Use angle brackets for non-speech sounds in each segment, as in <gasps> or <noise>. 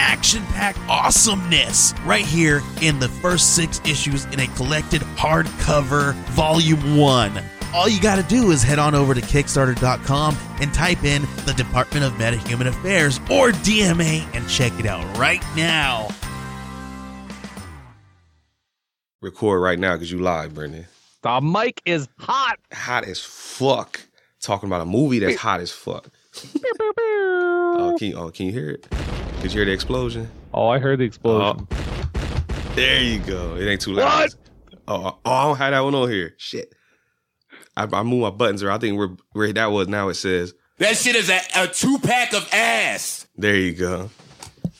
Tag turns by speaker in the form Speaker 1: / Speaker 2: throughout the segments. Speaker 1: action packed awesomeness right here in the first six issues in a collected hardcover volume one. All you got to do is head on over to Kickstarter.com and type in the Department of Meta Human Affairs or DMA and check it out right now.
Speaker 2: Record right now because you live, Brendan.
Speaker 3: The mic is hot.
Speaker 2: Hot as fuck. Talking about a movie that's hot as fuck. Oh, can you, oh, can you hear it? Did you hear the explosion?
Speaker 3: Oh, I heard the explosion.
Speaker 2: There you go. It ain't too loud. Oh, oh, I don't have that one on here. Shit. I, I moved my buttons or I think where where that was now it says
Speaker 4: That shit is a, a two pack of ass.
Speaker 2: There you go.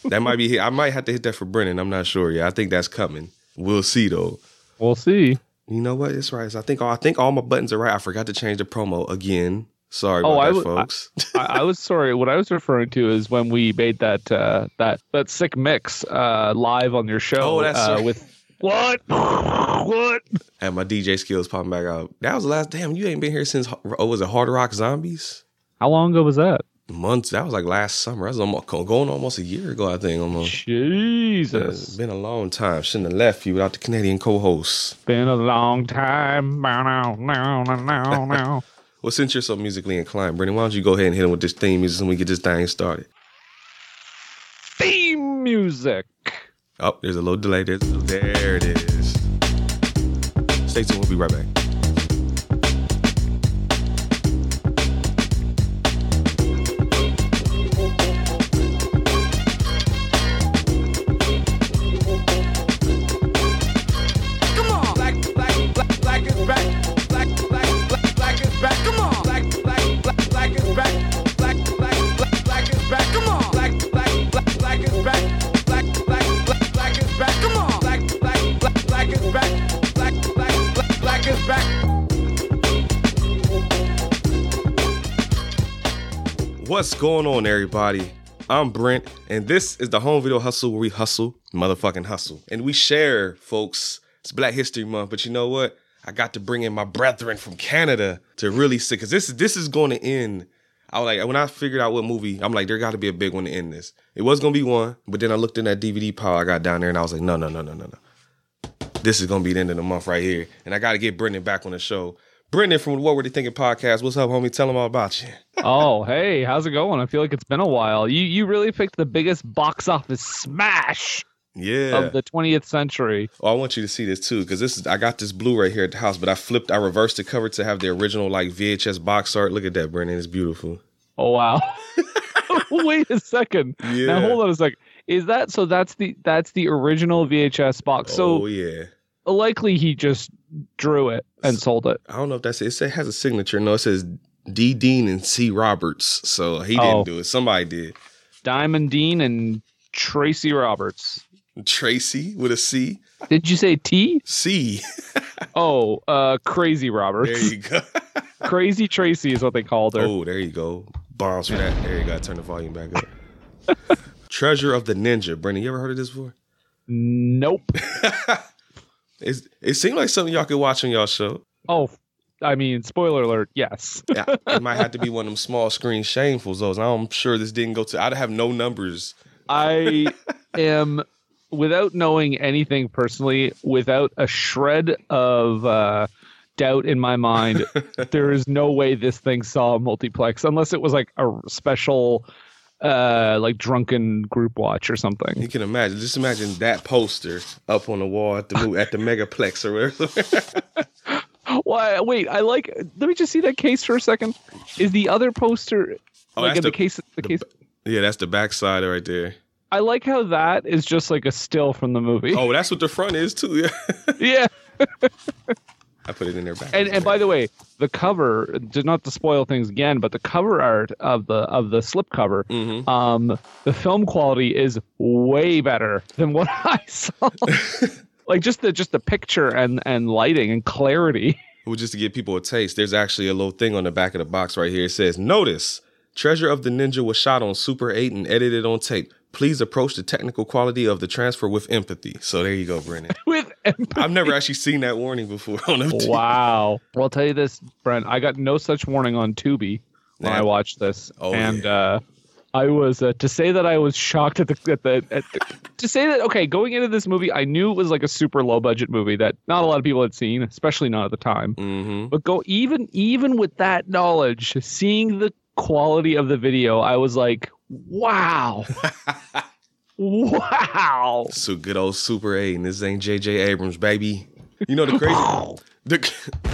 Speaker 2: That might be. I might have to hit that for Brennan. I'm not sure. Yeah, I think that's coming. We'll see though.
Speaker 3: We'll see.
Speaker 2: You know what? It's right. It's- I think all I think all my buttons are right. I forgot to change the promo again. Sorry
Speaker 3: Oh,
Speaker 2: about
Speaker 3: I
Speaker 2: that,
Speaker 3: would-
Speaker 2: folks. <laughs>
Speaker 3: I, I was sorry. What I was referring to is when we made that uh, that that sick mix uh, live on your show.
Speaker 2: Oh, that's
Speaker 3: uh,
Speaker 2: right.
Speaker 3: with what what?
Speaker 2: and my DJ skills popping back up. That was the last. Damn, you ain't been here since. Oh, was it Hard Rock Zombies?
Speaker 3: How long ago was that?
Speaker 2: Months. That was like last summer. That was almost, going almost a year ago. I think almost. It's
Speaker 3: Jesus,
Speaker 2: been a long time. Shouldn't have left you without the Canadian co-host.
Speaker 3: been a long time. Now now now
Speaker 2: <laughs>
Speaker 3: now now.
Speaker 2: Well, since you're so musically inclined, Brendan, why don't you go ahead and hit him with this theme music and we get this thing started.
Speaker 3: Theme music.
Speaker 2: Oh, there's a little delay. There's, there it is. Stay tuned. We'll be right back.
Speaker 4: Come on. Black, black, black, black is back. Black, black, black, black is back. Come on. Black, black, black, black is back. Black, black, black, black is back. Come on. Black, black, black, black is back. Black, black, black, black is back. Come on. Black, black, black, black is back. Black, black, black, black is back.
Speaker 2: What's going on, everybody? I'm Brent, and this is the Home Video Hustle where we hustle, motherfucking hustle. And we share, folks. It's Black History Month, but you know what? I got to bring in my brethren from Canada to really see, because this, this is going to end. I was like, when I figured out what movie, I'm like, there got to be a big one to end this. It was going to be one, but then I looked in that DVD pile I got down there, and I was like, no, no, no, no, no, no. This is going to be the end of the month right here. And I got to get Brendan back on the show. Brendan from What Were They Thinking podcast. What's up, homie? Tell them all about you.
Speaker 3: Oh hey, how's it going? I feel like it's been a while. You you really picked the biggest box office smash
Speaker 2: Yeah.
Speaker 3: of the 20th century.
Speaker 2: Oh, I want you to see this too, because this is I got this Blu-ray here at the house, but I flipped, I reversed the cover to have the original like VHS box art. Look at that, Brendan. It's beautiful. <laughs>
Speaker 3: Oh wow. <laughs> Wait a second.
Speaker 2: Yeah.
Speaker 3: Now hold on a sec. Is that so? That's the that's the original VHS box.
Speaker 2: oh
Speaker 3: So
Speaker 2: yeah.
Speaker 3: likely he just drew it and sold it.
Speaker 2: I don't know if that's it. It sa- has a signature. No, it says D Dean and C Roberts. So he didn't
Speaker 3: Oh.
Speaker 2: do it. Somebody did.
Speaker 3: Diamond Dean and Tracy Roberts.
Speaker 2: Tracy with a C.
Speaker 3: Did you say T? <laughs>
Speaker 2: C.
Speaker 3: Oh, uh, Crazy
Speaker 2: There
Speaker 3: Roberts.
Speaker 2: you go.
Speaker 3: <laughs> Crazy Tracy is what they called her.
Speaker 2: oh, there you go. Bombs for that. There you go. Turn the volume back up. <laughs> Treasure of the Ninja. Brendan, you ever heard of this before?
Speaker 3: Nope.
Speaker 2: It's, it seemed like something y'all could watch on y'all show.
Speaker 3: Oh, I mean, spoiler alert. Yes.
Speaker 2: Yeah, it might have to be one of them small screen shamefuls. Those I'm sure this didn't go to. I'd have no numbers. <laughs>
Speaker 3: I am, without knowing anything personally, without a shred of uh, doubt in
Speaker 2: <laughs>
Speaker 3: my mind, there is no way this thing saw a multiplex unless it was like a special, uh, like drunken group watch or something.
Speaker 2: You can imagine. Just imagine that poster up on the wall at the mo- at the megaplex or whatever.
Speaker 3: <gasps>
Speaker 2: <laughs>
Speaker 3: Why? Wait, I like. Let me just see that case for a second. Is the other poster
Speaker 2: Oh,
Speaker 3: like
Speaker 2: that's
Speaker 3: in the,
Speaker 2: the-
Speaker 3: case? The, case.
Speaker 2: yeah, that's the backside right there.
Speaker 3: I like how that is just like a still from the movie.
Speaker 2: Oh, that's what the front is too. <laughs> Yeah,
Speaker 3: <laughs> yeah.
Speaker 2: I put it in there back.
Speaker 3: and and by the way, the cover did not to spoil things again, but the cover art of the of the slip cover, <laughs> um, the film quality is way better than what I saw. like just the just the picture and and lighting and clarity. <laughs>
Speaker 2: Well, just to give people a taste, there's actually a little thing on the back of the box right here. It says, Notice, Treasure of the Ninja was shot on Super 8 and edited on tape. Please approach the technical quality of the transfer with empathy. So there you go, Brennan.
Speaker 3: With
Speaker 2: I've never actually seen that warning before <laughs> on a
Speaker 3: wow. Well, I'll tell you this, Brent. I got no such warning on Tubi when
Speaker 2: Yeah.
Speaker 3: I watched this,
Speaker 2: Oh,
Speaker 3: and uh, I was uh, to say that I was shocked at the at the, at the to say that okay, going into this movie, I knew it was like a super low budget movie that not a lot of people had seen, especially not at the time.
Speaker 2: Mm-hmm.
Speaker 3: But go even even with that knowledge, seeing the quality of the video, I was like,
Speaker 2: <laughs>
Speaker 3: wow, wow.
Speaker 2: So good old Super 8, and this ain't J.J. Abrams, baby. You know the
Speaker 3: <laughs>
Speaker 2: crazy. the,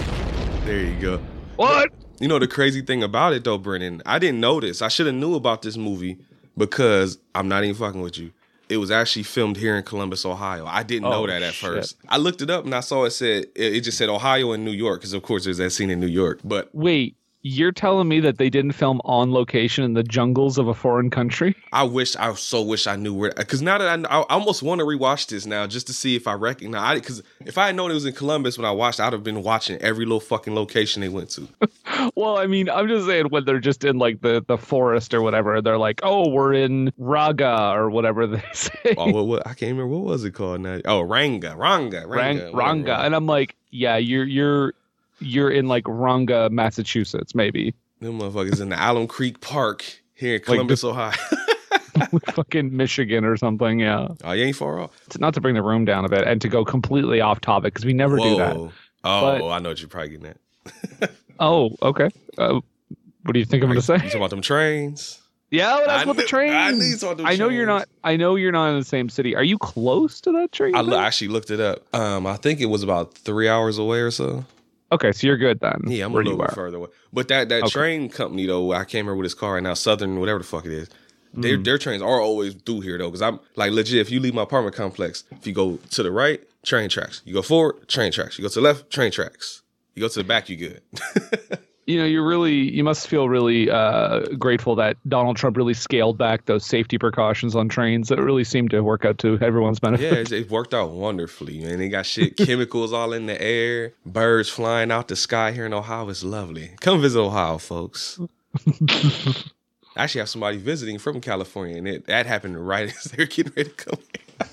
Speaker 2: there you go.
Speaker 3: What?
Speaker 2: You know the crazy thing about it though, Brennan. I didn't know this. I should have knew about this movie because I'm not even fucking with you. It was actually filmed here in Columbus, Ohio. I didn't know
Speaker 3: Oh,
Speaker 2: that at
Speaker 3: shit.
Speaker 2: first. I looked it up and I saw it said it, it just said Ohio and New York because of course there's that scene in New York. But
Speaker 3: Wait, you're telling me that they didn't film on location in the jungles of a foreign country? <laughs>
Speaker 2: I wish I so wish I knew where because now that I, kn- I almost want to rewatch this now just to see if I recognize because if I had known it was in Columbus when I watched, I'd have been watching every little fucking location they went
Speaker 3: <laughs>
Speaker 2: to.
Speaker 3: Well, I mean, I'm just saying when they're just in like the, the forest or whatever, they're like, oh, we're in Raga or whatever <laughs> they say.
Speaker 2: oh, what, what I can't remember what was it called now? Oh, Ranga, Ranga,
Speaker 3: Rang-
Speaker 2: Ranga,
Speaker 3: Ranga.
Speaker 2: whatever.
Speaker 3: And I'm like, yeah, you're you're you're in like Ranga, Massachusetts, maybe. <laughs>
Speaker 2: Them motherfuckers in the Alum Creek Park here in Columbus, Ohio. <laughs>
Speaker 3: Fucking Michigan or something, yeah.
Speaker 2: oh, you ain't far off.
Speaker 3: To- Not to bring the room down a bit and to go completely off topic because we never do that.
Speaker 2: Whoa. Oh,
Speaker 3: But-
Speaker 2: I know what you're probably getting at.
Speaker 3: Oh, okay. Uh, what do you think I'm going to
Speaker 2: You
Speaker 3: say?
Speaker 2: talking about them trains?
Speaker 3: Yeah, well,
Speaker 2: I
Speaker 3: that's what the
Speaker 2: knew-
Speaker 3: train.
Speaker 2: I knew you saw them
Speaker 3: I know you're
Speaker 2: trains.
Speaker 3: not. I know you're not in the same city. Are you close to that train?
Speaker 2: I
Speaker 3: thing?
Speaker 2: lo- actually looked it up. Um, I think it was about three hours away or so.
Speaker 3: okay, so you're good then.
Speaker 2: Yeah, I'm
Speaker 3: where
Speaker 2: a
Speaker 3: you
Speaker 2: little bit
Speaker 3: are.
Speaker 2: further away. But that that
Speaker 3: Okay.
Speaker 2: train company though, I can't remember what it's called right now, Southern, whatever the fuck it is. Their
Speaker 3: Mm.
Speaker 2: their trains are always through here though, because I'm like legit. If you leave my apartment complex, if you go to the right, train tracks. You go forward, train tracks. You go to the left, train tracks. You go to the back, you good. <laughs>
Speaker 3: You know, you're really. You must feel really uh, grateful that Donald Trump really scaled back those safety precautions on trains. That really seemed to work out to everyone's benefit.
Speaker 2: yeah, it's, it worked out wonderfully, man. They got <laughs> shit chemicals all in the air, birds flying out the sky here in Ohio. It's lovely. Come visit Ohio, <laughs> folks. I actually have somebody visiting from California, and it, that happened right <laughs> as they're getting ready to come.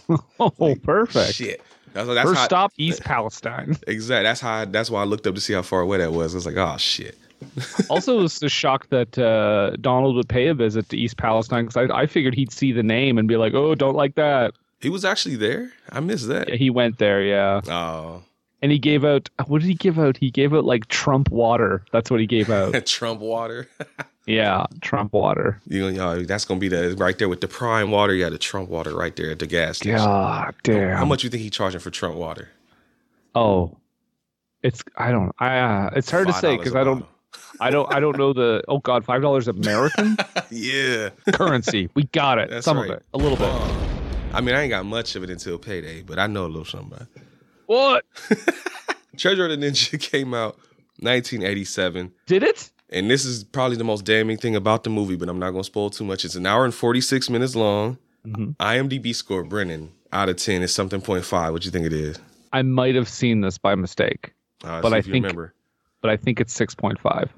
Speaker 2: here.
Speaker 3: <laughs> oh, perfect.
Speaker 2: Shit. That's, that's
Speaker 3: First
Speaker 2: how,
Speaker 3: stop,
Speaker 2: <laughs>
Speaker 3: East Palestine.
Speaker 2: Exactly. That's how. I, that's why I looked up to see how far away that was. I was like, oh shit.
Speaker 3: also, was just shocked that uh, Donald would pay a visit to East Palestine because I, I figured he'd see the name and be like, "Oh, don't like that."
Speaker 2: He was actually there. I missed that.
Speaker 3: Yeah, he went there. Yeah.
Speaker 2: Oh, <laughs>
Speaker 3: and he gave out what did he give out he gave out like trump water that's what he gave
Speaker 2: <laughs>
Speaker 3: out
Speaker 2: Trump water.
Speaker 3: yeah trump water
Speaker 2: you know, y'all, that's gonna be the right there with the prime water. You got the Trump water right there at the gas station.
Speaker 3: god damn
Speaker 2: How much you think he charging for Trump water?
Speaker 3: oh it's i don't i uh, it's hard to say
Speaker 2: $5
Speaker 3: because
Speaker 2: a
Speaker 3: i don't
Speaker 2: bottle.
Speaker 3: i don't i don't know the oh god five
Speaker 2: <laughs>
Speaker 3: dollars american
Speaker 2: yeah.
Speaker 3: currency we got it
Speaker 2: That's
Speaker 3: some
Speaker 2: right.
Speaker 3: of it a little bit
Speaker 2: I mean, I ain't got much of it until payday, but I know a little something. About it.
Speaker 3: what
Speaker 2: Treasure of the Ninja <laughs> came out 1987.
Speaker 3: did it
Speaker 2: and this is probably the most damning thing about the movie, but I'm not gonna spoil too much. It's an hour and 46 minutes long.
Speaker 3: Mhm.
Speaker 2: IMDb score, Brennan, out of 10 is something point five. What you think it is?
Speaker 3: i might have seen this by mistake
Speaker 2: Uh,
Speaker 3: But
Speaker 2: see
Speaker 3: I
Speaker 2: if you
Speaker 3: think-
Speaker 2: remember.
Speaker 3: but i think it's 6.5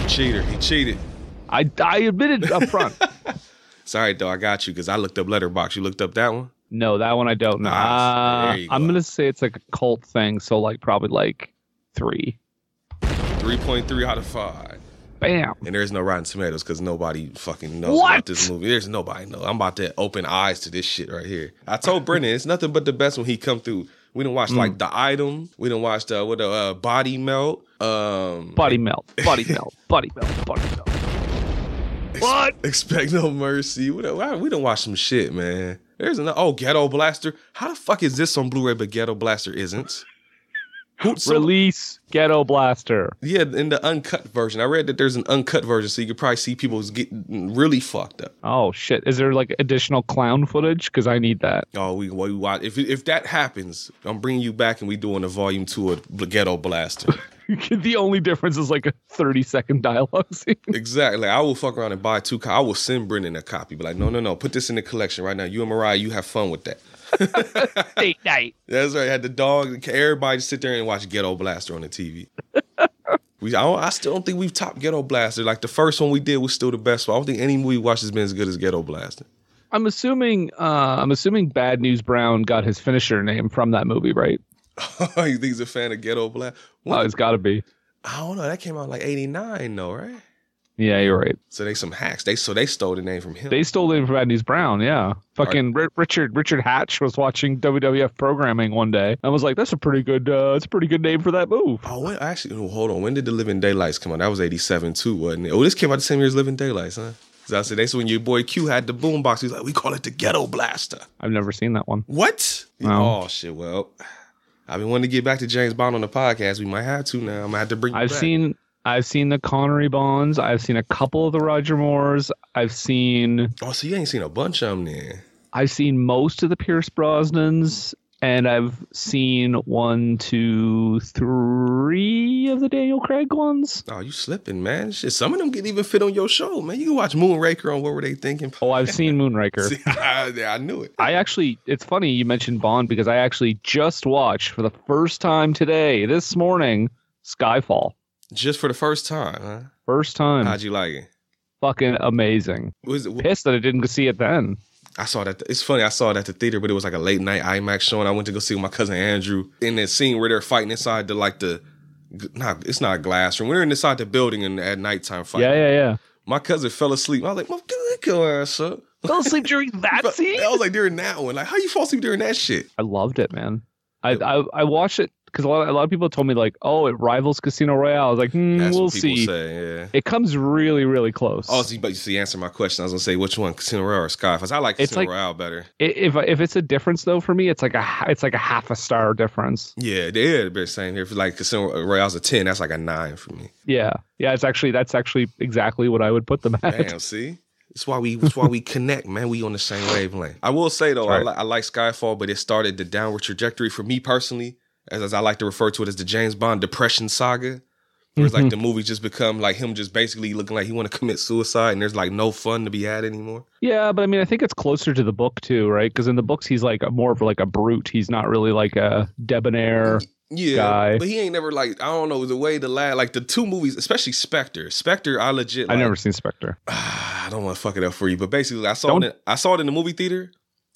Speaker 2: He cheated. He cheated.
Speaker 3: i i admitted up
Speaker 2: <laughs>
Speaker 3: front
Speaker 2: Sorry though, I got you because I looked up Letterbox. You looked up that one.
Speaker 3: No, that one I don't know.
Speaker 2: Ah,
Speaker 3: Uh,
Speaker 2: there you
Speaker 3: I'm
Speaker 2: go.
Speaker 3: gonna say it's like a cult thing, so like probably like three.
Speaker 2: 3.3 out of five.
Speaker 3: Bam.
Speaker 2: And there's no Rotten Tomatoes because nobody fucking knows
Speaker 3: What?
Speaker 2: about this movie. There's nobody know. I'm about to open eyes to this shit right here. I told Brennan it's nothing but the best when he come through. We didn't watch
Speaker 3: Mm.
Speaker 2: like the item. We didn't watch the what the uh, body melt. Um,
Speaker 3: Body melt. Body melt. Body melt. Body melt. What?
Speaker 2: Expect no mercy. We don't, we don't watch some shit, man. There's an oh ghetto blaster. How the fuck is this on Blu-ray but ghetto blaster isn't? Who, some-
Speaker 3: Release Ghetto Blaster.
Speaker 2: yeah, in the uncut version. I read that there's an uncut version, so you could probably see people get really fucked up.
Speaker 3: Oh shit! Is there like additional clown footage? Because I need that. <laughs>
Speaker 2: Oh, we, we watch if if that happens, I'm bringing you back and we doing a volume two of Bl- ghetto blaster.
Speaker 3: the only difference is like a thirty-second dialogue <laughs> scene.
Speaker 2: exactly. I will fuck around and buy two. Co- I will send Brendan a copy. Be like, no, no, no. Put this in the collection right now. You and Mariah, you have fun with that.
Speaker 3: <laughs> Date night.
Speaker 2: That's right. Had the dog. Everybody just sit there and watch Ghetto Blaster on the
Speaker 3: <laughs>
Speaker 2: TV. we, I, don't, I still don't think we've topped Ghetto Blaster. Like the first one we did was still the best. one. I don't think any movie we watched has been as good as Ghetto Blaster. <laughs>
Speaker 3: I'm assuming. Uh, I'm assuming Bad News Brown got his finisher name from that movie, right?
Speaker 2: you think he's a fan of Ghetto Blaster?
Speaker 3: Oh, it's got to be.
Speaker 2: I don't know. That came out like '89, though, right?
Speaker 3: Yeah, you're right.
Speaker 2: So they some hacks. They so they stole the name from him.
Speaker 3: They stole it from Bad News Brown. Yeah, fucking Ri- Richard Richard Hatch was watching WWF programming one day and was like, "That's a pretty good. Uh, that's a pretty good name for that move."
Speaker 2: oh, when, actually, oh, hold on. When did the Living Daylights come out? That was '87 too, wasn't it? Oh, this came out the same year as Living Daylights, huh? So I said that's when your boy Q had the boombox. He's like, we call it the Ghetto Blaster.
Speaker 3: I've never seen that one.
Speaker 2: What?
Speaker 3: Wow.
Speaker 2: Oh shit. Well, I've been wanting to get back to James Bond on the podcast. We might have to now. I'm gonna have to bring. you
Speaker 3: I've
Speaker 2: back.
Speaker 3: seen. I've seen the Connery Bonds. I've seen a couple of the Roger Moores. I've seen.
Speaker 2: Oh, so you ain't seen a bunch of them then.
Speaker 3: I've seen most of the Pierce Brosnans, and I've seen one, two, three of the Daniel Craig ones.
Speaker 2: Oh, you slipping, man. Shit, some of them could even fit on your show, man. You can watch Moonraker on What Were They Thinking? <laughs>
Speaker 3: Oh, I've seen Moonraker.
Speaker 2: See, I, I knew it.
Speaker 3: I actually, it's funny you mentioned Bond because I actually just watched for the first time today, this morning, Skyfall.
Speaker 2: Just for the first time, huh?
Speaker 3: First time.
Speaker 2: How'd you like it?
Speaker 3: Fucking amazing.
Speaker 2: Was it?
Speaker 3: Pissed that I didn't see it then.
Speaker 2: I saw that. It's funny. I saw it at the theater, but it was like a late night IMAX show, and I went to go see with my cousin Andrew in that scene where they're fighting inside the like the. Not, it's not a glass room. We're inside the building and at nighttime fighting.
Speaker 3: Yeah,
Speaker 2: <laughs>
Speaker 3: yeah, yeah.
Speaker 2: My cousin fell asleep. I was like, "Mom, get your ass up."
Speaker 3: Fell asleep during that
Speaker 2: But
Speaker 3: scene?
Speaker 2: I was like, during that one, like, how you fall asleep during that shit?
Speaker 3: I loved it, man. I, I, I watched it because a lot, a lot of people told me, like, oh, it rivals Casino Royale. I was like, hmm,
Speaker 2: That's
Speaker 3: we'll
Speaker 2: what people
Speaker 3: see.
Speaker 2: say. Yeah.
Speaker 3: It comes really, really close.
Speaker 2: Oh, see, but you see, answer my question. I was gonna say which one, Casino Royale or Skyfall? I like
Speaker 3: It's
Speaker 2: Casino
Speaker 3: like-
Speaker 2: Royale better.
Speaker 3: I- if if it's a difference though for me, it's like a ha- it's like a half a star difference.
Speaker 2: Yeah, they are the best same here. If like Casino Royale's a ten, that's like a nine for me.
Speaker 3: Yeah, yeah. It's actually that's actually exactly what I would put them at.
Speaker 2: Damn, see, it's why we it's why we connect, man. We on the same wavelength. I will say though, I,
Speaker 3: Right.
Speaker 2: li- I like Skyfall, but it started the downward trajectory for me personally, as, as I like to refer to it as the James Bond depression saga. Where
Speaker 3: Mm-hmm.
Speaker 2: it's like the movie just become like him just basically looking like he want to commit suicide, and there's like no fun to be had anymore.
Speaker 3: <laughs> Yeah, but I mean, I think it's closer to the book too, right? Because in the books, he's like a, more of like a brute. He's not really like a debonair.
Speaker 2: yeah,
Speaker 3: guy.
Speaker 2: But he ain't never like I don't know the way the lad like the two movies, especially Spectre. Spectre, I legit.
Speaker 3: I've
Speaker 2: like-
Speaker 3: never seen Spectre.
Speaker 2: <sighs> I don't want to fuck it up for you, but basically, I saw
Speaker 3: Don't-
Speaker 2: it. In, I saw it in the movie theater.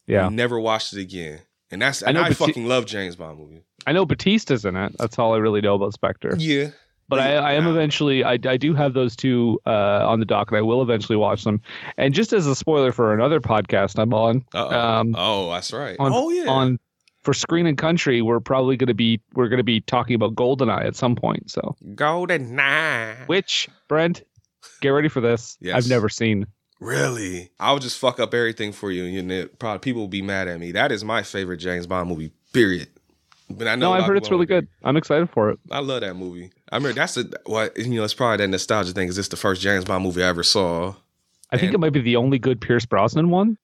Speaker 3: Yeah,
Speaker 2: never watched it again. And that's
Speaker 3: I
Speaker 2: and
Speaker 3: know,
Speaker 2: I,
Speaker 3: but you-
Speaker 2: fucking love James Bond movie.
Speaker 3: I know Batista's in it. That's all I really know about Spectre.
Speaker 2: Yeah,
Speaker 3: But I, I am
Speaker 2: Yeah.
Speaker 3: eventually, I, I do have those two uh, on the dock, and I will eventually watch them. And just as a spoiler for another podcast I'm on,
Speaker 2: Uh-oh.
Speaker 3: um,
Speaker 2: oh, that's right.
Speaker 3: on,
Speaker 2: oh yeah,
Speaker 3: on for Screen and Country, we're probably going to be we're going to be talking about Goldeneye at some point. So,
Speaker 2: Golden Nine.
Speaker 3: which Brent, get ready for this.
Speaker 2: Yes.
Speaker 3: I've never seen.
Speaker 2: Really? I'll just fuck up everything for you, and it, probably people will be mad at me. That is my favorite James Bond movie. Period. But I know a
Speaker 3: No,
Speaker 2: lot
Speaker 3: I've
Speaker 2: of
Speaker 3: heard
Speaker 2: people
Speaker 3: it's really
Speaker 2: don't agree.
Speaker 3: good. I'm excited for it.
Speaker 2: I love that movie. I remember that's a well, you know, it's probably that nostalgia thing. Is this the first James Bond movie I ever saw? <sighs>
Speaker 3: I think
Speaker 2: And-
Speaker 3: it might be the only good Pierce Brosnan one.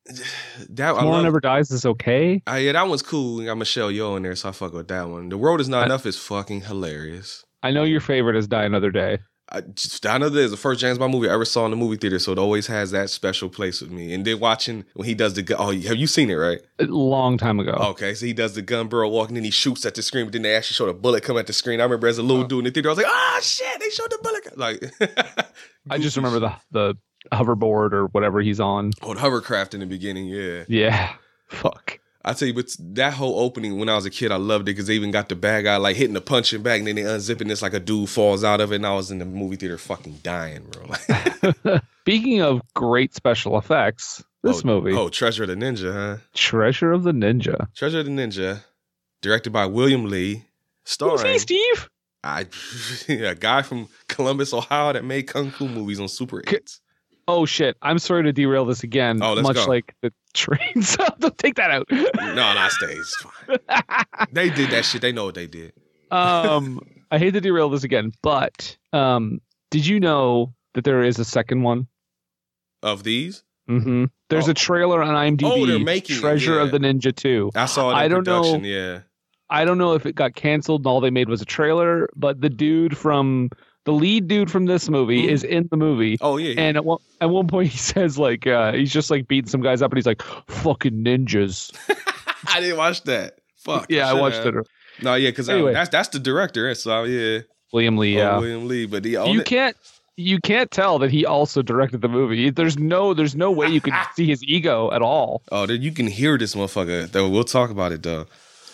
Speaker 2: That I
Speaker 3: Tomorrow
Speaker 2: love,
Speaker 3: Never Dies is okay.
Speaker 2: Ah, yeah, that one's cool. We got Michelle Yeoh in there, so I fuck with that one. The world is not enough is fucking hilarious.
Speaker 3: I know your favorite is Die Another Day.
Speaker 2: I, just, I know that is the first James Bond movie I ever saw in the movie theater, so it always has that special place with me. And then watching when he does the gu- oh, have you seen it right?
Speaker 3: A long time ago.
Speaker 2: Okay, so he does the gun barrel walking, and he shoots at the screen, but then they actually show the bullet come at the screen. I remember as a
Speaker 3: Oh.
Speaker 2: little dude in the theater, I was like, ah, shit, they showed the bullet. come." Like,
Speaker 3: <laughs> I just
Speaker 2: <laughs>
Speaker 3: remember the the hoverboard or whatever he's on.
Speaker 2: oh, the hovercraft in the beginning, yeah.
Speaker 3: Yeah. Fuck.
Speaker 2: I tell you, but that whole opening when I was a kid, I loved it because they even got the bad guy like hitting the punching bag, and then they unzipping this like a dude falls out of it, and I was in the movie theater fucking dying, bro. <laughs> Like,
Speaker 3: Speaking of great special effects, this
Speaker 2: oh,
Speaker 3: movie,
Speaker 2: oh, Treasure of the Ninja, huh?
Speaker 3: Treasure of the Ninja.
Speaker 2: Treasure of the Ninja, directed by William Lee,
Speaker 3: Who's he,
Speaker 2: starring
Speaker 3: Steve?
Speaker 2: I, <laughs> a guy from Columbus, Ohio, that made kung fu movies on Super
Speaker 3: K-
Speaker 2: 8.
Speaker 3: Oh shit! I'm sorry to derail this again.
Speaker 2: Oh, let's
Speaker 3: much
Speaker 2: go.
Speaker 3: like the <laughs> train. So don't take that out.
Speaker 2: no, no, it stays. It's fine. They did that shit. They know what they did.
Speaker 3: <laughs> um, I hate to derail this again, but um, did you know that there is a second one?
Speaker 2: Of these,
Speaker 3: Mm-hmm. There's
Speaker 2: Oh.
Speaker 3: a trailer on IMDb.
Speaker 2: Oh, they're making it,
Speaker 3: Treasure of
Speaker 2: yeah.
Speaker 3: the Ninja Two.
Speaker 2: I saw it in
Speaker 3: I don't know.
Speaker 2: production. Yeah.
Speaker 3: I don't know if it got canceled and all they made was a trailer, but the dude from the the lead dude from this movie
Speaker 2: Mm.
Speaker 3: is in the movie.
Speaker 2: Oh yeah, yeah.
Speaker 3: And at one, at one point, <laughs> he says, like, uh, he's just like beating some guys up and he's like, fucking ninjas.
Speaker 2: <laughs> I didn't watch that. Fuck.
Speaker 3: yeah, I
Speaker 2: should
Speaker 3: watched
Speaker 2: have.
Speaker 3: it.
Speaker 2: No, yeah, because
Speaker 3: Anyway.
Speaker 2: that's that's the director. So yeah,
Speaker 3: William Lee. Yeah.
Speaker 2: Oh, William Lee. But the
Speaker 3: you
Speaker 2: only,
Speaker 3: can't you can't tell that he also directed the movie. There's no there's no way
Speaker 2: <laughs>
Speaker 3: you can see his ego at all.
Speaker 2: oh, dude, you can hear this motherfucker. Though we'll talk about it though.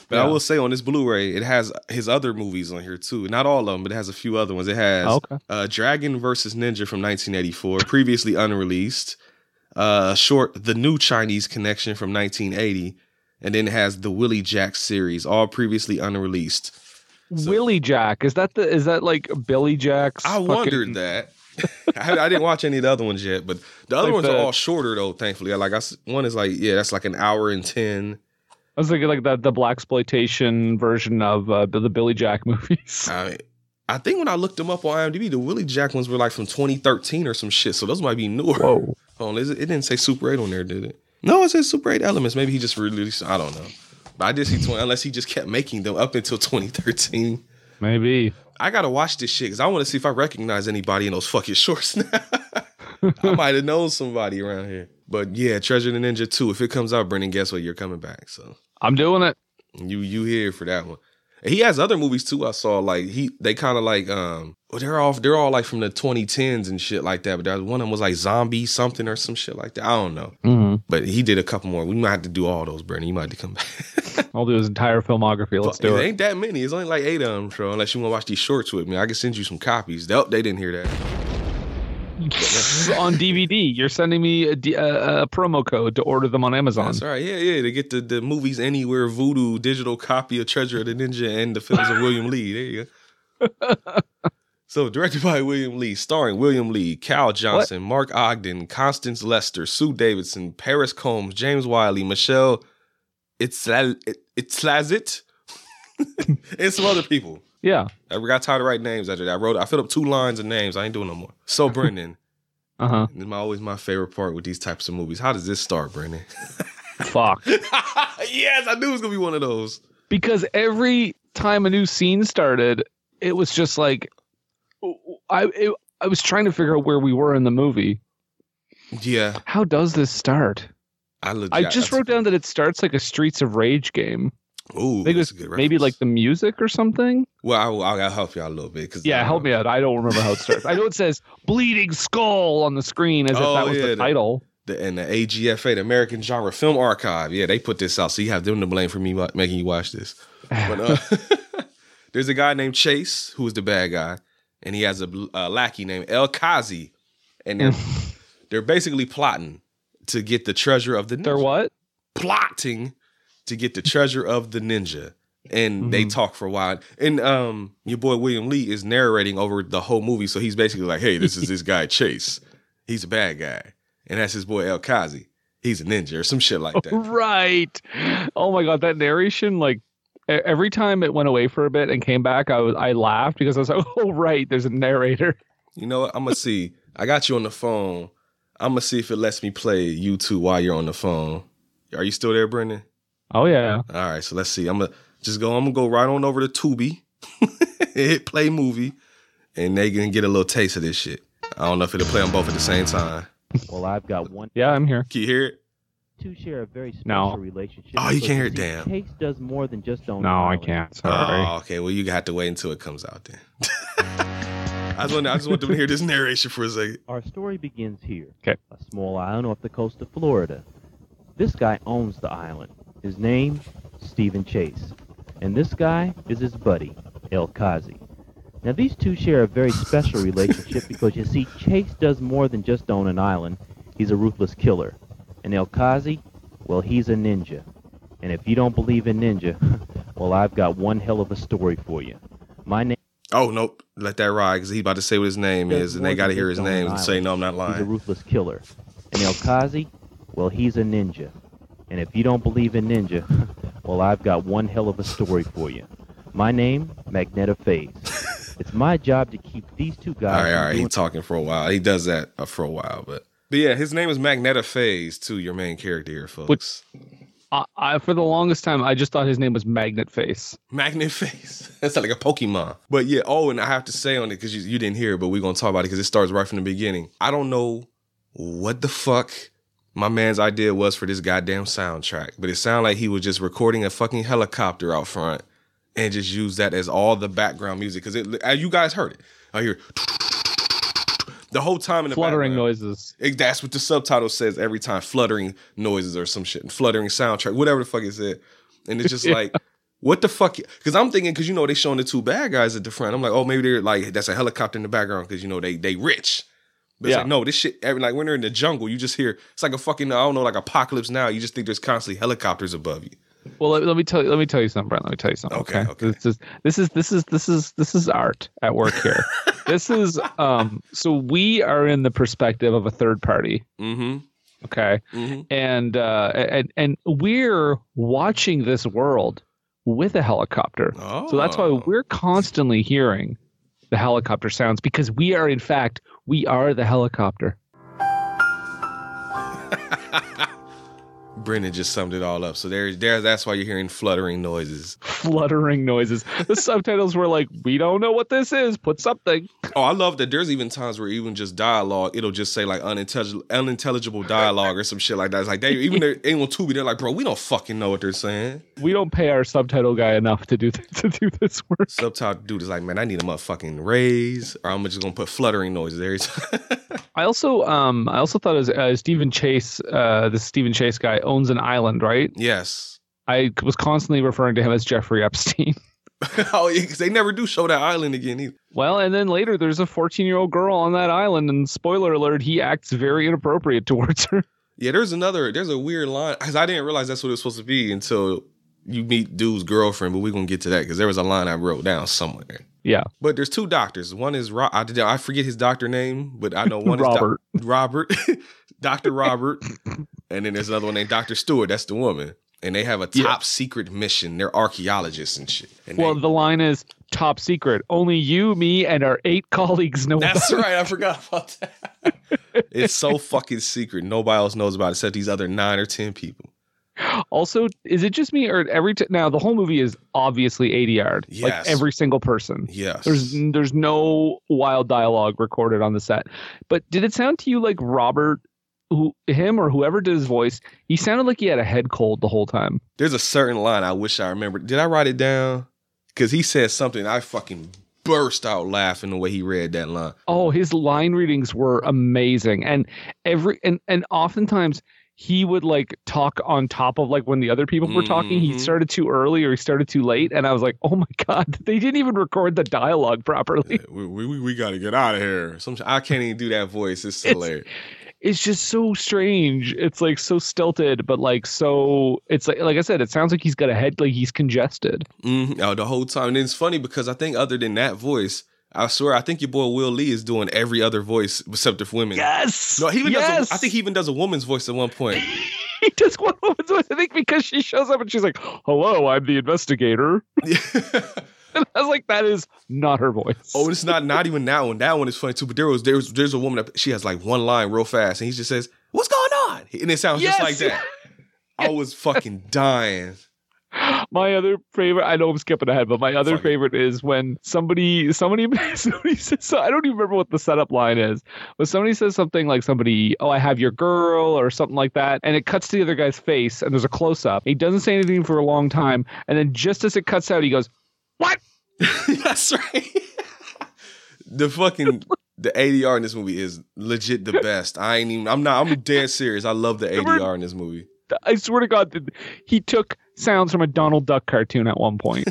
Speaker 2: But I
Speaker 3: Yeah.
Speaker 2: will say on this Blu-ray, it has his other movies on here too. Not all of them, but it has a few other ones. It has
Speaker 3: Oh, Okay.
Speaker 2: uh, Dragon versus Ninja from 1984, previously unreleased. Uh, short The New Chinese Connection from 1980, and then it has the Willie Jack series, all previously unreleased.
Speaker 3: Willie Jack is that the is that like Billy Jack's?
Speaker 2: I
Speaker 3: fucking-
Speaker 2: wondered that. <laughs> I, I didn't watch any of the other ones yet, but the other
Speaker 3: Like
Speaker 2: ones
Speaker 3: the-
Speaker 2: are all shorter though. Thankfully, like I s one is like yeah, that's like an hour and ten.
Speaker 3: I was thinking like the the black exploitation version of uh, the Billy Jack <laughs> movies.
Speaker 2: I I think when I looked them up on IMDb, the Willie Jack ones were like from 2013 or some shit. So those might be newer.
Speaker 3: Whoa.
Speaker 2: <laughs> Hold on, is it, it didn't say Super 8 on there, did it? No, it says Super 8 Elements. Maybe he just released. I don't know. But I did see 20, unless he just kept making them up until 2013.
Speaker 3: Maybe.
Speaker 2: I gotta watch this shit because I want to see if I recognize anybody in those fucking <laughs> shorts now. I might have known somebody around here. But yeah, Treasure the Ninja 2. If it comes out, Brendan, guess what? You're coming back. So
Speaker 3: I'm doing it.
Speaker 2: you you here for that one. And He has other movies too. I saw like he they kind of like um well, they're all they're all like from the 2010s and shit like that. But there's one of them was like zombie something or some shit like that. I don't know.
Speaker 3: Hmm.
Speaker 2: But he did a couple more. We might have to do all those, Brendan. You might have to come back.
Speaker 3: I'll do his entire filmography.
Speaker 2: <laughs>
Speaker 3: Let's do
Speaker 2: There
Speaker 3: it.
Speaker 2: ain't that many. It's only like eight of them, so unless you want to watch these shorts with me, I can send you some copies. Nope, they didn't hear that.
Speaker 3: on DVD, you're sending me a, D- a, a promo code to order them on Amazon.
Speaker 2: That's all right. Yeah, yeah. They get the, the movies anywhere voodoo digital copy of Treasure of the Ninja and the films of William Lee. There you go. so directed by William Lee, starring William Lee, Cal Johnson, Mark Ogden, Constance Lester, Sue Davidson, Paris Combs, James Wiley, Michelle Itzla- Itzlazit, <laughs> and some other people.
Speaker 3: Yeah.
Speaker 2: I got tired of writing names after that. I wrote I filled up two lines of names. I ain't doing no more. So Brendan,
Speaker 3: Uh huh.
Speaker 2: this is my always my favorite part with these types of movies. How does this start, Brendan?
Speaker 3: Fuck.
Speaker 2: <laughs> yes, I knew it was gonna be one of those.
Speaker 3: because every time a new scene started, it was just like I it, I was trying to figure out where we were in the movie.
Speaker 2: Yeah,
Speaker 3: How does this start?
Speaker 2: I legit,
Speaker 3: I just wrote down that it starts like a Streets of Rage game.
Speaker 2: Ooh,
Speaker 3: I think it
Speaker 2: that's
Speaker 3: was
Speaker 2: a good
Speaker 3: maybe
Speaker 2: reference.
Speaker 3: like the music or something.
Speaker 2: Well, I, will- I gotta help y'all a little bit. Cause uh,
Speaker 3: Yeah, help me out. I don't remember how it starts. I know it says "Bleeding Skull" on the screen as
Speaker 2: Oh,
Speaker 3: if that was
Speaker 2: yeah,
Speaker 3: the
Speaker 2: that-
Speaker 3: title.
Speaker 2: The, and the AGFA, the American Genre Film Archive. Yeah, they put this out, so you have them to blame for me wa- making you watch this. But uh, <laughs> there's a guy named Chase who is the bad guy, and he has a bl- uh, lackey named El Kazi, and
Speaker 3: <laughs>
Speaker 2: they're, they're basically plotting to get the treasure of the.
Speaker 3: They're
Speaker 2: ninja.
Speaker 3: what?
Speaker 2: plotting to get the treasure of the ninja. And they talk for a while. And um your boy William Lee is narrating over the whole movie. So he's basically like, hey, this is this guy Chase. He's a bad guy. And that's his boy El Kazi. He's a ninja or some shit like that.
Speaker 3: <laughs> Right. Oh my god, that narration like e- every time it went away for a bit and came back, I was I laughed because I was like, <laughs> "Oh right, there's a narrator."
Speaker 2: You know what? I'ma see. I got you on the phone. I'ma see if it lets me play you two while you're on the phone. Are you still there, Brendan?
Speaker 3: Oh yeah.
Speaker 2: All right, so let's see. I'm gonna just go. I'm gonna go right on over to Tubi, <laughs> hit play movie, and they can get a little taste of this shit. I don't know if it'll play them both at the same time.
Speaker 5: Well, I've got one.
Speaker 3: Yeah, I'm here.
Speaker 2: Can you hear it?
Speaker 5: Two share a very special
Speaker 3: No.
Speaker 5: relationship.
Speaker 2: Oh, you
Speaker 5: so
Speaker 2: can't hear it,
Speaker 5: see,
Speaker 2: damn.
Speaker 5: Chase does more than just own.
Speaker 3: No, I
Speaker 5: Molly.
Speaker 3: can't. Sorry.
Speaker 2: <gasps> Oh, okay. Well, you have to wait until it comes out then. <laughs> I just want I just want them to hear this narration for a second.
Speaker 5: Our story begins here.
Speaker 3: 'Kay.
Speaker 5: A small island off the coast of Florida. This guy owns the island. His name, Stephen Chase. And this guy is his buddy, El Kazi. Now, these two share a very special relationship because you see, Chase does more than just own an island. He's a ruthless killer. And El Kazi, well, he's a ninja. And if you don't believe in ninja, <laughs> well, I've got one hell of a story for you. My name.
Speaker 2: Oh nope, let that ride because he's about to say what his name
Speaker 5: There's
Speaker 2: is, and they
Speaker 5: more
Speaker 2: got to
Speaker 5: than
Speaker 2: hear
Speaker 5: just
Speaker 2: his
Speaker 5: on
Speaker 2: name
Speaker 5: an
Speaker 2: and say
Speaker 5: island.
Speaker 2: no, I'm not
Speaker 5: He's a
Speaker 2: lying.
Speaker 5: ruthless killer. And El Kazi, well, he's a ninja. And if you don't believe in ninja, <laughs> well, I've got one hell of a story for you. My name,
Speaker 2: <laughs>
Speaker 5: Magneta Phase. it's my job to keep these two
Speaker 2: All
Speaker 5: guys.
Speaker 2: right,
Speaker 5: from
Speaker 2: all right. He's
Speaker 5: doing-
Speaker 2: talking for a while. He does that uh, for a while, but but yeah, his name is Magneta Phase too. Your main character here, folks.
Speaker 3: I, I, for the longest time, I just thought his name was Magnet Face.
Speaker 2: Magnet face. <laughs> That's like a Pokemon. But yeah, oh, and I have to say on it because you, you didn't hear it, but we're going to talk about it because it starts right from the beginning. I don't know what the fuck my man's idea was for this goddamn soundtrack, but it sounded like he was just recording a fucking helicopter out front and just used that as all the background music because it, as you guys heard it. I hear the whole time in the
Speaker 3: Fluttering
Speaker 2: background.
Speaker 3: noises.
Speaker 2: It, that's what the subtitle says every time. Fluttering noises or some shit. Fluttering soundtrack, whatever the fuck it said. And
Speaker 3: <laughs>
Speaker 2: it's just like, what the fuck? Because I'm thinking, because you know they showing the two bad guys at the front. I'm like, oh, maybe they're like that's a helicopter in the background because you know they they rich. But it's
Speaker 3: Yeah.
Speaker 2: like no, this shit. Every, like when they're in the jungle, you just hear it's like a fucking I don't know, like apocalypse now. You just think there's constantly helicopters above you.
Speaker 3: Well, let, let me tell you. Let me tell you something, Brent. Let me tell you something.
Speaker 2: Okay,
Speaker 3: Okay.
Speaker 2: okay.
Speaker 3: This is this is this is this is this is art at work
Speaker 2: <laughs>
Speaker 3: here. this is um. So we are in the perspective of a third party.
Speaker 2: Mm-hmm.
Speaker 3: Okay.
Speaker 2: mm-hmm.
Speaker 3: and uh, and and we're watching this world with a helicopter.
Speaker 2: Oh.
Speaker 3: So that's why we're constantly hearing the helicopter sounds because we are in fact we are the helicopter. <laughs>
Speaker 2: Brendan just summed it all up. So there's there. That's why you're hearing fluttering noises.
Speaker 3: Fluttering noises. The subtitles were like, "We don't know what this is. Put something."
Speaker 2: Oh, I love that. There's even times where even just dialogue, it'll just say like unintelligible, unintelligible dialogue or some shit like that. It's like they even their anyone Tubi, they're like, bro, we don't fucking know what they're saying.
Speaker 3: We don't pay our subtitle guy enough to do <laughs> to do this work.
Speaker 2: Subtitle dude is like, man, I need a motherfucking raise, or I'm just gonna put fluttering noises there.
Speaker 3: I also um I also thought it was uh, Stephen Chase uh the Stephen Chase guy owns an island, right?
Speaker 2: <laughs> yes. <laughs>
Speaker 3: I was constantly referring to him as Jeffrey Epstein.
Speaker 2: oh, yeah, 'cause they never do show that island again either.
Speaker 3: Well, and then later there's a 14 year old girl on that island, and spoiler alert, he acts very inappropriate <laughs> towards her.
Speaker 2: Yeah, there's another, there's a weird line because I didn't realize that's what it was supposed to be until you meet dude's girlfriend. But we're gonna get to that because there was a line I wrote down somewhere.
Speaker 3: Yeah,
Speaker 2: But there's two doctors. One is Ro- I, did- I forget his doctor name, but I
Speaker 3: <laughs>
Speaker 2: know one
Speaker 3: Robert.
Speaker 2: is Doc- <laughs> Robert, Doctor Robert, and then there's another one named Doctor Stewart. That's the woman, and they have a top
Speaker 3: Yeah.
Speaker 2: secret mission. They're archaeologists and shit. And
Speaker 3: well,
Speaker 2: they-
Speaker 3: the line is top secret. Only you, me, and our eight <laughs> colleagues know
Speaker 2: <laughs> that's
Speaker 3: about it."
Speaker 2: right. I forgot about that. <laughs> it's so fucking secret. Nobody else knows about it except these other nine or ten people.
Speaker 3: Also, is it just me or every t- now the whole movie is obviously ADR'd,
Speaker 2: Yes.
Speaker 3: like every single person.
Speaker 2: Yes.
Speaker 3: There's there's no wild dialogue recorded on the set. But did it sound to you like Robert, who him or whoever did his voice, he sounded like he had a head cold the whole time.
Speaker 2: There's a certain line I wish I remembered. Did I write it down? Because he said something. I fucking burst out laughing the way he read that line.
Speaker 3: Oh, his line readings were amazing, and every and and oftentimes he would like talk on top of like when the other people were talking.
Speaker 2: Mhm.
Speaker 3: He started too early or he started too late, and I was like, oh my <laughs> god, they didn't even record the dialogue properly.
Speaker 2: <laughs> we, we, we got to get out of here. Some, I can't even do that voice. It's
Speaker 3: It's-
Speaker 2: hilarious.
Speaker 3: It's just so strange. It's like so stilted, but like so. It's like like I said, it sounds like he's got a head like he's congested.
Speaker 2: Mhm. Oh, the whole time. And it's funny because I think other than that voice, I swear, I think your boy Will Lee is doing every other voice except for women.
Speaker 3: Yes.
Speaker 2: No, he even
Speaker 3: yes.
Speaker 2: does. A, I think he even does a woman's voice at one point.
Speaker 3: <laughs>
Speaker 2: <laughs>
Speaker 3: he does one woman's voice. I think because she shows up and she's like, "Hello, I'm the investigator." <laughs> I was like, that is not her voice.
Speaker 2: oh, it's not not even that one. That one is funny too. But there was there's there's a woman that she has like one line real fast, and he just says, "What's going on?" And it sounds just
Speaker 3: Yes.
Speaker 2: like that. I was fucking dying.
Speaker 3: my other favorite, I know I'm skipping ahead, but my other
Speaker 2: Fuck it.
Speaker 3: favorite is when somebody, somebody, <laughs> somebody says, so I don't even remember what the setup line is, but somebody says something like somebody, oh, I have your girl or something like that. And it cuts to the other guy's face and there's a close up. He doesn't say anything for a long time. And then just as it cuts out, he goes, what?
Speaker 2: <laughs> That's right. the fucking the ADR in this movie is legit the best. I ain't even. I'm not. I'm dead serious. I love <laughs> the ADR in this movie.
Speaker 3: I swear to God, that he took sounds from a Donald Duck cartoon at one point.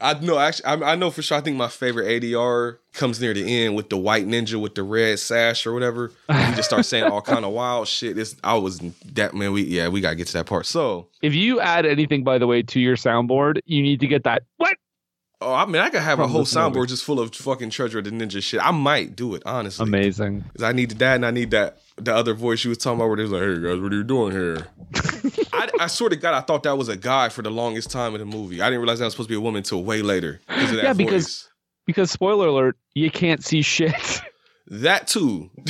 Speaker 2: I know. Actually, I, I know for sure. I think my favorite ADR comes near the end with the white ninja with the red sash or whatever. He just starts saying all kind of wild shit. It's, I was that man. We yeah. We gotta get to that part. So.
Speaker 3: if you add anything, by the way, to your soundboard, you need to get that, what?
Speaker 2: Oh, I mean, I could have a
Speaker 3: From
Speaker 2: whole
Speaker 3: this movie.
Speaker 2: soundboard just full of fucking Treasure of the Ninja shit. I might do it honestly.
Speaker 3: Amazing.
Speaker 2: 'Cause I need that, and I need that the other voice you was talking about, where they was like, "Hey guys, what are you doing
Speaker 3: <laughs>
Speaker 2: here?" I, I swear to God, I thought that was a guy for the longest time in the movie. I didn't realize that was supposed to be a woman until way later. 'cause of that
Speaker 3: Yeah, because-
Speaker 2: voice.
Speaker 3: <laughs> Because spoiler alert, you can't see shit.
Speaker 2: that too. <laughs>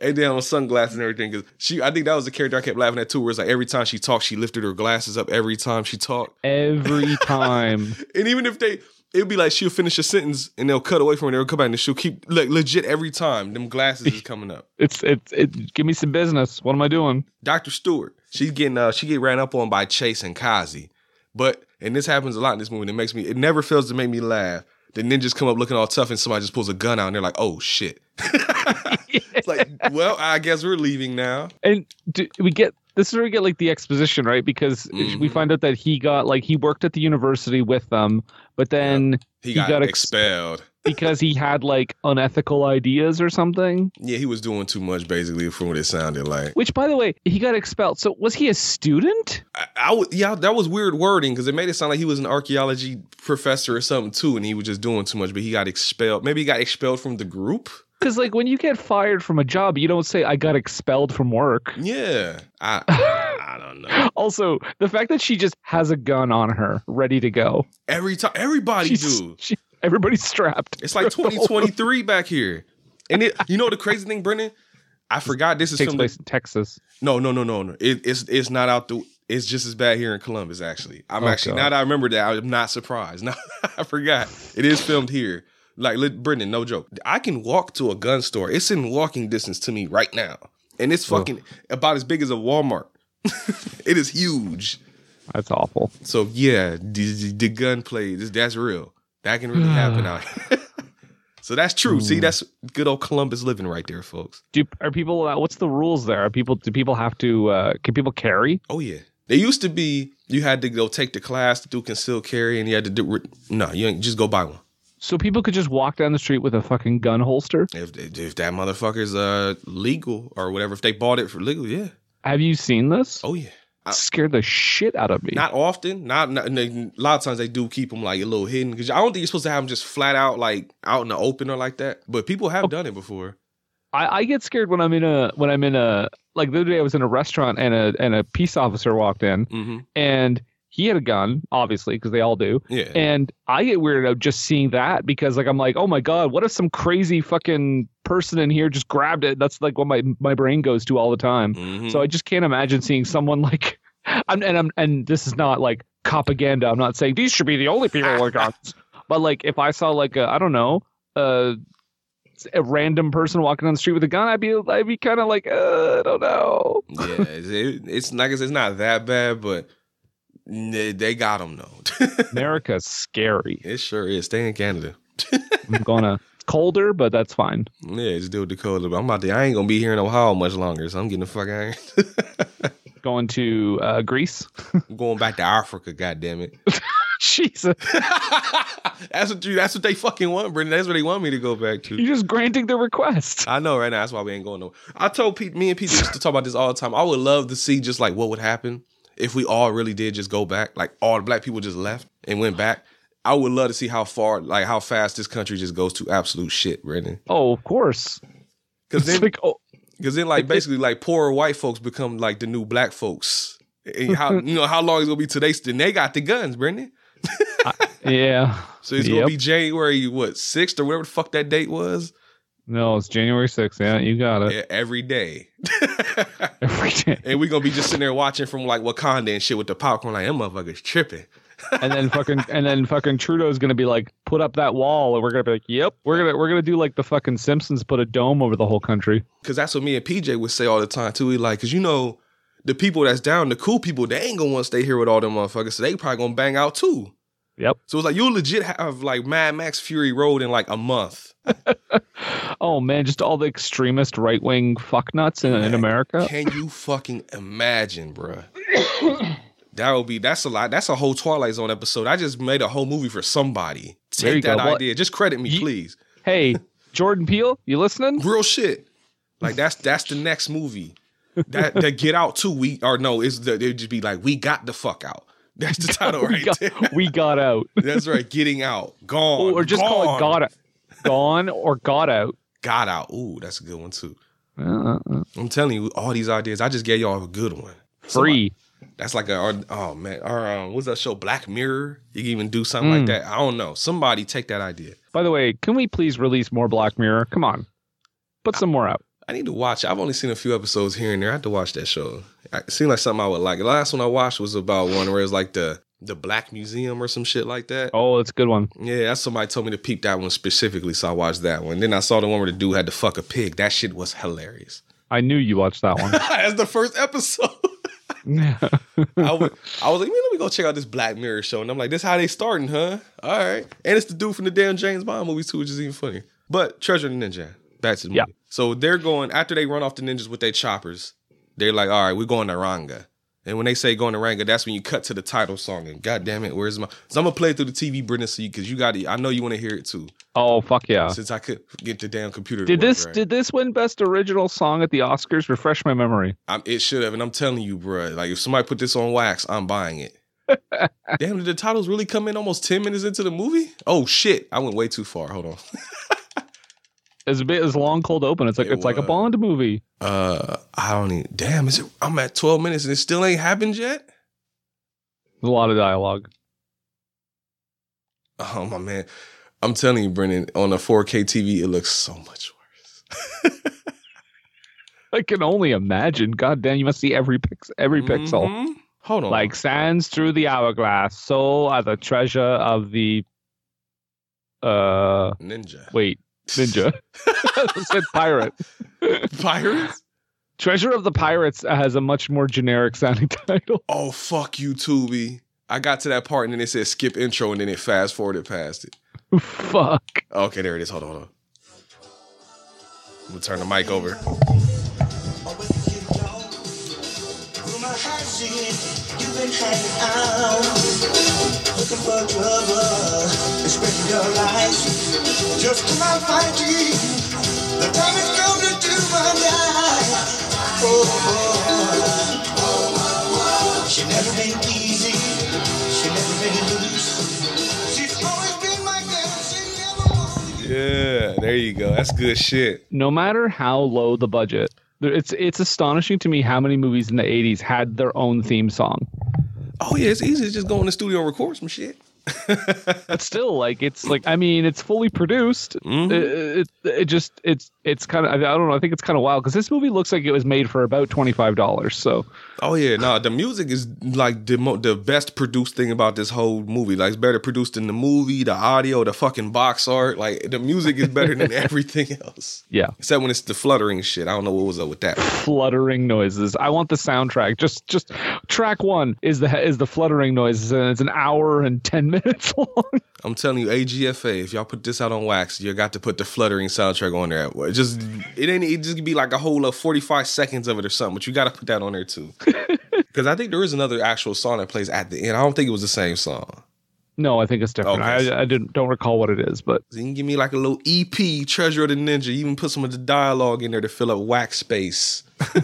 Speaker 2: And then on sunglasses and everything, because she, I think that was the character I kept laughing at too. Where it's like every time she talked, she lifted her glasses up. Every time she talked,
Speaker 3: Every <laughs> time.
Speaker 2: and even if they, it'd be like she'll finish a sentence and they'll cut away from her. They'll come back and she'll keep like legit every time. Them glasses
Speaker 3: <laughs>
Speaker 2: is coming up.
Speaker 3: It's it's it give me some business. What am I doing?
Speaker 2: Dr. Stewart. She's getting uh she get ran up on by Chase and Kazi. But and this happens a lot in this movie. And it makes me it never fails to make me laugh. The ninjas come up looking all tough and somebody just pulls a gun out and they're like, oh shit. <laughs> It's like, well, I guess we're leaving now.
Speaker 3: And do, we get this is where we get like the exposition, right? Because we
Speaker 2: Mhm.
Speaker 3: find out that he got like he worked at the university with them, but then
Speaker 2: He,
Speaker 3: He
Speaker 2: got,
Speaker 3: got ex-
Speaker 2: expelled.
Speaker 3: because he had like unethical ideas or something.
Speaker 2: yeah, he was doing too much basically from what it sounded like.
Speaker 3: Which, by the way, he got expelled. So was he a student?
Speaker 2: I, I would- yeah, that was weird wording because it made it sound like he was an archaeology professor or something too, and he was just doing too much, but he got expelled. Maybe he got expelled from the group.
Speaker 3: Because like when you get fired from a job, you don't say I got expelled from work.
Speaker 2: Yeah. I I don't know.
Speaker 3: Also, the fact that she just has a gun on her, ready to go.
Speaker 2: Every time, everybody
Speaker 3: She's-
Speaker 2: do.
Speaker 3: <laughs> she- everybody's strapped.
Speaker 2: It's like 2023 back here, and it. You know the crazy thing, Brendan. I forgot this is
Speaker 3: takes
Speaker 2: from the,
Speaker 3: place in Texas.
Speaker 2: no, no, no, no, no. It, it's it's not out the. It's just as bad here in Columbus. Actually, I'm
Speaker 3: Oh,
Speaker 2: actually
Speaker 3: God.
Speaker 2: now that I remember that I'm not surprised. <laughs> Now I forgot it is filmed here. Like lit- Brendan, no joke. I can walk to a gun store. It's in walking distance to me right now, and it's fucking about as big as a Walmart. <laughs> it is huge.
Speaker 3: That's awful.
Speaker 2: So yeah, the, the, the gunplay this, that's real. That can really
Speaker 3: Hmm.
Speaker 2: happen out. here. <laughs> so that's true. See, that's good old Columbus living right there, folks.
Speaker 3: Do are people? Uh, what's the rules there? Are people? Do people have to? Uh, can people carry?
Speaker 2: Oh yeah. They used to be you had to go take the class to do concealed carry, and you had to do no. You ain't, just go buy one.
Speaker 3: So people could just walk down the street with a fucking gun holster.
Speaker 2: If if that motherfucker's uh legal or whatever, if they bought it for legal, yeah.
Speaker 3: Have you seen this?
Speaker 2: Oh yeah. I-
Speaker 3: Scared the shit out of me.
Speaker 2: Not often. Not, not and they- a lot of times they do keep them like a little hidden because I don't think you're supposed to have them just flat out like out in the open or like that. But people
Speaker 3: Oh.
Speaker 2: have done it before.
Speaker 3: I, I get scared when I'm in a when I'm in a like the other day I was in a restaurant and a and a peace officer walked in
Speaker 2: hmm
Speaker 3: and he had a gun obviously because they all do
Speaker 2: Yeah.
Speaker 3: and I get weirded out just seeing that because like I'm like oh my god what if some crazy fucking person in here just grabbed it that's like what my my brain goes to all the time
Speaker 2: Mhm.
Speaker 3: so I just can't imagine seeing someone like <laughs> I'm, and I'm and this is not like propaganda I'm not saying these should be the only people with <laughs> guns but like if I saw like a I don't know uh a random person walking down the street with a gun, I'd be I'd be kind of like, uh, I don't know.
Speaker 2: yeah, <laughs> it's, it, it's like I said, it's not that bad, but they, they got them though. <laughs>
Speaker 3: America's scary.
Speaker 2: it sure is. Stay in Canada.
Speaker 3: I'm gonna it's colder, but that's fine.
Speaker 2: Yeah, just deal with the cold. But I'm about to. I ain't gonna be here in Ohio much longer, so I'm getting the fuck out. Of
Speaker 3: Going to uh, Greece.
Speaker 2: here. <laughs> I'm going back to Africa. God damn <laughs> it.
Speaker 3: <laughs> Jesus,
Speaker 2: that's what you. That's what they fucking want, Brendan. That's what they want me to go back to.
Speaker 3: you're just granting the request.
Speaker 2: I know right now. That's why we ain't going nowhere. I told Pete, me and Pete used to talk about this all the time. I would love to see just like what would happen if we all really did just go back. Like all the black people just left and went back. I would love to see how far, like how fast this country just goes to absolute shit, Brendan.
Speaker 3: Oh, of course.
Speaker 2: Because
Speaker 3: It's
Speaker 2: then,
Speaker 3: like, oh,
Speaker 2: Because then, like, basically, like, poorer white folks become like the new black folks. And how you know how long it's gonna be today? Then they got the guns, Brendan.
Speaker 3: yeah.
Speaker 2: So it's
Speaker 3: Yep.
Speaker 2: gonna be January what sixth or whatever the fuck that date was.
Speaker 3: No, it's January 6th. Yeah, you got it.
Speaker 2: Yeah, every day,
Speaker 3: <laughs> Every day.
Speaker 2: and we're gonna be just sitting there watching from like Wakanda and shit with the popcorn. Like them motherfuckers tripping.
Speaker 3: and then fucking and then fucking Trudeau's gonna be like, put up that wall, and we're gonna be like, yep, we're gonna we're gonna do like the fucking Simpsons, put a dome over the whole country.
Speaker 2: Cause that's what me and PJ would say all the time too. We like, cause you know, the people that's down, the cool people, they ain't gonna want to stay here with all them motherfuckers. So they probably gonna bang out too.
Speaker 3: Yep.
Speaker 2: So it's like you'll legit have like Mad Max Fury Road in like a month.
Speaker 3: Oh man, just all the extremist right wing fucknuts in, in America.
Speaker 2: Can you fucking imagine, bruh? that would be that's a lot. That's a whole Twilight Zone episode. I just made a whole movie for somebody.
Speaker 3: There you
Speaker 2: Take that
Speaker 3: go. Well,
Speaker 2: idea. just credit me,
Speaker 3: ye-
Speaker 2: please.
Speaker 3: Hey, Jordan Peele, you listening?
Speaker 2: Real shit. Like that's that's the next movie. That the Get Out too. We or no, it's the it'd just be like we got the fuck out. <laughs> That's the title
Speaker 3: <laughs> We
Speaker 2: right
Speaker 3: got,
Speaker 2: there. <laughs>
Speaker 3: we got out,
Speaker 2: That's right. Getting out. Gone.
Speaker 3: or just call it
Speaker 2: Oh, Gone.
Speaker 3: got out, gone or got out.
Speaker 2: Got out. Ooh, that's a good one too.
Speaker 3: Uh, uh,
Speaker 2: I'm telling you, all these ideas. I just gave y'all a good one.
Speaker 3: free.
Speaker 2: That's like a or, oh man, or um, what's that show? Black Mirror. You can even do something
Speaker 3: Mm.
Speaker 2: like that. I don't know. Somebody take that idea.
Speaker 3: By the way, can we please release more Black Mirror? Come on, put some more out.
Speaker 2: I need to watch. it. I've only seen a few episodes here and there. I have to watch that show. I- It seemed like something I would like. The last one I watched was about one where it was like the the Black Museum or some shit like that.
Speaker 3: Oh, it's a good one.
Speaker 2: Yeah, that's somebody told me to peep that one specifically, so I watched that one. Then I saw the one where the dude had to fuck a pig. That shit was hilarious.
Speaker 3: I knew you watched
Speaker 2: <laughs>
Speaker 3: that one.
Speaker 2: that's the first episode. I wa- I was like, man, let me go check out this Black Mirror show. And I'm like, this how they starting, huh? All right. And it's the dude from the damn James Bond movies too, which is even funnier. But Treasure of the Ninja, back to the movie.
Speaker 3: Yeah.
Speaker 2: So they're going, after they run off the ninjas with their choppers, they're like, all right, we're going to Ranga. And when they say going to Ranga, that's when you cut to the title song. And god damn it, where's my... So I'm going to play it through the TV, Brendan, so you, because you got to, I know you want to hear it too.
Speaker 3: oh, fuck yeah.
Speaker 2: Since I could get the damn computer. to
Speaker 3: Did
Speaker 2: work,
Speaker 3: this
Speaker 2: right?
Speaker 3: did this win best original song at the Oscars? Refresh my memory.
Speaker 2: I'm, it should have, and I'm telling you, bruh. Like if somebody put this on wax, I'm buying
Speaker 3: <laughs>
Speaker 2: it. Damn, did the titles really come in almost ten minutes into the movie? Oh shit, I went way too far. Hold on.
Speaker 3: It's a bit as long cold open. It's like
Speaker 2: It
Speaker 3: it's like a
Speaker 2: was.
Speaker 3: Bond movie.
Speaker 2: Uh, I don't even. Damn, is it? I'm at twelve minutes and it still ain't happened yet.
Speaker 3: There's a lot of dialogue.
Speaker 2: Oh my man, I'm telling you, Brendan, on a 4K TV, it looks so much worse.
Speaker 3: I can only imagine. God damn, you must see every pix every pixel.
Speaker 2: Mhm. Hold on.
Speaker 3: Like sands through the hourglass, so are the treasure of the uh <laughs>
Speaker 2: ninja.
Speaker 3: wait, ninja.
Speaker 2: <laughs>
Speaker 3: <laughs> I said pirate.
Speaker 2: pirates.
Speaker 3: Treasure of the Pirates has a much more generic sounding <laughs> title.
Speaker 2: Oh fuck you, Tubi. I got to that part and then it said skip intro and then it fast forwarded past it.
Speaker 3: Fuck.
Speaker 2: Okay, there it is. Hold on, hold on. I'm gonna turn the mic over.
Speaker 6: Just come out fighting. The time is gonna do my life. Oh, oh, she never been easy. She never been loose. She's always been my girl. She never was.
Speaker 2: Yeah, there you go. That's good shit.
Speaker 3: No matter how low the budget, there- it's it's astonishing to me how many movies in the 80s had their own theme song.
Speaker 2: Oh yeah, it's easy to just go in the studio and record some shit.
Speaker 3: But still, like it's like I mean, it's fully produced. It, it, it just it's it's kind of I don't know. I think it's kind of wild because this movie looks like it was made for about twenty five dollars. So
Speaker 2: Oh yeah, nah. The music is like the mo- the best produced thing about this whole movie. Like it's better produced than the movie, the audio, the fucking box art. Like the music is better than <laughs> everything else,
Speaker 3: yeah,
Speaker 2: except when it's the fluttering shit. I don't know what was up with that.
Speaker 3: fluttering noises. I want the soundtrack. Just just track one is the is the fluttering noises, and it's an hour and ten <laughs> minutes long.
Speaker 2: I'm telling you, AGFA. If y'all put this out on wax, you got to put the fluttering soundtrack on there. It just it ain't it just be like a whole uh, 45 seconds of it or something, but you got to put that on there
Speaker 3: <laughs>
Speaker 2: too. Because I think there is another actual song that plays at the end. I don't think it was the same song.
Speaker 3: No, I think it's different.
Speaker 2: Okay.
Speaker 3: I, I didn't don't recall what it is, but
Speaker 2: So you can give me like a little EP, Treasure of the Ninja. You even put some of the dialogue in there to fill up wax space.
Speaker 3: <laughs>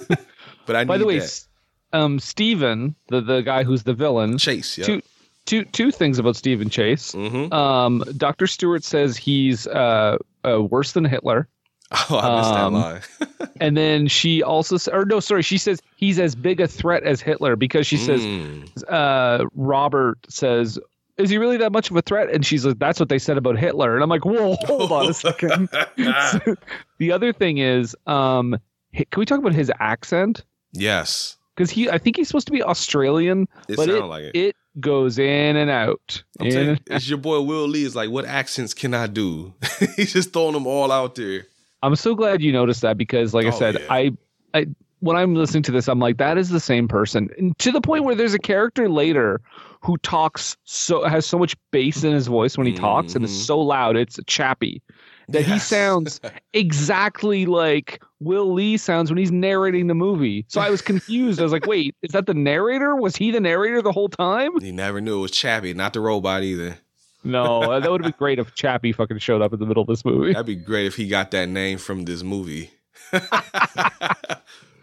Speaker 2: but I
Speaker 3: by
Speaker 2: need
Speaker 3: the way,
Speaker 2: that.
Speaker 3: S- um, Steven, the the guy who's the villain,
Speaker 2: Chase, yeah.
Speaker 3: two two two things about Stephen Chase.
Speaker 2: Mhm.
Speaker 3: Um, Doctor Stewart says he's uh, uh worse than Hitler,
Speaker 2: <laughs> Oh, I missed
Speaker 3: um,
Speaker 2: that line.
Speaker 3: and then she also s- or no, sorry, she says he's as big a threat as Hitler because she
Speaker 2: Mm.
Speaker 3: says uh Robert says. Is he really that much of a threat? And she's like, "That's what they said about Hitler." And I'm like, "Whoa, hold
Speaker 2: <laughs>
Speaker 3: on a second.
Speaker 2: Mm.
Speaker 3: <laughs> the other thing is, um, hi- can we talk about his accent?
Speaker 2: yes,
Speaker 3: because he I think he's supposed to be Australian,
Speaker 2: it
Speaker 3: but
Speaker 2: sounded
Speaker 3: it,
Speaker 2: like it.
Speaker 3: it goes in and out.
Speaker 2: I'm
Speaker 3: In
Speaker 2: telling
Speaker 3: and-
Speaker 2: you, it's your boy Will Lee. Is like, what accents can I do? <laughs> He's just throwing them all out there.
Speaker 3: I'm so glad you noticed that because, like I
Speaker 2: Oh,
Speaker 3: said,
Speaker 2: yeah.
Speaker 3: I I when I'm listening to this, I'm like, that is the same person. And to the point where there's a character later who talks so has so much bass in his voice when he talks and
Speaker 2: Mhm.
Speaker 3: is so loud, it's chappy. That he
Speaker 2: Yes. <laughs>
Speaker 3: sounds exactly like Will Lee sounds when he's narrating the movie. So I was confused. I was like, wait, is that the narrator? Was he the narrator the whole time?
Speaker 2: You never knew it was Chappie, not the robot either.
Speaker 3: No, that would have been great if Chappie fucking showed up in the middle of this movie.
Speaker 2: That'd be great if he got that name from this movie. <laughs>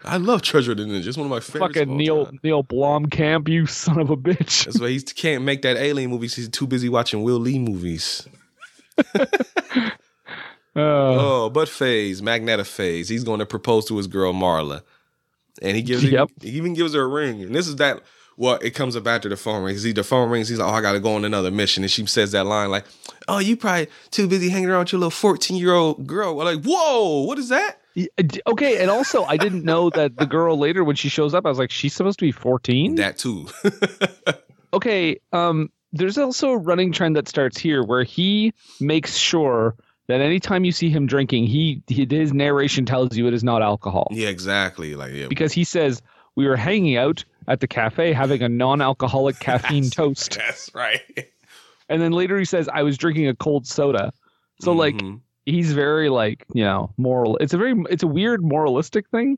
Speaker 2: I love Treasure of the Ninja. It's one of my favorites. of
Speaker 3: Fucking
Speaker 2: all
Speaker 3: Neil
Speaker 2: time.
Speaker 3: Neil Blomkamp, you <laughs> son of a bitch.
Speaker 2: That's why he can't make that alien movie. 'cause He's too busy watching Will Lee movies.
Speaker 3: Uh,
Speaker 2: Oh, but Phase, Magneta Phase, he's going to propose to his girl Marla, and he gives
Speaker 3: Yep.
Speaker 2: he even gives her a ring. And this is that. Well, it comes up after the phone rings. He, the phone rings. He's like, "Oh, I gotta go on another mission," and she says that line like, "Oh, you probably too busy hanging around with your little fourteen year old girl." We're like, "Whoa, what is that?"
Speaker 3: Y- uh, d- Okay, and also I didn't know that the girl later when she shows up, I was like, she's supposed to be fourteen.
Speaker 2: That too. <laughs>
Speaker 3: okay, um, there's also a running trend that starts here where he makes sure that anytime you see him drinking, he, he his narration tells you it is not alcohol
Speaker 2: yeah, exactly. Like yeah.
Speaker 3: because he says we were hanging out at the cafe having a
Speaker 2: <laughs>
Speaker 3: non-alcoholic caffeine toast,
Speaker 2: That's right.
Speaker 3: and then later he says I was drinking a cold soda. So like
Speaker 2: Mhm.
Speaker 3: he's very like you know moral. It's a very it's a weird moralistic thing.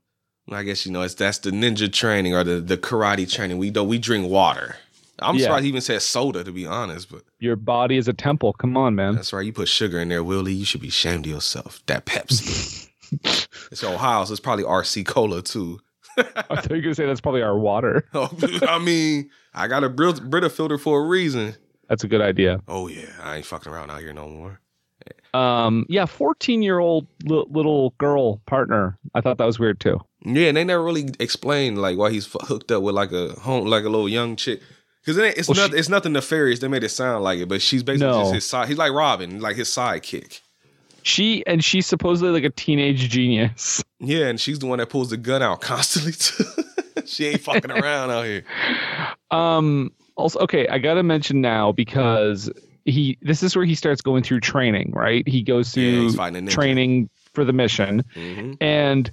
Speaker 2: I guess you know it's that's the ninja training or the, the karate training. We don't we drink water. I'm
Speaker 3: Yeah.
Speaker 2: surprised he even said soda to be honest, but
Speaker 3: Your body is a temple. Come on, man.
Speaker 2: that's right. You put sugar in there, Willie. You should be ashamed of yourself. That Pepsi.
Speaker 3: <laughs>
Speaker 2: it's Ohio, so it's probably RC Cola too.
Speaker 3: <laughs>
Speaker 2: <laughs>
Speaker 3: I thought you were gonna say that's probably our water.
Speaker 2: I mean, I got a Brit- Brita filter for a reason.
Speaker 3: That's a good idea.
Speaker 2: Oh yeah, I ain't fucking around out here no more.
Speaker 3: um yeah 14 year old li- little girl partner i thought that was weird too
Speaker 2: Yeah, and they never really explained like why he's fu- hooked up with like a home, like a little young chick. Because it ain't, it's
Speaker 3: Well,
Speaker 2: not,
Speaker 3: she-
Speaker 2: it's nothing nefarious. They made it sound like it, but she's basically
Speaker 3: No.
Speaker 2: just his side. He's like Robin, like his sidekick.
Speaker 3: she and she's supposedly like a teenage genius
Speaker 2: Yeah, and she's the one that pulls the gun out <laughs> constantly. Too. she ain't
Speaker 3: <laughs>
Speaker 2: fucking around out here.
Speaker 3: um also okay i gotta mention now because he this is where he starts going through training right he goes
Speaker 2: Yeah,
Speaker 3: through
Speaker 2: he's fighting a ninja.
Speaker 3: training for the mission
Speaker 2: Mhm.
Speaker 3: and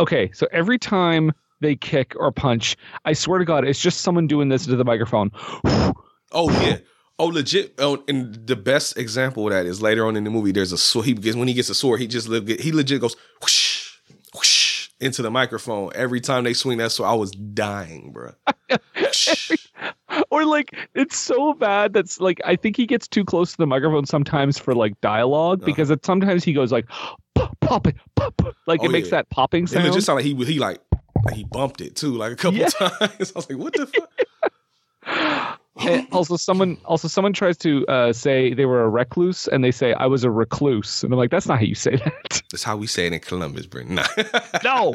Speaker 3: okay so every time they kick or punch i swear to god it's just someone doing this to the microphone <sighs>
Speaker 2: Oh yeah. Oh legit. Oh, and the best example of that is later on in the movie. There's a sword. He gets when he gets a sword. He just leg- he legit goes whoosh whoosh into the microphone every time they swing that sword. I was dying, bro.
Speaker 3: <laughs> or like it's so bad that's like I think he gets too close to the microphone sometimes for like dialog
Speaker 2: Uh-huh.
Speaker 3: because it, sometimes he goes like pop pop it pop pop." like
Speaker 2: Oh,
Speaker 3: it makes
Speaker 2: yeah.
Speaker 3: that popping
Speaker 2: It
Speaker 3: sound.
Speaker 2: just sounded like he he like like he bumped it too, like a couple <laughs>
Speaker 3: Yeah.
Speaker 2: times. I was like, what the
Speaker 3: <laughs>
Speaker 2: fuck?
Speaker 3: And also someone also someone tries to uh, say they were a recluse and they say I was a recluse and I'm like that's not how you say that.
Speaker 2: <laughs> That's how we say it in Columbus, bro. Nah. <laughs>
Speaker 3: no.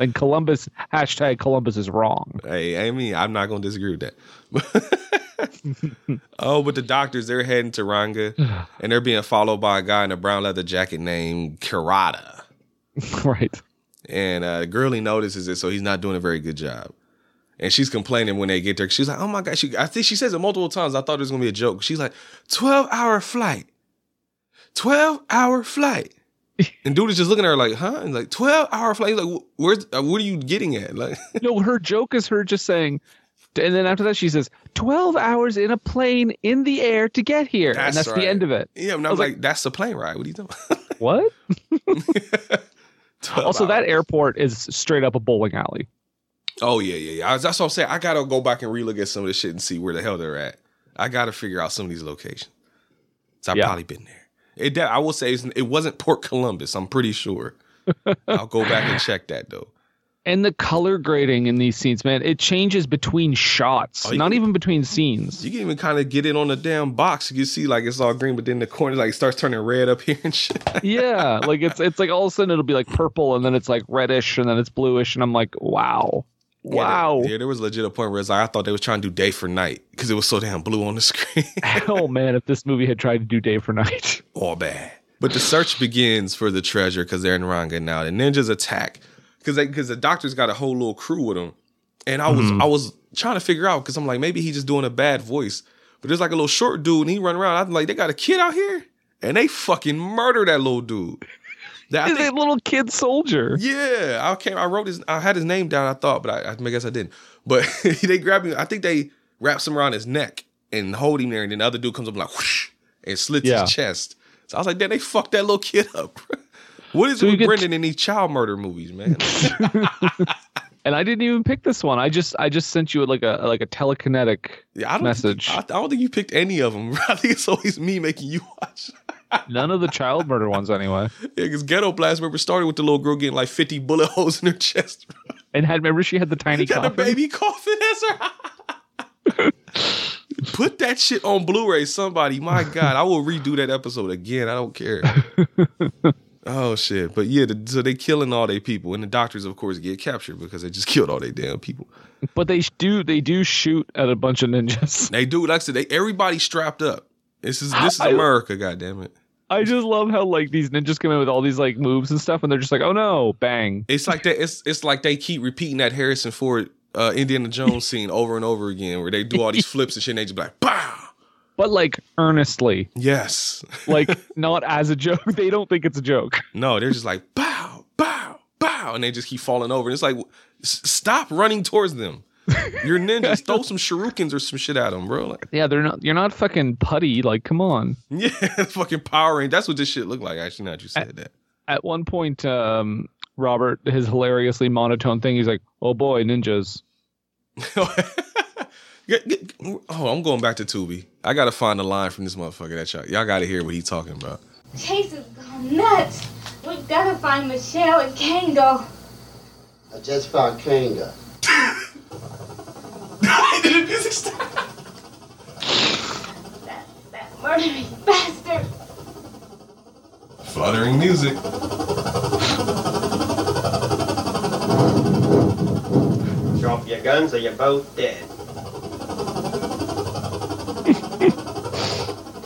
Speaker 3: And Columbus hashtag Columbus is wrong. <laughs>
Speaker 2: Hey, I mean, I'm not gonna disagree with that. <laughs> oh, but the doctors, they're heading to
Speaker 3: <sighs>
Speaker 2: Ranga and they're being followed by a guy in a brown leather jacket named Karada.
Speaker 3: right.
Speaker 2: And uh Gurley notices it, so he's not doing a very good job. And she's complaining when they get there. She's like, oh my God. She I think she says it multiple times. I thought it was gonna be a joke. She's like, 12 hour flight. 12 hour
Speaker 3: <laughs>
Speaker 2: flight. And dude is just looking at her like, huh? And like, 12 hour flight. He's like, "Wh- where's uh, what are you getting at? <laughs> Like
Speaker 3: No, her joke is her just saying and then after that she says 12 hours in a plane in the air to get here
Speaker 2: That's
Speaker 3: and that's
Speaker 2: right.
Speaker 3: the end of it.
Speaker 2: Yeah, and I
Speaker 3: I
Speaker 2: was
Speaker 3: was
Speaker 2: like, that's the plane ride. What are you doing? <laughs>
Speaker 3: What?
Speaker 2: 12
Speaker 3: Also, that
Speaker 2: hours.
Speaker 3: airport is straight up a bowling alley.
Speaker 2: Oh yeah, yeah, yeah. I- That's what I'm saying. I gotta go back and relook at some of this shit and see where the hell they're at. I gotta figure out some of these locations. So I've
Speaker 3: Yeah.
Speaker 2: probably been there. It de- I will say it's- it wasn't Port Columbus. I'm pretty
Speaker 3: <laughs>
Speaker 2: sure. I'll go back and check that though.
Speaker 3: And the color grading in these scenes, man, it changes between shots,
Speaker 2: Oh, you-
Speaker 3: not even between
Speaker 2: <laughs>
Speaker 3: scenes.
Speaker 2: You can even kind of get it on the damn box. You can see like it's all green, but then the corner like it starts turning red up here and shit. <laughs>
Speaker 3: yeah, like it's it's like all of a sudden it'll be like purple, and then it's like reddish, and then it's bluish, and I'm like, wow, wow,
Speaker 2: Yeah, there, yeah, there was legit a point where it's like I thought they was trying to do day for night because it was so damn blue on the screen.
Speaker 3: <laughs>
Speaker 2: <laughs>
Speaker 3: oh man, if this movie had tried to do day for night,
Speaker 2: all bad. But the search begins for the treasure because they're in Ranga now. The ninjas attack because because the doctor's got a whole little crew with him. And I was I was trying to figure out because I'm like maybe he's just doing a bad voice. But there's like a little short dude and he run around. I'm like they got a kid out here and they fucking murder that little dude. That, I
Speaker 3: is
Speaker 2: think-
Speaker 3: a little kid soldier.
Speaker 2: yeah, I came. I wrote his. I had his name down. I thought, but I, I guess I didn't. But <laughs> they grabbed him. I think they wrapped him around his neck and hold him there. And then the other dude comes up like whoosh, and slits
Speaker 3: Yeah.
Speaker 2: his chest. So I was like, damn, they fucked that little kid up. <laughs> what is
Speaker 3: So
Speaker 2: it
Speaker 3: you
Speaker 2: with
Speaker 3: get-
Speaker 2: Brendan in these child murder movies, man?
Speaker 3: And I didn't even pick this one. I just I just sent you like a like a telekinetic.
Speaker 2: Yeah, I don't
Speaker 3: Message.
Speaker 2: Think, I, I don't think you picked any of <laughs> them. I think it's always me making you <laughs> watch.
Speaker 3: None of the child murder ones anyway.
Speaker 2: yeah, because Ghetto Blast remember started with the little girl getting like fifty bullet holes in her <laughs> chest.
Speaker 3: And had remember she had the tiny
Speaker 2: He got a
Speaker 3: coffin.
Speaker 2: baby coffin as her. <laughs> Put that shit on Blu-ray, somebody. My God, I will redo that episode again. I don't care. oh shit! But yeah, the, so they killing all their people, and the doctors, of course, get captured because they just killed all their damn people.
Speaker 3: But they sh- do they do shoot at a bunch of ninjas. <laughs>
Speaker 2: They do, like I said, they everybody strapped up. This is this is
Speaker 3: I-
Speaker 2: America, goddammit.
Speaker 3: I just love how like these ninjas come in with all these like moves and stuff, and they're just like, oh no, bang.
Speaker 2: It's like that. It's it's like they keep repeating that Harrison Ford uh, Indiana Jones scene over and over again, where they do all these flips and shit, and they just be like, "Pow!"
Speaker 3: But like earnestly,
Speaker 2: Yes.
Speaker 3: <laughs> like not as a joke. <laughs> They don't think it's a joke.
Speaker 2: No, they're just like, "Pow, pow, pow," and they just keep falling over. And it's like, s- stop running towards them. You're ninjas. Throw some shurikens or some shit at them, bro. Like, <laughs>
Speaker 3: Yeah, they're not. You're not fucking putty. Like, come on.
Speaker 2: yeah, fucking Power Rangers. That's what this shit looked like. Actually, now that you said that.
Speaker 3: At one point, um, Robert, his hilariously monotone thing, he's like, oh boy, ninjas.
Speaker 2: <laughs> Get- get- oh, I'm going back to Tubi. I gotta find a line from this motherfucker that y'all y'all gotta hear what he talking about.
Speaker 7: Chase has gone nuts. We gotta find Michelle and Kango.
Speaker 8: I just found Kanga.
Speaker 7: That, that murdering <laughs> bastard.
Speaker 2: Fluttering music.
Speaker 8: Drop your guns or you're both dead.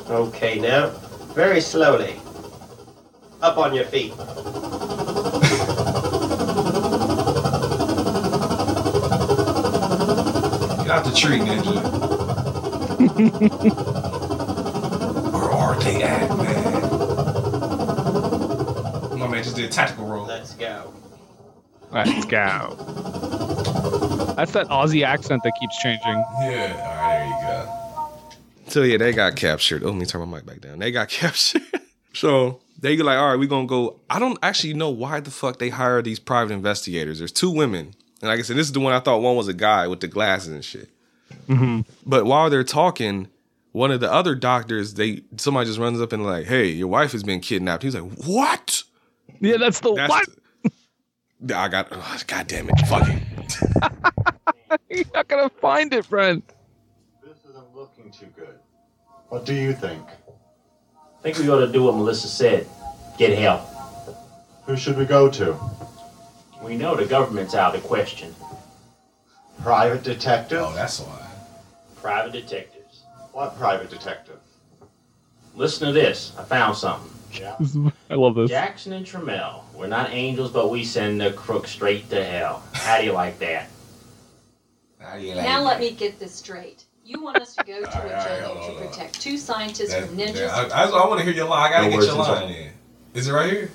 Speaker 8: <laughs> okay, now, very slowly. Up on your feet.
Speaker 2: Get out the tree, ninja. Where are they at, man? My man just did tactical roll.
Speaker 8: Let's go.
Speaker 3: Let's go. That's that Aussie accent that keeps changing.
Speaker 2: Yeah, all right, there you go. So yeah, they got captured. Oh, let me turn my mic back down. They got <laughs> captured. so they like, all right, we're gonna go. I don't actually know why the fuck they hire these private investigators. There's two women, and like I said, this is the one I thought one was a guy with the glasses and shit. But while they're talking, one of the other doctors, they somebody just runs up and like, hey, your wife has been kidnapped. He's like, what?
Speaker 3: Yeah, that's the
Speaker 2: That's
Speaker 3: what?
Speaker 2: the- I got. Oh, God damn it! Fuck it.
Speaker 3: <laughs> You're not gonna find it, friend.
Speaker 9: This isn't looking too good. What do you think?
Speaker 8: I think we ought to do what Melissa said. Get help.
Speaker 9: Who should we go to?
Speaker 8: We know the government's out of the question.
Speaker 9: Private detective?
Speaker 2: that's why.
Speaker 8: Private detectives.
Speaker 9: What private detective?
Speaker 8: Listen to this. I found something.
Speaker 9: Yeah.
Speaker 3: I love this.
Speaker 8: Jackson and Trammell. We're not angels, but we send the crook straight to hell. How do you like that?
Speaker 10: Now let me get this straight. You want us to go to a jungle to protect two scientists from ninjas?
Speaker 2: I, want to hear your line. I
Speaker 8: gotta No get words your in line
Speaker 2: in. Is it right here?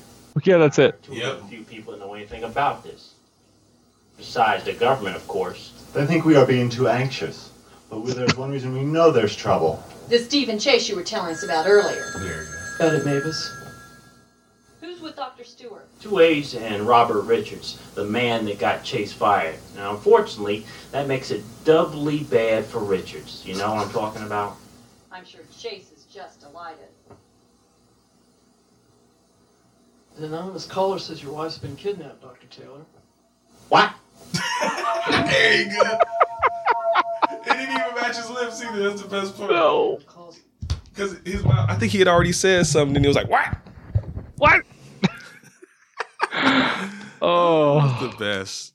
Speaker 3: Yeah, that's it.
Speaker 8: Too
Speaker 2: Yep.
Speaker 8: few people know anything about this. Besides the government, of course.
Speaker 9: They think we are being too anxious. But we- there's one reason we know there's trouble.
Speaker 10: The Stephen Chase you were telling us about earlier.
Speaker 2: There you
Speaker 11: Got it, Mavis.
Speaker 10: Who's with Dr. Stewart?
Speaker 8: Two A's and Robert Richards, the man that got Chase fired. Now, unfortunately, that makes it doubly bad for Richards. You know what I'm talking about?
Speaker 10: I'm sure Chase is just delighted.
Speaker 11: An anonymous caller says your wife's been kidnapped, Dr. Taylor.
Speaker 8: What?
Speaker 2: There you go. <laughs> it didn't even match his lips either. That's the best part.
Speaker 3: No.
Speaker 11: Calls
Speaker 2: Because his mouth, I think he had already said something, and he was like, "What?" <laughs>
Speaker 3: What? oh.
Speaker 2: The best.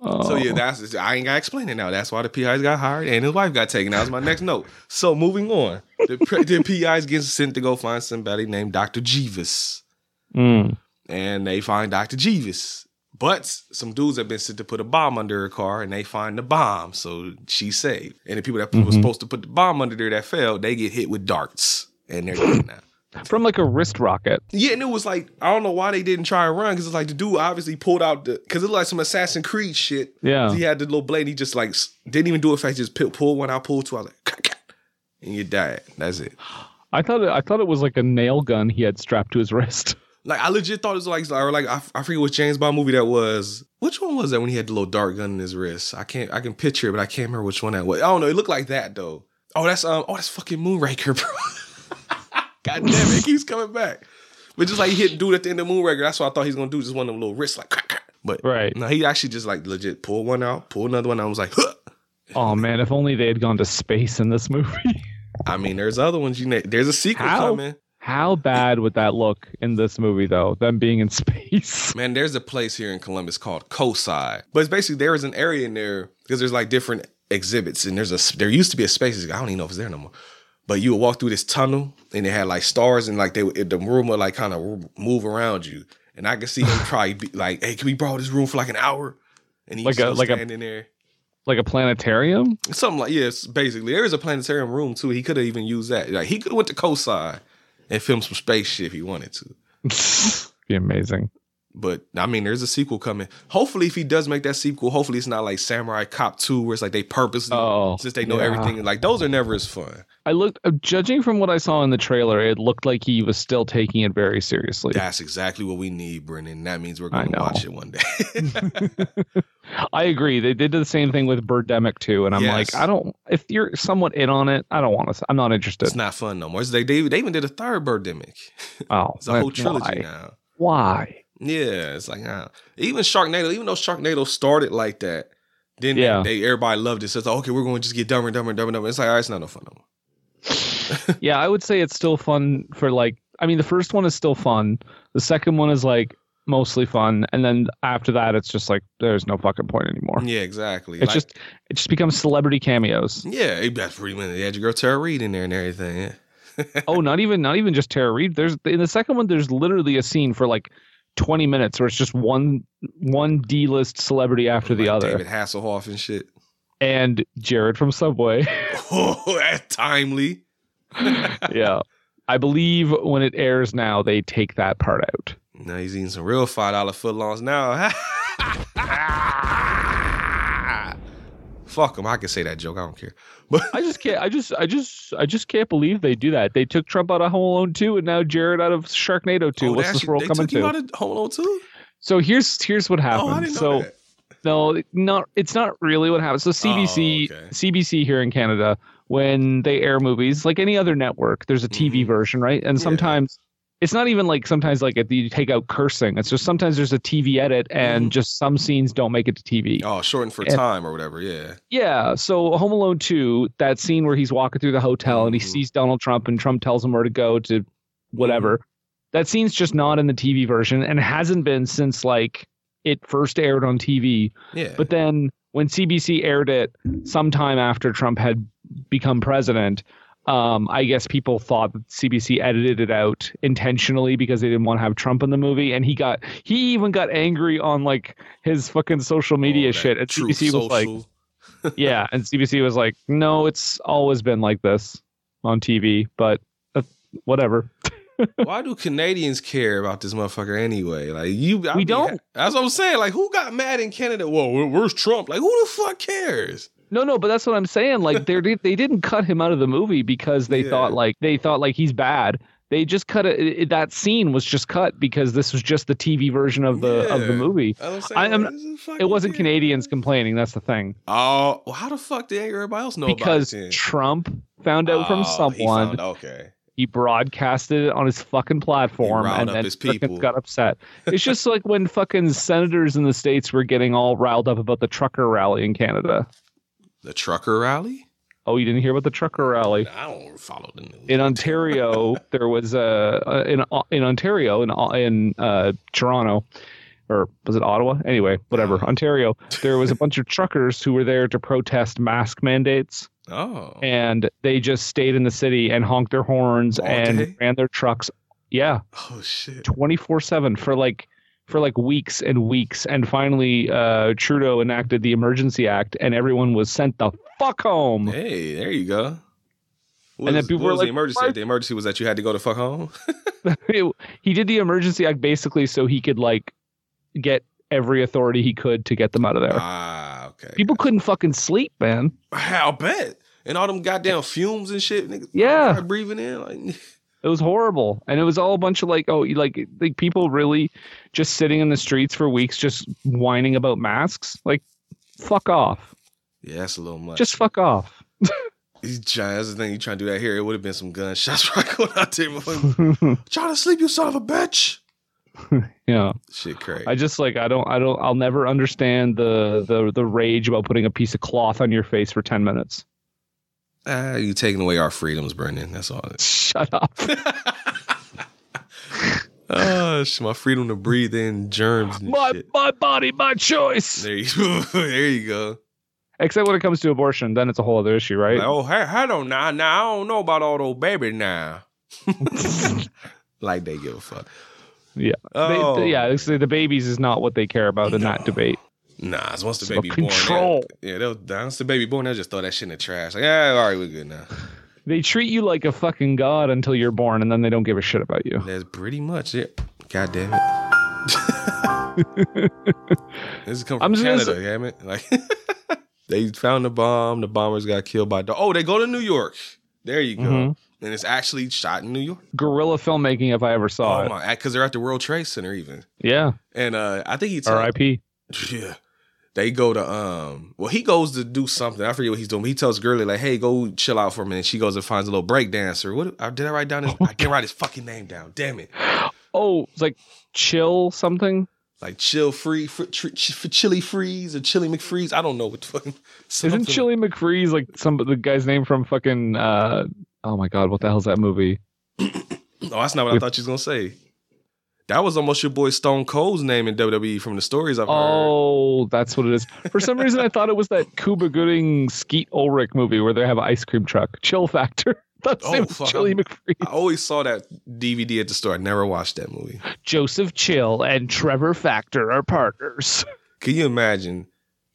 Speaker 3: oh.
Speaker 2: So yeah, that's I ain't gotta explain it now. That's why the PIs got hired and his wife got taken. That was my next note. So moving on, the, pre- the PIs get sent to go find somebody named Doctor Jeeves.
Speaker 3: Mm.
Speaker 2: and they find Dr. Jeeves. But some dudes have been sent to put a bomb under her car and they find the bomb. So she's saved. And the people that were supposed to put the bomb under there that failed, they get hit with darts and they're dead now.
Speaker 3: From like a wrist rocket.
Speaker 2: Yeah, and it was like, I don't know why they didn't try and run because it's like the dude obviously pulled out the, because it looked like some Assassin Creed shit.
Speaker 3: Yeah.
Speaker 2: He had the little blade and he just like s- didn't even do it fast. He just pi- pulled one out, pulled two out, like, and you died. That's it.
Speaker 3: I thought it, I thought it was like a nail gun he had strapped to
Speaker 2: <laughs>
Speaker 3: his wrist.
Speaker 2: Like I legit thought it was like or like I, I forget what James Bond movie that was. Which one was that when he had the little dart gun in his wrist? I can't I can picture it, but I can't remember which one that was. I don't know. It looked like that though. Oh, that's um oh that's fucking Moonraker, bro. <laughs> God damn it, it keeps coming back. But just like he hit dude at the end of Moonraker, that's what I thought he was gonna do. Just one of them little wrists like crack, crack. But
Speaker 3: Right.
Speaker 2: no, he actually just like legit pulled one out, pulled another one. out, I was like, huh.
Speaker 3: Oh man, if only they had gone to space in this movie. <laughs>
Speaker 2: I mean, there's other ones. You know, there's a sequel
Speaker 3: How?
Speaker 2: coming.
Speaker 3: How bad would that look in this movie though? Them being in <laughs> space.
Speaker 2: Man, there's a place here in Columbus called Cosi, but it's basically there is an area in there because there's like different exhibits, and there's a there used to be a space. I don't even know if it's there no more, But you would walk through this tunnel, and it had like stars, and like they would, the room would like kind of move around you. And I could see
Speaker 3: <laughs>
Speaker 2: him try be like, "Hey, can we borrow this room for like an hour?" And he's
Speaker 3: Like a-
Speaker 2: still
Speaker 3: like a-
Speaker 2: standing there.
Speaker 3: Like a planetarium? <laughs>
Speaker 2: Something like yes, basically. There is a planetarium room too. He could have even used that. Like he could have went to Kosai and filmed some space shit if he wanted to.
Speaker 3: Be amazing.
Speaker 2: But I mean, there's a sequel coming. Hopefully, if he does make that sequel, hopefully it's not like Samurai Cop Two, where it's like they purposely since they know
Speaker 3: Oh, yeah.
Speaker 2: everything. Like those are never as fun.
Speaker 3: I looked, uh, judging from what I saw in the trailer, it looked like he was still taking it very seriously.
Speaker 2: That's exactly what we need, Brendan. That means we're
Speaker 3: I
Speaker 2: going to
Speaker 3: know.
Speaker 2: watch it one day. <laughs>
Speaker 3: I agree. They did the same thing with Birdemic too, and I'm
Speaker 2: Yes.
Speaker 3: like, I don't. If you're somewhat in on it, I don't want to. I'm
Speaker 2: <laughs>
Speaker 3: not interested.
Speaker 2: It's not fun no more. It's- They, they they even did a third Birdemic.
Speaker 3: Oh,
Speaker 2: It's a whole
Speaker 3: why?
Speaker 2: trilogy now. <laughs>
Speaker 3: Why?
Speaker 2: Yeah, it's like nah. even Sharknado. Even though Sharknado started like that, then
Speaker 3: Yeah.
Speaker 2: they, everybody loved it. So it's like, okay, we're going to just get dumber and dumber and dumber and dumber. It's like all right, it's not no fun no more.
Speaker 3: yeah, I would say it's still fun for like. I mean, the first one is still fun. The second one is like mostly fun, and then after that, it's just like there's no fucking point anymore.
Speaker 2: Yeah, exactly.
Speaker 3: It's
Speaker 2: Like-
Speaker 3: just it just becomes celebrity cameos.
Speaker 2: yeah, it- that's pretty much. They had your girl Tara Reid in there and everything. Yeah.
Speaker 3: oh, not even not even just Tara Reid. There's in the second one. There's literally a scene for like 20 minutes where it's just one one D list celebrity after the other,
Speaker 2: David Hasselhoff and shit. <laughs>
Speaker 3: and Jared from Subway.
Speaker 2: Oh, that's timely.
Speaker 3: yeah, I believe when it airs now, they take that part out.
Speaker 2: Now he's eating some real five dollar footlongs now. <laughs> Fuck him. I can say that joke. I don't care.
Speaker 3: I just can't. I just. I just. I just can't believe they do that. They took Trump out of Home Alone two, and now Jared out of Sharknado two.
Speaker 2: Oh, they
Speaker 3: What's this
Speaker 2: actually-
Speaker 3: world
Speaker 2: they
Speaker 3: coming
Speaker 2: took you
Speaker 3: to?
Speaker 2: out of Home Alone two.
Speaker 3: so here's here's what happened.
Speaker 2: didn't know
Speaker 3: so
Speaker 2: that.
Speaker 3: no, not it's not really what happened. So CBC CBC here in Canada, when they air movies like any other network, there's a TV version, right? And sometimes. It's not even like sometimes like if you take out cursing. It's just sometimes there's a TV edit and just some scenes don't make it to TV.
Speaker 2: Oh, shortened for
Speaker 3: And-
Speaker 2: time or whatever. Yeah.
Speaker 3: Yeah, so Home Alone 2, that scene where he's walking through the hotel and he sees Donald Trump and Trump tells him where to go to whatever. That scene's just not in the TV version and hasn't been since like it first aired on TV.
Speaker 2: Yeah.
Speaker 3: But then when CBC aired it sometime after Trump had become president, um, I guess people thought that CBC edited it out intentionally because they didn't want to have Trump in the movie, and he got he even got angry on like his fucking social media shit. And
Speaker 2: Truth
Speaker 3: CBC was like,
Speaker 2: Oh, Social.
Speaker 3: <laughs> yeah, and CBC was like, no, it's always been like this on TV, but uh, whatever.
Speaker 2: Why do Canadians care about this motherfucker anyway? Like you, I
Speaker 3: We
Speaker 2: be-
Speaker 3: don't.
Speaker 2: That's what I'm saying. Like who got mad in Canada? Whoa, where- where's Trump? Like who the fuck cares?
Speaker 3: No, no, but that's what I'm saying. Like they they didn't cut him out of the movie because they thought like they thought like he's bad. They just cut it, it- that scene was just cut because this was just the TV version of the of the
Speaker 2: Yeah.
Speaker 3: movie.
Speaker 2: I was saying,
Speaker 3: I am
Speaker 2: like, this is fucking
Speaker 3: it wasn't
Speaker 2: weird.
Speaker 3: Canadians complaining. That's the thing
Speaker 2: Oh, well, how the fuck did everybody else know
Speaker 3: because
Speaker 2: about it? then?
Speaker 3: Trump found out
Speaker 2: Oh,
Speaker 3: from
Speaker 2: he
Speaker 3: someone.
Speaker 2: found- okay.
Speaker 3: He broadcasted it on his fucking platform
Speaker 2: riled
Speaker 3: and
Speaker 2: up
Speaker 3: then
Speaker 2: his
Speaker 3: fucking
Speaker 2: people.
Speaker 3: got upset. It's just like when fucking senators in the states were getting all riled up about the trucker rally in Canada.
Speaker 2: The trucker rally?
Speaker 3: Oh, you didn't hear about the trucker rally?
Speaker 2: I don't follow the news.
Speaker 3: in Ontario, there was a a- in in Ontario in in uh, Toronto, or was it Ottawa? Anyway, whatever. Ontario, there was a bunch of truckers who were there to protest mask mandates,
Speaker 2: Oh,
Speaker 3: and they just stayed in the city and honked their horns and
Speaker 2: day?
Speaker 3: ran their trucks. Yeah,
Speaker 2: oh shit.
Speaker 3: twenty four seven for like for like weeks and weeks, and finally uh, Trudeau enacted the Emergency Act, and everyone was sent the fuck home.
Speaker 2: Hey, there you go. What
Speaker 3: And then
Speaker 2: was,
Speaker 3: people
Speaker 2: what
Speaker 3: were
Speaker 2: was
Speaker 3: like,
Speaker 2: the emergency?
Speaker 3: "Why-
Speaker 2: The emergency was that you had to go to fuck
Speaker 3: <laughs>
Speaker 2: home.
Speaker 3: It- he did the emergency act basically so he could like get every authority he could to get them out of there.
Speaker 2: ah, okay.
Speaker 3: People couldn't fucking sleep, man.
Speaker 2: How bet? And all them goddamn fumes and shit, nigga.
Speaker 3: Yeah.
Speaker 2: breathing in like. <laughs>
Speaker 3: It was horrible, and it was all a bunch of like, oh, you like like people really just sitting in the streets for weeks, just whining about masks. Like, fuck off,
Speaker 2: Yeah, that's a little much.
Speaker 3: just fuck
Speaker 2: <laughs>
Speaker 3: off.
Speaker 2: He's trying, that's the thing. You trying to do that here? It would have been some gunshots <laughs> right going out there.
Speaker 3: <laughs>
Speaker 2: motherfucker. trying to sleep, you son of a bitch.
Speaker 3: Yeah,
Speaker 2: Shit, crazy.
Speaker 3: I just like I don't I don't I'll never understand the the the rage about putting a piece of cloth on your face for ten minutes. <laughs>
Speaker 2: Ah, you taking away our freedoms, Brendan. That's all. it is.
Speaker 3: Shut up.
Speaker 2: Ah, sh- my freedom to breathe in germs and
Speaker 3: <laughs> My
Speaker 2: shit.
Speaker 3: my body, my
Speaker 2: <laughs>
Speaker 3: choice.
Speaker 2: There you, there you go.
Speaker 3: Except when it comes to abortion, then it's a whole other issue, right?
Speaker 2: Like, oh, hey, I don't know. Now I don't know about all those baby now. like they give a fuck.
Speaker 3: Yeah.
Speaker 2: Oh.
Speaker 3: <laughs> They, they- yeah. it's- The babies is not what they care about in that debate.
Speaker 2: Nah, it's once the
Speaker 3: So
Speaker 2: baby
Speaker 3: control.
Speaker 2: born. They, yeah, they'll once the baby born, they'll just throw that shit in the trash. Like, yeah, all right, we're good now.
Speaker 3: They treat you like a fucking god until you're born, and then they don't give a shit about you.
Speaker 2: That's pretty much it. God damn
Speaker 3: <laughs>
Speaker 2: it. this is coming from
Speaker 3: I'm just
Speaker 2: Canada,
Speaker 3: gonna say-
Speaker 2: damn it. <laughs> Like they found the bomb, the bombers got killed by dog. Oh, they go to New York. There you go.
Speaker 3: Mhm.
Speaker 2: And it's actually shot in New York.
Speaker 3: Guerrilla filmmaking, if I ever saw
Speaker 2: Oh
Speaker 3: it.
Speaker 2: my, because they're at the World Trade Center even.
Speaker 3: Yeah.
Speaker 2: And uh I think he told
Speaker 3: R.I.P.
Speaker 2: <laughs> Yeah. They go to um well he goes to do something. I forget what he's doing. but He tells Girly like, hey, go chill out for a minute. She goes and finds a little break dancer. What I did I write down his I didn't write his fucking name down. Damn it.
Speaker 3: Oh, it's like chill something.
Speaker 2: Like chill free for, for chili freeze or chili McFreeze. I don't know what the <laughs> fucking
Speaker 3: Isn't Chili McFreeze like some the guy's name from fucking? uh Oh my god, what the hell's that movie?
Speaker 2: Oh, that's not what I
Speaker 3: With-
Speaker 2: thought you was gonna say. That was almost your boy Stone Cold's name in WWE from the stories I've heard.
Speaker 3: Oh, that's what it is. For some reason, I thought it was that Cuba Gooding Skeet Ulrich movie where they have an ice cream truck. Chill Factor. <laughs> That's
Speaker 2: Oh,
Speaker 3: name was
Speaker 2: fuck.
Speaker 3: Chili McFreeze.
Speaker 2: I always saw that DVD at the store. I never watched that movie.
Speaker 3: Joseph Chill and Trevor Factor are partners.
Speaker 2: Can you imagine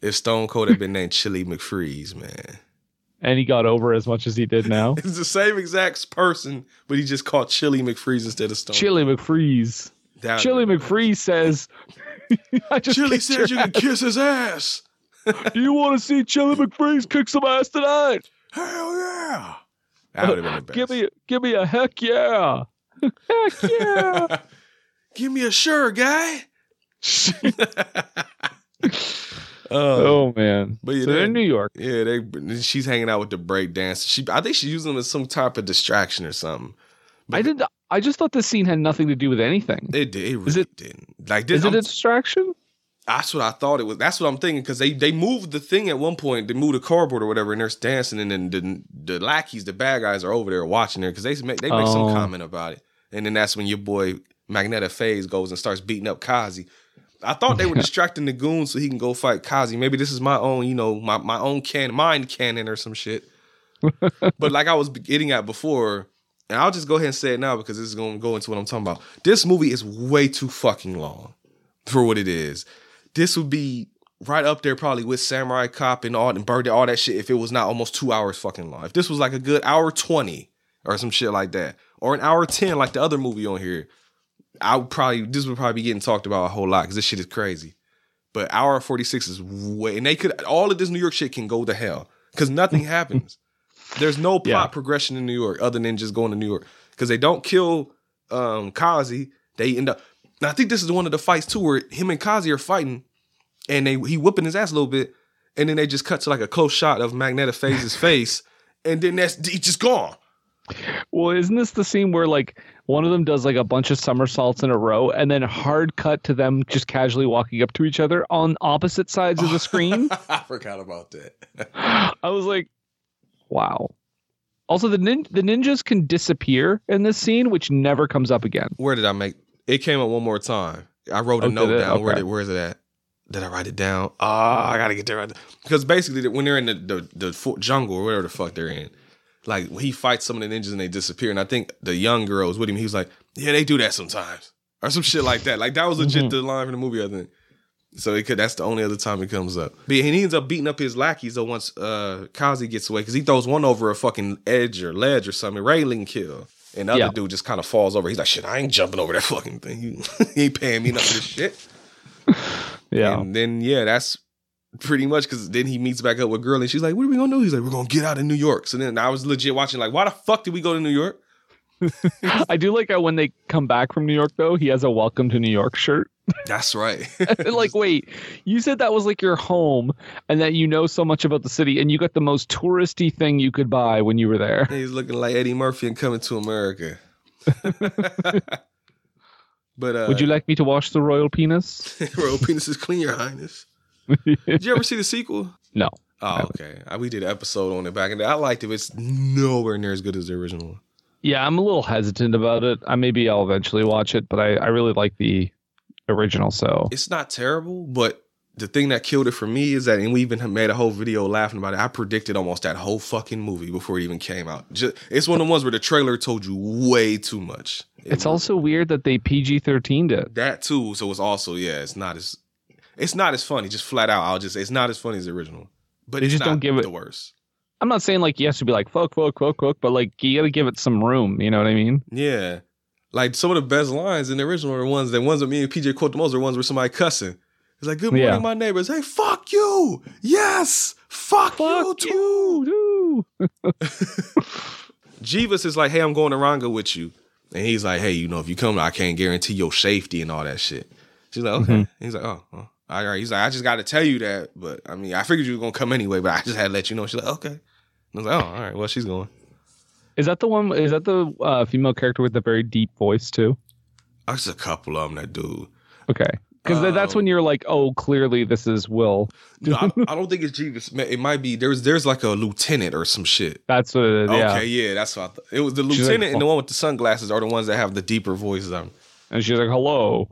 Speaker 2: if Stone Cold had been named Chili McFreeze, man?
Speaker 3: <laughs>
Speaker 2: <laughs>
Speaker 3: And he got over as much as he did now.
Speaker 2: It's the same exact person, but he just called Chili McFreeze instead of Stone.
Speaker 3: Chili McFreeze.
Speaker 2: That-
Speaker 3: Chili McFreeze says, <laughs> I just
Speaker 2: Chili
Speaker 3: kicked
Speaker 2: said
Speaker 3: your
Speaker 2: you
Speaker 3: <laughs>
Speaker 2: can
Speaker 3: ass.
Speaker 2: kiss his ass.
Speaker 3: Do you want to see Chili McFreeze kick some ass tonight?
Speaker 2: Hell yeah. That would have been the best.
Speaker 3: Give me, give me a heck yeah. <laughs> heck
Speaker 2: <laughs>
Speaker 3: yeah. <laughs>
Speaker 2: Give me a sure, guy.
Speaker 3: Oh, man.
Speaker 2: But yeah,
Speaker 3: so they're
Speaker 2: they-
Speaker 3: in New York.
Speaker 2: Yeah, they she's hanging out with the break dancer. She I think she's using them as some type of distraction or something.
Speaker 3: I didn't. I just thought this scene had nothing to do with anything.
Speaker 2: It did. It really didn't. Like this,
Speaker 3: Is it
Speaker 2: I'm-
Speaker 3: a distraction?
Speaker 2: that's what I thought it was. That's what I'm thinking because they they moved the thing at one point. They moved the cardboard or whatever, and they're dancing, and then the, the lackeys, the bad guys, are over there watching her because they make they make some
Speaker 3: Oh.
Speaker 2: comment about it, and then that's when your boy Magneta Phase goes and starts beating up Kazi. I thought they were distracting the goon so he can go fight Kazi. Maybe this is my own, you know, my my own can mind cannon or some shit. but like I was getting at before, and I'll just go ahead and say it now because this is going to go into what I'm talking about. This movie is way too fucking long for what it is. This would be right up there probably with Samurai Cop and all and Bird all that shit if it was not almost two hours fucking long. If this was like a good hour twenty or some shit like that, or an hour ten like the other movie on here, I would probably this would probably be getting talked about a whole lot because this shit is crazy. But hour forty six is way and they could all of this New York shit can go to hell because nothing happens. There's no plot progression in New York other than just going to New York because they don't kill um Kazi. They end up. And I think this is one of the fights too where him and Kazi are fighting, and they he whipping his ass a little bit, and then they just cut to like a close shot of Magnetic Phase's face, and then that's he's just gone.
Speaker 3: Well, isn't this the scene where like one of them does like a bunch of somersaults in a row, and then hard cut to them just casually walking up to each other on opposite sides of the screen?
Speaker 2: <laughs> I forgot about that.
Speaker 3: <laughs> I was like, wow. Also, the nin- the ninjas can disappear in this scene, which never comes up again.
Speaker 2: Where did I make it? Came up one more time. I wrote a
Speaker 3: Oh, did
Speaker 2: note
Speaker 3: it?
Speaker 2: down. Where
Speaker 3: Okay.
Speaker 2: did, where is it at? Did I write it down? Ah, I gotta get there right. Because basically, when they're in the, the the fo- jungle or whatever the fuck they're in, like when he fights some of the ninjas and they disappear. And I think the young girl was with him. He was like, "Yeah, they do that sometimes," or some shit like that. Like that was
Speaker 3: Mm-hmm.
Speaker 2: legit the line from the movie. I think. So it could. That's the only other time it comes up. But he ends up beating up his lackeys. Though once uh Kazi gets away, because he throws one over a fucking edge or ledge or something, railing kill. And the other
Speaker 3: Yeah.
Speaker 2: dude just kind of falls over. He's like, "Shit, I ain't jumping over that <laughs> fucking thing. You, he ain't paying me enough for this shit."
Speaker 3: Yeah.
Speaker 2: And then yeah, that's pretty much because then he meets back up with girl and she's like, "What are we gonna do?" He's like, "We're gonna get out of New York." So then I was legit watching like, "Why the fuck did we go to New York?"
Speaker 3: I do like how when they come back from New York, though, he has a welcome to New York shirt.
Speaker 2: That's right.
Speaker 3: <laughs> like, wait, you said that was like your home and that you know so much about the city, and you got the most touristy thing you could buy when you were there.
Speaker 2: <laughs> He's looking like Eddie Murphy and coming to
Speaker 3: <laughs>
Speaker 2: America. but uh,
Speaker 3: Would you like me to wash the
Speaker 2: <laughs>
Speaker 3: royal penis?
Speaker 2: royal penises clean, Your
Speaker 3: <laughs>
Speaker 2: Highness? Did you ever see the sequel?
Speaker 3: No.
Speaker 2: Oh, okay. I- We did an episode on it back in the I liked it. but It's nowhere near as good as the original one.
Speaker 3: Yeah, I'm a little hesitant about it. I maybe I'll eventually watch it, but I, I really like the original. So
Speaker 2: It's not terrible, but the thing that killed it for me is that, and we even made a whole video laughing about it. I predicted almost that whole fucking movie before it even came out. Just, it's one of the ones where the trailer told you way too much.
Speaker 3: It's also weird that they PG thirteen it.
Speaker 2: That too. So it's also yeah, it's not as it's not as funny. Just flat out, I'll just say it's not as funny as the original. But
Speaker 3: They
Speaker 2: it's
Speaker 3: just
Speaker 2: not
Speaker 3: don't give
Speaker 2: the
Speaker 3: it-
Speaker 2: worst.
Speaker 3: I'm not saying like you have to be like fuck, fuck, fuck, fuck, but like you got to give it some room. You know what I mean?
Speaker 2: Yeah. Like some of the best lines in the original are ones that ones that me and PJ quote the most are ones where somebody cussing. It's like, good morning,
Speaker 3: Yeah.
Speaker 2: my neighbors. Hey, fuck you. Yes. Fuck, you too. Jeeves is like, hey, I'm going to Ranga with you. And he's like, hey, you know, if you come, I can't guarantee your safety and all that shit. She's like, okay.
Speaker 3: Mhm.
Speaker 2: He's like, oh, oh. All right. He's like, I just got to tell you that. But I mean, I figured you were going to come anyway, but I just had to let you know. She's like, okay. And I was like, oh, all right. Well, she's going.
Speaker 3: Is that the one? Is that the uh, female character with the very deep voice too?
Speaker 2: I just a couple of them that do.
Speaker 3: Okay, because that's when you're like, oh, clearly this is Will.
Speaker 2: No, I, I don't think it's Jeeves. Ma- It might be there's there's like a lieutenant or some shit.
Speaker 3: That's what it is.
Speaker 2: Okay,
Speaker 3: yeah.
Speaker 2: yeah, that's what I thought. It was the
Speaker 3: She's like,
Speaker 2: lieutenant and the
Speaker 3: "Oh."
Speaker 2: one with the sunglasses are the ones that have the deeper voices. On.
Speaker 3: And she's
Speaker 2: <laughs>
Speaker 3: like, hello.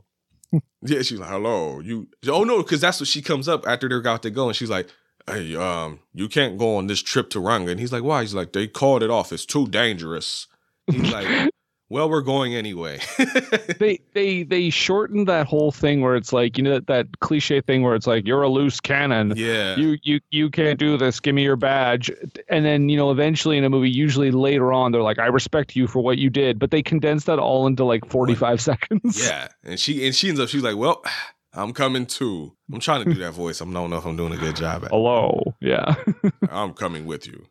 Speaker 2: Yeah, she's like, hello, you. Oh no, because that's what she comes up after they're got to go, and she's like, hey, um, you can't go on this trip to Ranga, and he's like, why? He's like, they called it off. It's too dangerous. He's like, well, we're going anyway. <laughs>
Speaker 3: they they they shortened that whole thing where it's like you know that, that cliche thing where it's like you're a loose cannon.
Speaker 2: Yeah.
Speaker 3: You you you can't do this. Give me your badge. And then you know eventually in a movie, usually later on, they're like, I respect you for what you did, but they condensed that all into like 45 seconds.
Speaker 2: yeah, and she and she ends up she's like, well, <sighs> I'm coming too. I'm trying to do that voice. I don't know if I'm doing a good job
Speaker 3: Oh.
Speaker 2: at. it.
Speaker 3: <laughs> Hello. Yeah.
Speaker 2: I'm coming with you.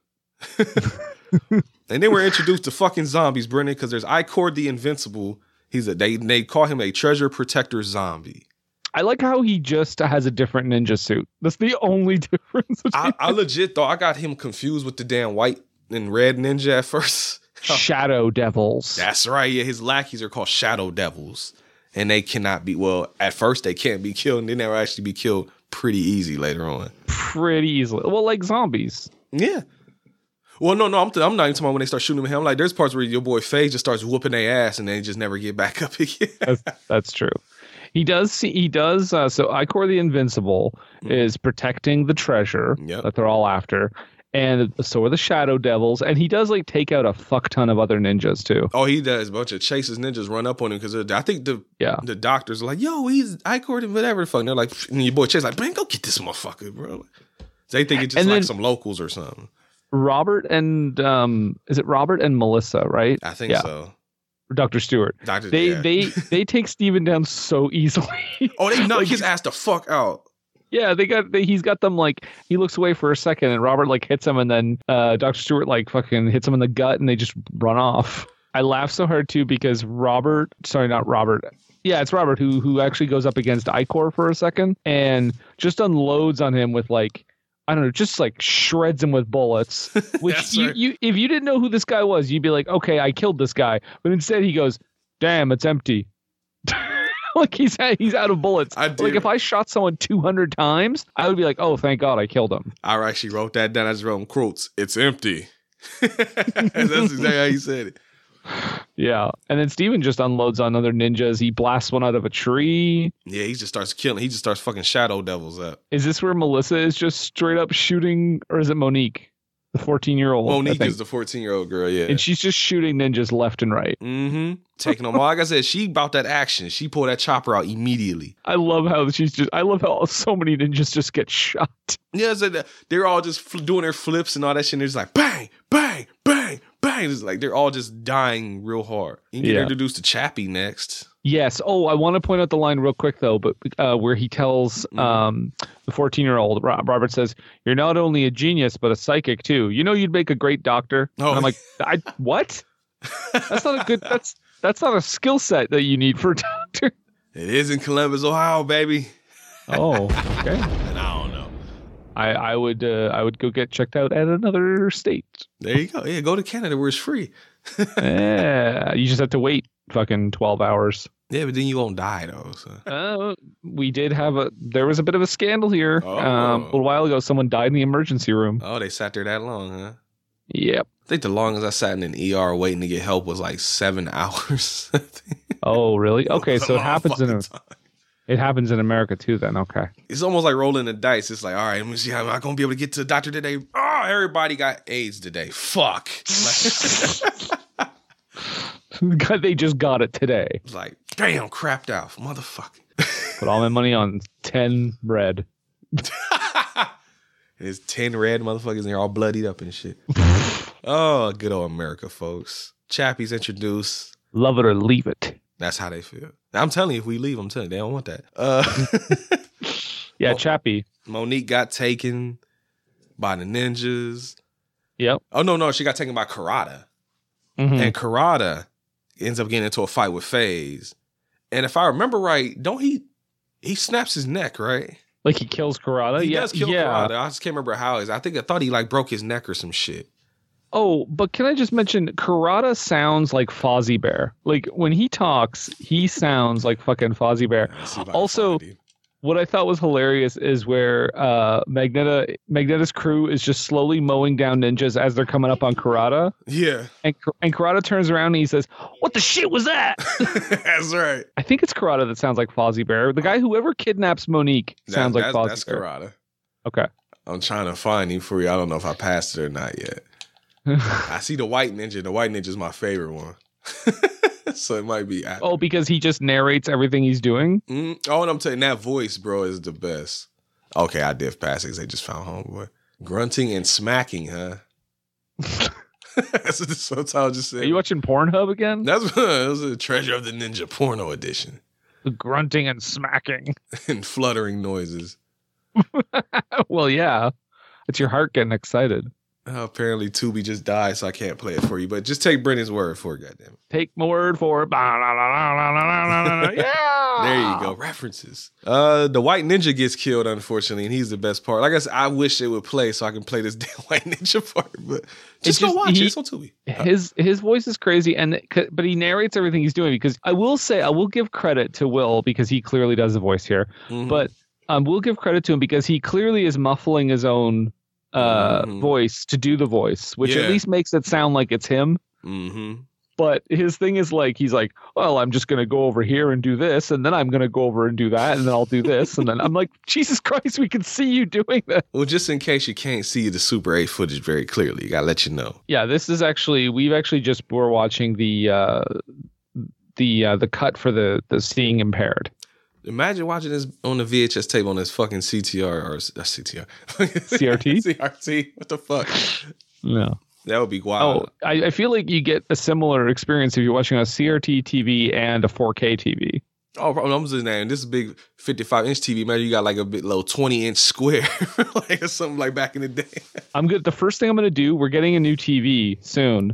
Speaker 2: <laughs> and then we're introduced to fucking zombies, Brendan, because there's Icord the Invincible. He's a they they call him a treasure protector zombie.
Speaker 3: I like how he just has a different ninja suit. That's the only <laughs> difference.
Speaker 2: I, I legit thought I got him confused with the damn white and red ninja at first. <laughs>
Speaker 3: Shadow Devils.
Speaker 2: That's right. Yeah, his lackeys are called shadow devils. And they cannot be well, at first they can't be killed, and then they'll actually be killed pretty easy later on.
Speaker 3: Pretty easily. Well, like zombies.
Speaker 2: Yeah. Well, no, no, I'm, th- I'm not even talking about when they start shooting him. I'm like, there's parts where your boy Faye just starts whooping their ass and they just never get back <laughs> up again.
Speaker 3: that's, that's true. He does see. He does. Uh, so Icor the Invincible is protecting the treasure that they're all after, and so are the Shadow Devils. And he does like take out a fuck ton of other ninjas too.
Speaker 2: Oh, he does. A bunch of chases ninjas run up on him because I think the
Speaker 3: yeah.
Speaker 2: the doctors are like, yo, he's I and whatever the fuck. And they're like, and your boy Chase like, man, go get this motherfucker, bro. They think it's just
Speaker 3: And
Speaker 2: like
Speaker 3: then-
Speaker 2: some locals or something.
Speaker 3: Robert and um, is it Robert and Melissa? Right.
Speaker 2: I think so.
Speaker 3: Doctor Stewart.
Speaker 2: Dr.
Speaker 3: They
Speaker 2: yeah.
Speaker 3: they they take Steven down so easily.
Speaker 2: Oh, they knock his ass the fuck out.
Speaker 3: Yeah, they got they, he's got them like he looks away for a second and Robert like hits him and then uh Dr. Stewart like fucking hits him in the gut and they just run off. I laugh so hard too because Robert, sorry, not Robert. Yeah, it's Robert who who actually goes up against Icor for a second and just unloads on him with like I don't know, just like shreds him with bullets. Which you, you if you didn't know who this guy was, you'd be like, okay, I killed this guy. But instead, he goes, damn, it's empty. <laughs> like he's he's out of bullets. like if I shot someone two hundred times, I would be like, oh, thank God, I killed him.
Speaker 2: I actually wrote that down. I just wrote in quotes, it's empty. <laughs> That's exactly how he said it.
Speaker 3: Yeah, and then Steven just unloads on other ninjas. He blasts one out of a tree.
Speaker 2: Yeah, he just starts killing. He just starts fucking shadow devils up.
Speaker 3: Is this where Melissa is just straight up shooting, or is it Monique, the fourteen-year-old?
Speaker 2: Monique is the 14 year old girl, yeah.
Speaker 3: and she's just shooting ninjas left and right.
Speaker 2: Mm-hmm. Taking them all. Like I said, she bought that action. She pulled that chopper out immediately.
Speaker 3: I love how she's just. I love how so many ninjas just get shot.
Speaker 2: Yeah, so the- they're all just fl- doing their flips and all that shit. And they're just like bang, bang, bang, bang. It's like they're all just dying real hard. You get
Speaker 3: Yeah.
Speaker 2: introduced to Chappie next.
Speaker 3: Yes. Oh, I want to point out the line real quick though, but uh, where he tells
Speaker 2: Mm-hmm.
Speaker 3: um, the fourteen-year-old Robert says, "You're not only a genius but a psychic too. You know, you'd make a great doctor." Oh. And I'm like, I what? That's not a good. That's that's not a skill set that you need for a doctor.
Speaker 2: It is in Columbus, Ohio, baby.
Speaker 3: <laughs> Oh, okay.
Speaker 2: And I don't know.
Speaker 3: I I would uh, I would go get checked out at another state.
Speaker 2: There you go. Yeah, go to Canada where it's free.
Speaker 3: yeah, you just have to wait fucking twelve hours.
Speaker 2: Yeah, but then you won't die though. So.
Speaker 3: Uh, we did have a there was a bit of a scandal here um, a little while ago. Someone died in the emergency room.
Speaker 2: Oh, they sat there that long, huh?
Speaker 3: Yep.
Speaker 2: I think the longest I sat in an ER waiting to get help was like seven <laughs> hours. <laughs>
Speaker 3: Oh, really? Okay, so it happens in a It happens in America too. Then okay. <laughs>
Speaker 2: It's almost like rolling the dice. It's like, all right, let me see how am I gonna be able to get to the doctor today. Oh, everybody got AIDS today. Fuck. Like,
Speaker 3: God, they just got it today.
Speaker 2: it's like, damn, crapped out, motherfucker. <laughs>
Speaker 3: Put all my money on ten red.
Speaker 2: There's ten red motherfuckers and they're all bloodied up and shit. oh, good old America, folks. Chappies introduced.
Speaker 3: Love it or leave it.
Speaker 2: That's how they feel. I'm telling you, if we leave, I'm telling you, they don't want that. Uh, <laughs>
Speaker 3: Yeah, Chappie.
Speaker 2: Monique got taken by the ninjas.
Speaker 3: Yep. Mm-hmm.
Speaker 2: Oh no, no, she got taken by Karada.
Speaker 3: Hmm.
Speaker 2: And Karada ends up getting into a fight with FaZe. And if I remember right, don't he he snaps his neck, right?
Speaker 3: Like he kills Karada.
Speaker 2: He
Speaker 3: yeah,
Speaker 2: does kill
Speaker 3: yeah.
Speaker 2: Karada. I just can't remember how it is. I think I thought he like broke his neck or some
Speaker 3: <sighs>
Speaker 2: shit.
Speaker 3: Oh, but can I just mention Karada sounds like Fozzie Bear. Like when he talks, he sounds like fucking Fozzie Bear. Also, what I thought was hilarious is where uh Magneta Magneta's crew is just slowly mowing down ninjas as they're coming up on Karada.
Speaker 2: Yeah. <laughs>
Speaker 3: And and Karada turns around and he says, "What the shit was that?"
Speaker 2: <laughs> that's right.
Speaker 3: I think it's Karada that sounds like Fozzie Bear. The guy whoever kidnaps Monique sounds
Speaker 2: That-
Speaker 3: like
Speaker 2: that's,
Speaker 3: Fozzie
Speaker 2: that's
Speaker 3: Bear.
Speaker 2: Karada.
Speaker 3: Okay.
Speaker 2: I'm trying to find him for you. I don't know if I passed it or not yet. I see the white ninja. The white ninja is my favorite one. <laughs> so it might be. I,
Speaker 3: <laughs> Oh, because he just narrates everything he's doing.
Speaker 2: Mm, oh, and I'm telling that voice, bro, is the best. Okay, I did pass it 'cause they just found homeboy. Grunting and smacking,
Speaker 3: <laughs>
Speaker 2: huh? <laughs> That's what the subtitle just said.
Speaker 3: Are you watching Pornhub again?
Speaker 2: That's <laughs> that was a treasure of the ninja porno edition
Speaker 3: The grunting and smacking. <laughs>
Speaker 2: <laughs> and fluttering noises.
Speaker 3: well, yeah. It's your heart getting excited.
Speaker 2: Uh, apparently, Tubi just died, so I can't play it for you. But just take Brendan's word for it, goddamn.
Speaker 3: Take my word for it. Bah, la, la, la, la, la, la,
Speaker 2: <laughs>
Speaker 3: la, la. Yeah.
Speaker 2: There you go. References. Uh, the white ninja gets killed, unfortunately, and he's the best part. Like I said, I wish it would play so I can play this <laughs> damn white ninja part. But just, go
Speaker 3: just-
Speaker 2: watch
Speaker 3: he-
Speaker 2: it. It's on Tubi.
Speaker 3: His his voice is crazy, and c- but he narrates everything he's doing because I will say I will give credit to Will because he clearly does the voice here,
Speaker 2: Mhm.
Speaker 3: but um, we'll give credit to him because he clearly is muffling his own uh, voice to do the voice, which
Speaker 2: Yeah.
Speaker 3: at least makes it sound like it's him.
Speaker 2: Mm-hmm.
Speaker 3: But his thing is like he's like, well, I'm just gonna go over here and do this, and then I'm gonna go over and do that, and then I'll do this, and then I'm like, Jesus Christ, we can see you doing that.
Speaker 2: Well, just in case you can't see the Super 8 footage very clearly, you gotta let you know.
Speaker 3: Yeah, this is actually we've actually just we're watching the uh the uh the cut for the the seeing impaired.
Speaker 2: Imagine watching this on the VHS tape on this fucking CTR or s- uh, <laughs> CTR. <laughs>
Speaker 3: CRT?
Speaker 2: CRT. What the fuck?
Speaker 3: No.
Speaker 2: That would be
Speaker 3: Oh,
Speaker 2: wild.
Speaker 3: I, I feel like you get a similar experience if you're watching a CRT TV and a 4K TV.
Speaker 2: Oh, bro, I'm just saying, this big 55 inch TV, man, you got like a bit little 20 inch square, <laughs> like or something like back in the day.
Speaker 3: I'm good. The first thing I'm going to do, we're getting a new TV soon.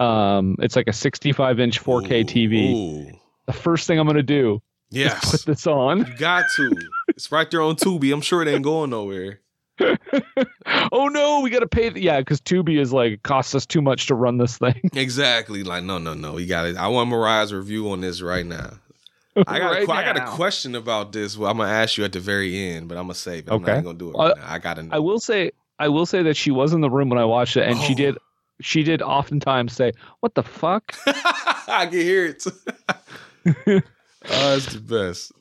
Speaker 3: Um, it's like a 65 inch 4K TV.
Speaker 2: Ooh.
Speaker 3: The first thing I'm going to do
Speaker 2: Yes.
Speaker 3: is put this on. <laughs>
Speaker 2: You got to. It's right there on Tubi. I'm sure it ain't going nowhere.
Speaker 3: oh no, we got to pay. The, yeah, because Tubi is like it costs us too much to run this thing.
Speaker 2: Exactly. Like, no, no, no. You got it. I want Mariah's review on this right now. I got, a,
Speaker 3: Right
Speaker 2: que- I got a
Speaker 3: now.
Speaker 2: question about this. Well, I'm gonna ask you at the very end, but I'm gonna save it. I'm not
Speaker 3: Okay.
Speaker 2: even gonna do it. Right
Speaker 3: Uh,
Speaker 2: now. I gotta. Know. <laughs>
Speaker 3: I will say I will say that she was in the room when I watched it, and she
Speaker 2: Oh.
Speaker 3: did she did oftentimes say, "What
Speaker 2: <laughs>
Speaker 3: the fuck?"
Speaker 2: I can hear it. <laughs> oh, it's the best.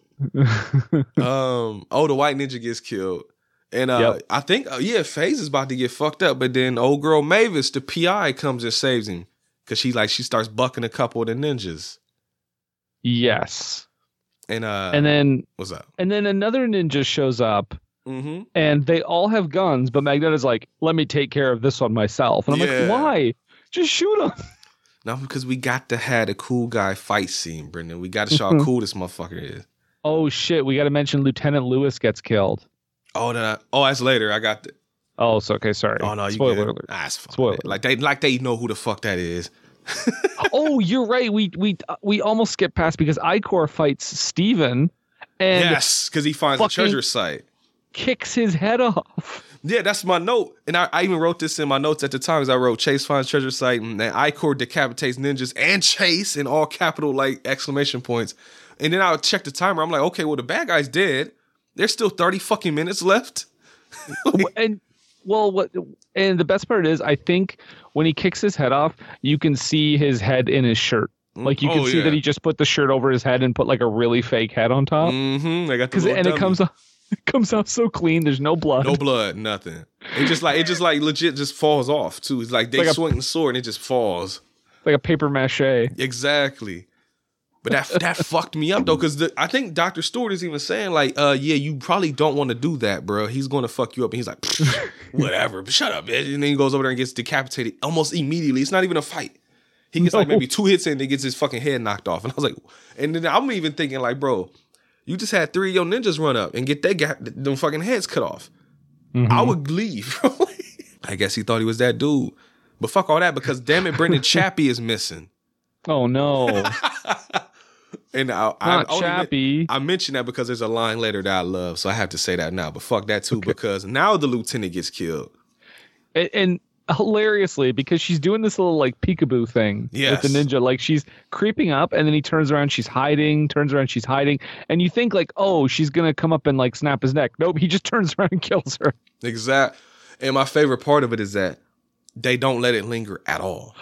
Speaker 2: Um. Oh, the white ninja gets killed, and uh, I think uh, yeah, Faze is about to get fucked up, but then old girl Mavis, the PI, comes and saves him because she like she starts bucking a couple of the ninjas,
Speaker 3: yes.
Speaker 2: and uh,
Speaker 3: and then
Speaker 2: what's up?
Speaker 3: and then another ninja shows up,
Speaker 2: Mm-hmm.
Speaker 3: and they all have guns, but Magneto's like, "Let me take care of this one myself," and I'm
Speaker 2: Yeah.
Speaker 3: like, "Why? Just shoot him."
Speaker 2: Not because we got to have a cool guy fight scene, Brendan. We got to show how
Speaker 3: Mhm.
Speaker 2: cool this motherfucker is.
Speaker 3: Oh shit, we got to mention Lieutenant Lewis gets killed.
Speaker 2: Oh, that oh, that's later. I got the
Speaker 3: Oh, so okay, sorry.
Speaker 2: oh no, you
Speaker 3: Spoiler
Speaker 2: good.
Speaker 3: alert.
Speaker 2: Nah, it's fine.
Speaker 3: Spoiler.
Speaker 2: Like they like they know who the fuck that is.
Speaker 3: <laughs> oh, you're right. We we we almost skipped past because Icor fights Steven and
Speaker 2: yes, because he finds
Speaker 3: fucking-
Speaker 2: the treasure site.
Speaker 3: kicks his head off.
Speaker 2: Yeah, that's my note, and I, I even wrote this in my notes at the time. As I wrote, Chase finds treasure site, and then Icor decapitates ninjas and Chase in all capital like exclamation points. And then I checked the timer. I'm like, okay, well the bad guy's dead. There's still thirty fucking minutes left.
Speaker 3: and well what and the best part is i think when he kicks his head off you can see his head in his shirt Like you can
Speaker 2: Oh,
Speaker 3: see
Speaker 2: yeah.
Speaker 3: that he just put the shirt over his head and put like a really fake head on top.
Speaker 2: Mm-hmm. They got the
Speaker 3: 'Cause-
Speaker 2: little
Speaker 3: and it
Speaker 2: dummy.
Speaker 3: comes off, <laughs> it comes off so clean. There's no blood.
Speaker 2: No blood, nothing. It just like it just like legit just falls off too. It's like they
Speaker 3: Like a-
Speaker 2: swing the sword and it just falls.
Speaker 3: Like a paper mache.
Speaker 2: Exactly. But that that fucked me up though, because I think Doctor Stewart is even saying like, uh, yeah, you probably don't want to do that, bro. He's going to fuck you up, and he's like, whatever, shut up, bitch. And then he goes over there and gets decapitated almost immediately. It's not even a fight. He gets like
Speaker 3: No.
Speaker 2: maybe two hits in, and he gets his fucking head knocked off. And I was like, and then I'm even thinking like, bro, you just had three of your ninjas run up and get that guy, them fucking heads cut off. I would leave. <laughs> I guess he thought he was that dude. But fuck all that because damn it, Brendan Chappie is missing. <laughs>
Speaker 3: Oh no.
Speaker 2: And I, I
Speaker 3: Not
Speaker 2: only men-
Speaker 3: Chappie.
Speaker 2: I mentioned that because there's a line later that I love, so I have to say that now. But fuck that too, because now the lieutenant gets killed.
Speaker 3: and, and hilariously because she's doing this little like peekaboo thing
Speaker 2: Yes.
Speaker 3: with the ninja like she's creeping up and then he turns around she's hiding turns around she's hiding and you think like oh she's gonna come up and like snap his neck nope he just <laughs> turns around and kills her
Speaker 2: Exact. And my favorite part of it is that they don't let it linger at all.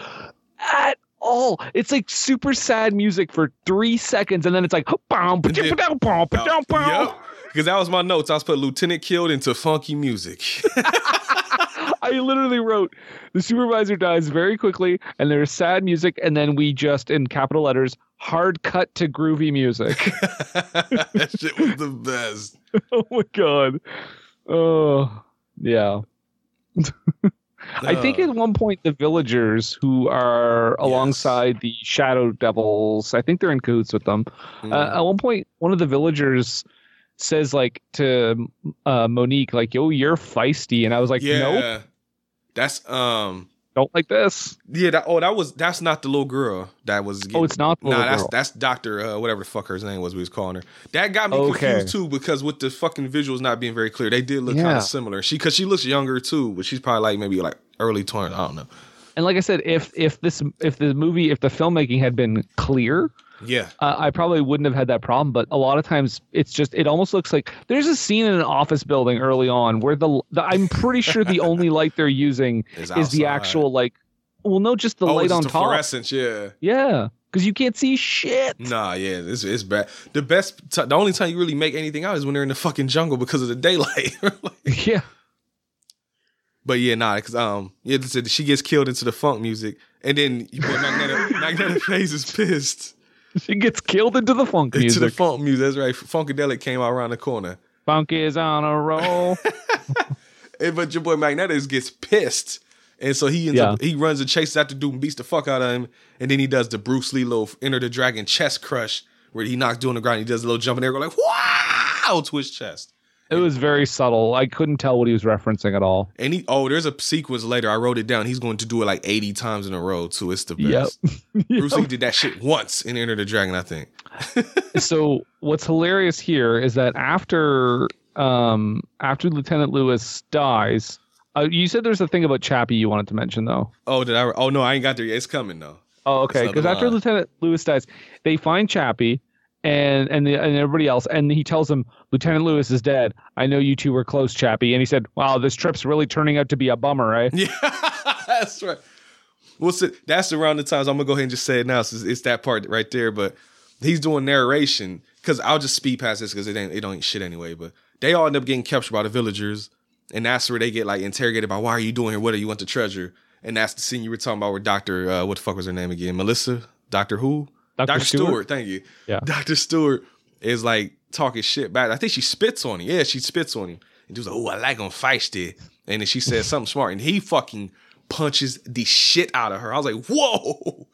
Speaker 3: at all it's like super sad music for three seconds and then it's like "Bow,
Speaker 2: And
Speaker 3: ba-dum,
Speaker 2: then- Oh,
Speaker 3: ba-dum, bow, ba-dum, bow."
Speaker 2: Because that was my notes. I was put lieutenant killed into funky music. <laughs>
Speaker 3: I literally wrote the supervisor dies very quickly and there's sad music and then we just in capital letters hard cut to groovy music
Speaker 2: that shit was the best.
Speaker 3: <laughs> oh my god. Oh yeah. I think
Speaker 2: Uh.
Speaker 3: at one point the villagers who are alongside the shadow devils, I think they're in cahoots with them.
Speaker 2: Mm-hmm.
Speaker 3: Uh, at one point, one of the villagers says like to uh, Monique, like, "Yo, you're feisty," and I was like,
Speaker 2: yeah.
Speaker 3: "Nope,
Speaker 2: That's um
Speaker 3: don't like this."
Speaker 2: Yeah, that, oh, that was that's not the little girl that was. Getting,
Speaker 3: Oh, it's not
Speaker 2: nah,
Speaker 3: the little
Speaker 2: that's
Speaker 3: girl.
Speaker 2: that's Doctor uh, whatever the fuck her name was we was calling her. That got me
Speaker 3: Okay.
Speaker 2: confused too because with the fucking visuals not being very clear, they did look kind
Speaker 3: Yeah.
Speaker 2: of similar. She because she looks younger too, but she's probably like maybe like early twenties. I don't know.
Speaker 3: And like I said, if if this if the movie if the filmmaking had been clear,
Speaker 2: Yeah,
Speaker 3: uh, I probably wouldn't have had that problem. But a lot of times, it's just it almost looks like there's a scene in an office building early on where the, the I'm pretty sure
Speaker 2: <laughs>
Speaker 3: the only light they're using
Speaker 2: Is
Speaker 3: is,
Speaker 2: outside.
Speaker 3: the actual like, well, no, just the
Speaker 2: oh,
Speaker 3: light
Speaker 2: it's
Speaker 3: on
Speaker 2: the
Speaker 3: top.
Speaker 2: fluorescence. Yeah,
Speaker 3: Yeah, because you can't see shit.
Speaker 2: nah, yeah, it's it's bad. The best, t- the only time you really make anything out is when they're in the fucking jungle because of the daylight.
Speaker 3: <laughs>
Speaker 2: <laughs>
Speaker 3: yeah,
Speaker 2: But yeah, nah, cause um, yeah, this- she gets killed into the funk music, and then you put Magneto, <laughs> Magneto Phase is pissed.
Speaker 3: she gets killed into the funk music.
Speaker 2: Into the funk music. That's right. Funkadelic came out around the corner.
Speaker 3: funk is on a
Speaker 2: <laughs>
Speaker 3: roll.
Speaker 2: And, but your boy Magnetus gets pissed. And so he ends
Speaker 3: Yeah.
Speaker 2: up, he runs and chases after dude and beats the fuck out of him. And then he does the Bruce Lee little Enter the Dragon chest crush where he knocks dude on the ground. He does a little jump in there, go like, wow, to his chest.
Speaker 3: it was very subtle. I couldn't tell what he was referencing at all.
Speaker 2: And he, oh, there's a sequence later. I wrote it down. He's going to do it like 80 times in a row, too. It's the best. Bruce Lee did that shit once in Enter the Dragon, I think.
Speaker 3: so what's hilarious here is that after um after Lieutenant Lewis dies, uh, you said there's a thing about Chappie you wanted to mention though.
Speaker 2: Oh, did I? Oh, no, I ain't got there yet. It's coming, though.
Speaker 3: Oh, okay.
Speaker 2: another
Speaker 3: Because after
Speaker 2: line.
Speaker 3: Lieutenant Lewis dies, they find Chappie and and the, and everybody else, and he tells them Lieutenant Lewis is dead. I know you two were close, Chappie. And he said, "Wow, this trip's really turning out to be a bummer, eh?"
Speaker 2: <laughs> Yeah, that's right. Well, see, that's around the times I'm gonna go ahead and just say it now. So it's, it's that part right there. But he's doing narration because I'll just speed past this because it ain't it don't ain't shit anyway. But they all end up getting captured by the villagers, and that's where they get like interrogated by why are you doing here? What do you want the treasure? And that's the scene you were talking about where Doctor uh, what the fuck was her name again? Melissa, Doctor Who,
Speaker 3: Dr.
Speaker 2: Stewart.
Speaker 3: Stewart?
Speaker 2: Thank you.
Speaker 3: Yeah.
Speaker 2: Doctor Stewart is like talking shit back. I think she spits on him. Yeah, she spits on him. And dude's like, "Oh, I like him feisty." And then she
Speaker 3: <laughs>
Speaker 2: says something smart, and he fucking punches the shit out of her. I was like, "Whoa!"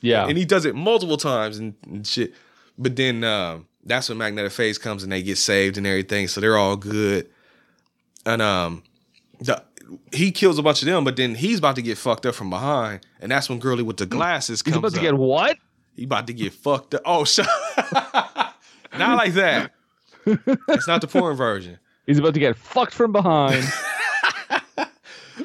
Speaker 3: Yeah.
Speaker 2: And he does it multiple times and, and shit. But then um, that's when Magnetic Phase comes, and they get saved and everything. So they're all good. And um, the, he kills a bunch of them, but then he's about to get fucked up from behind, and that's when Girly with the glasses comes.
Speaker 3: Mm. He's about to
Speaker 2: up.
Speaker 3: get what?
Speaker 2: He about to get fucked up. Oh, <laughs> shut Not like that. It's not the porn version.
Speaker 3: He's about to get fucked from behind.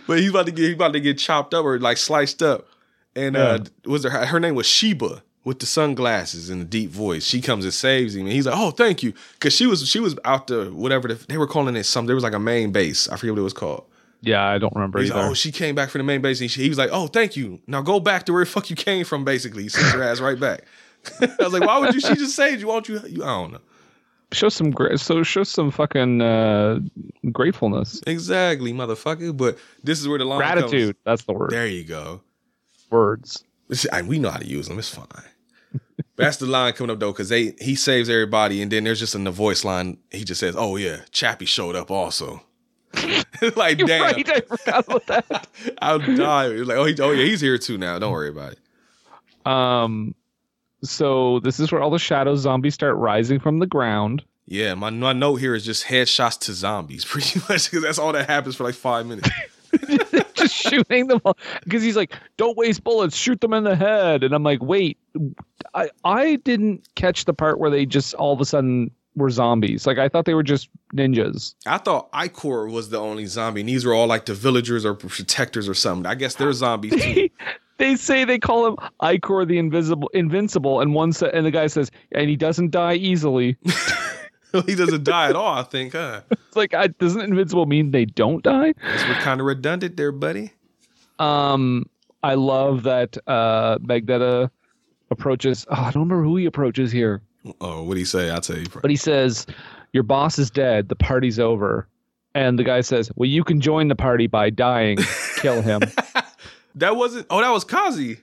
Speaker 2: But he's about to get he about to get chopped up or like sliced up. And uh was her her name was Sheba with the sunglasses and the deep voice. She comes and saves him and he's like, "Oh, thank you." Cuz she was she was out to whatever the, they were calling it something. There was like a main base. I forget what it was called.
Speaker 3: <laughs> Yeah, I don't remember
Speaker 2: He's
Speaker 3: either.
Speaker 2: like, oh, she came back from the main base, and she, he was like, "Oh, thank you. Now go back to where the fuck you came from." Basically, he sent your ass right back. <laughs> I was like, "Why would you? She just saved you. Why don't you? you I don't know."
Speaker 3: show some gra- so show some fucking uh, gratefulness.
Speaker 2: Exactly, motherfucker. But this is where the line
Speaker 3: Gratitude,
Speaker 2: That's the word. There you go.
Speaker 3: Words. <laughs>
Speaker 2: we know how to use them. It's fine. <laughs> That's the line coming up though, because they he saves everybody, and then there's just in the voice line. He just says, "Oh yeah, Chappie showed up also." <laughs> like damn,
Speaker 3: I forgot about that.
Speaker 2: I'll die. It was Like oh, he, oh yeah, he's here too now. Don't worry about it.
Speaker 3: Um, so this is where all the shadow zombies start rising from the ground. <laughs>
Speaker 2: Yeah, my, my note here is just headshots to zombies, <laughs> pretty much, because that's all that happens for like five minutes.
Speaker 3: just shooting them because he's like, "Don't waste bullets, shoot them in the head." And I'm like, "Wait, I I didn't catch the part where they just all of a sudden were zombies. Like I thought they were just ninjas."
Speaker 2: I thought Icor was the only zombie, and these were all like the villagers or protectors or something. I guess they're zombies too.
Speaker 3: They say they call him Icor the Invisible, Invincible, and one sa- and the guy says, and he doesn't die easily. <laughs>
Speaker 2: <laughs> he doesn't die at all. I think, huh?
Speaker 3: It's like, I, doesn't invincible mean they don't die?
Speaker 2: That's we're kind of redundant there, buddy.
Speaker 3: Um, I love that uh Magdetta approaches. Oh, I don't remember who he approaches here,
Speaker 2: Oh, what do you say? I'll tell you.
Speaker 3: but he says, "Your boss is dead. The party's over." And the guy says, "Well, you can join the party by dying. Kill him."
Speaker 2: That wasn't. Oh, that was Kazi.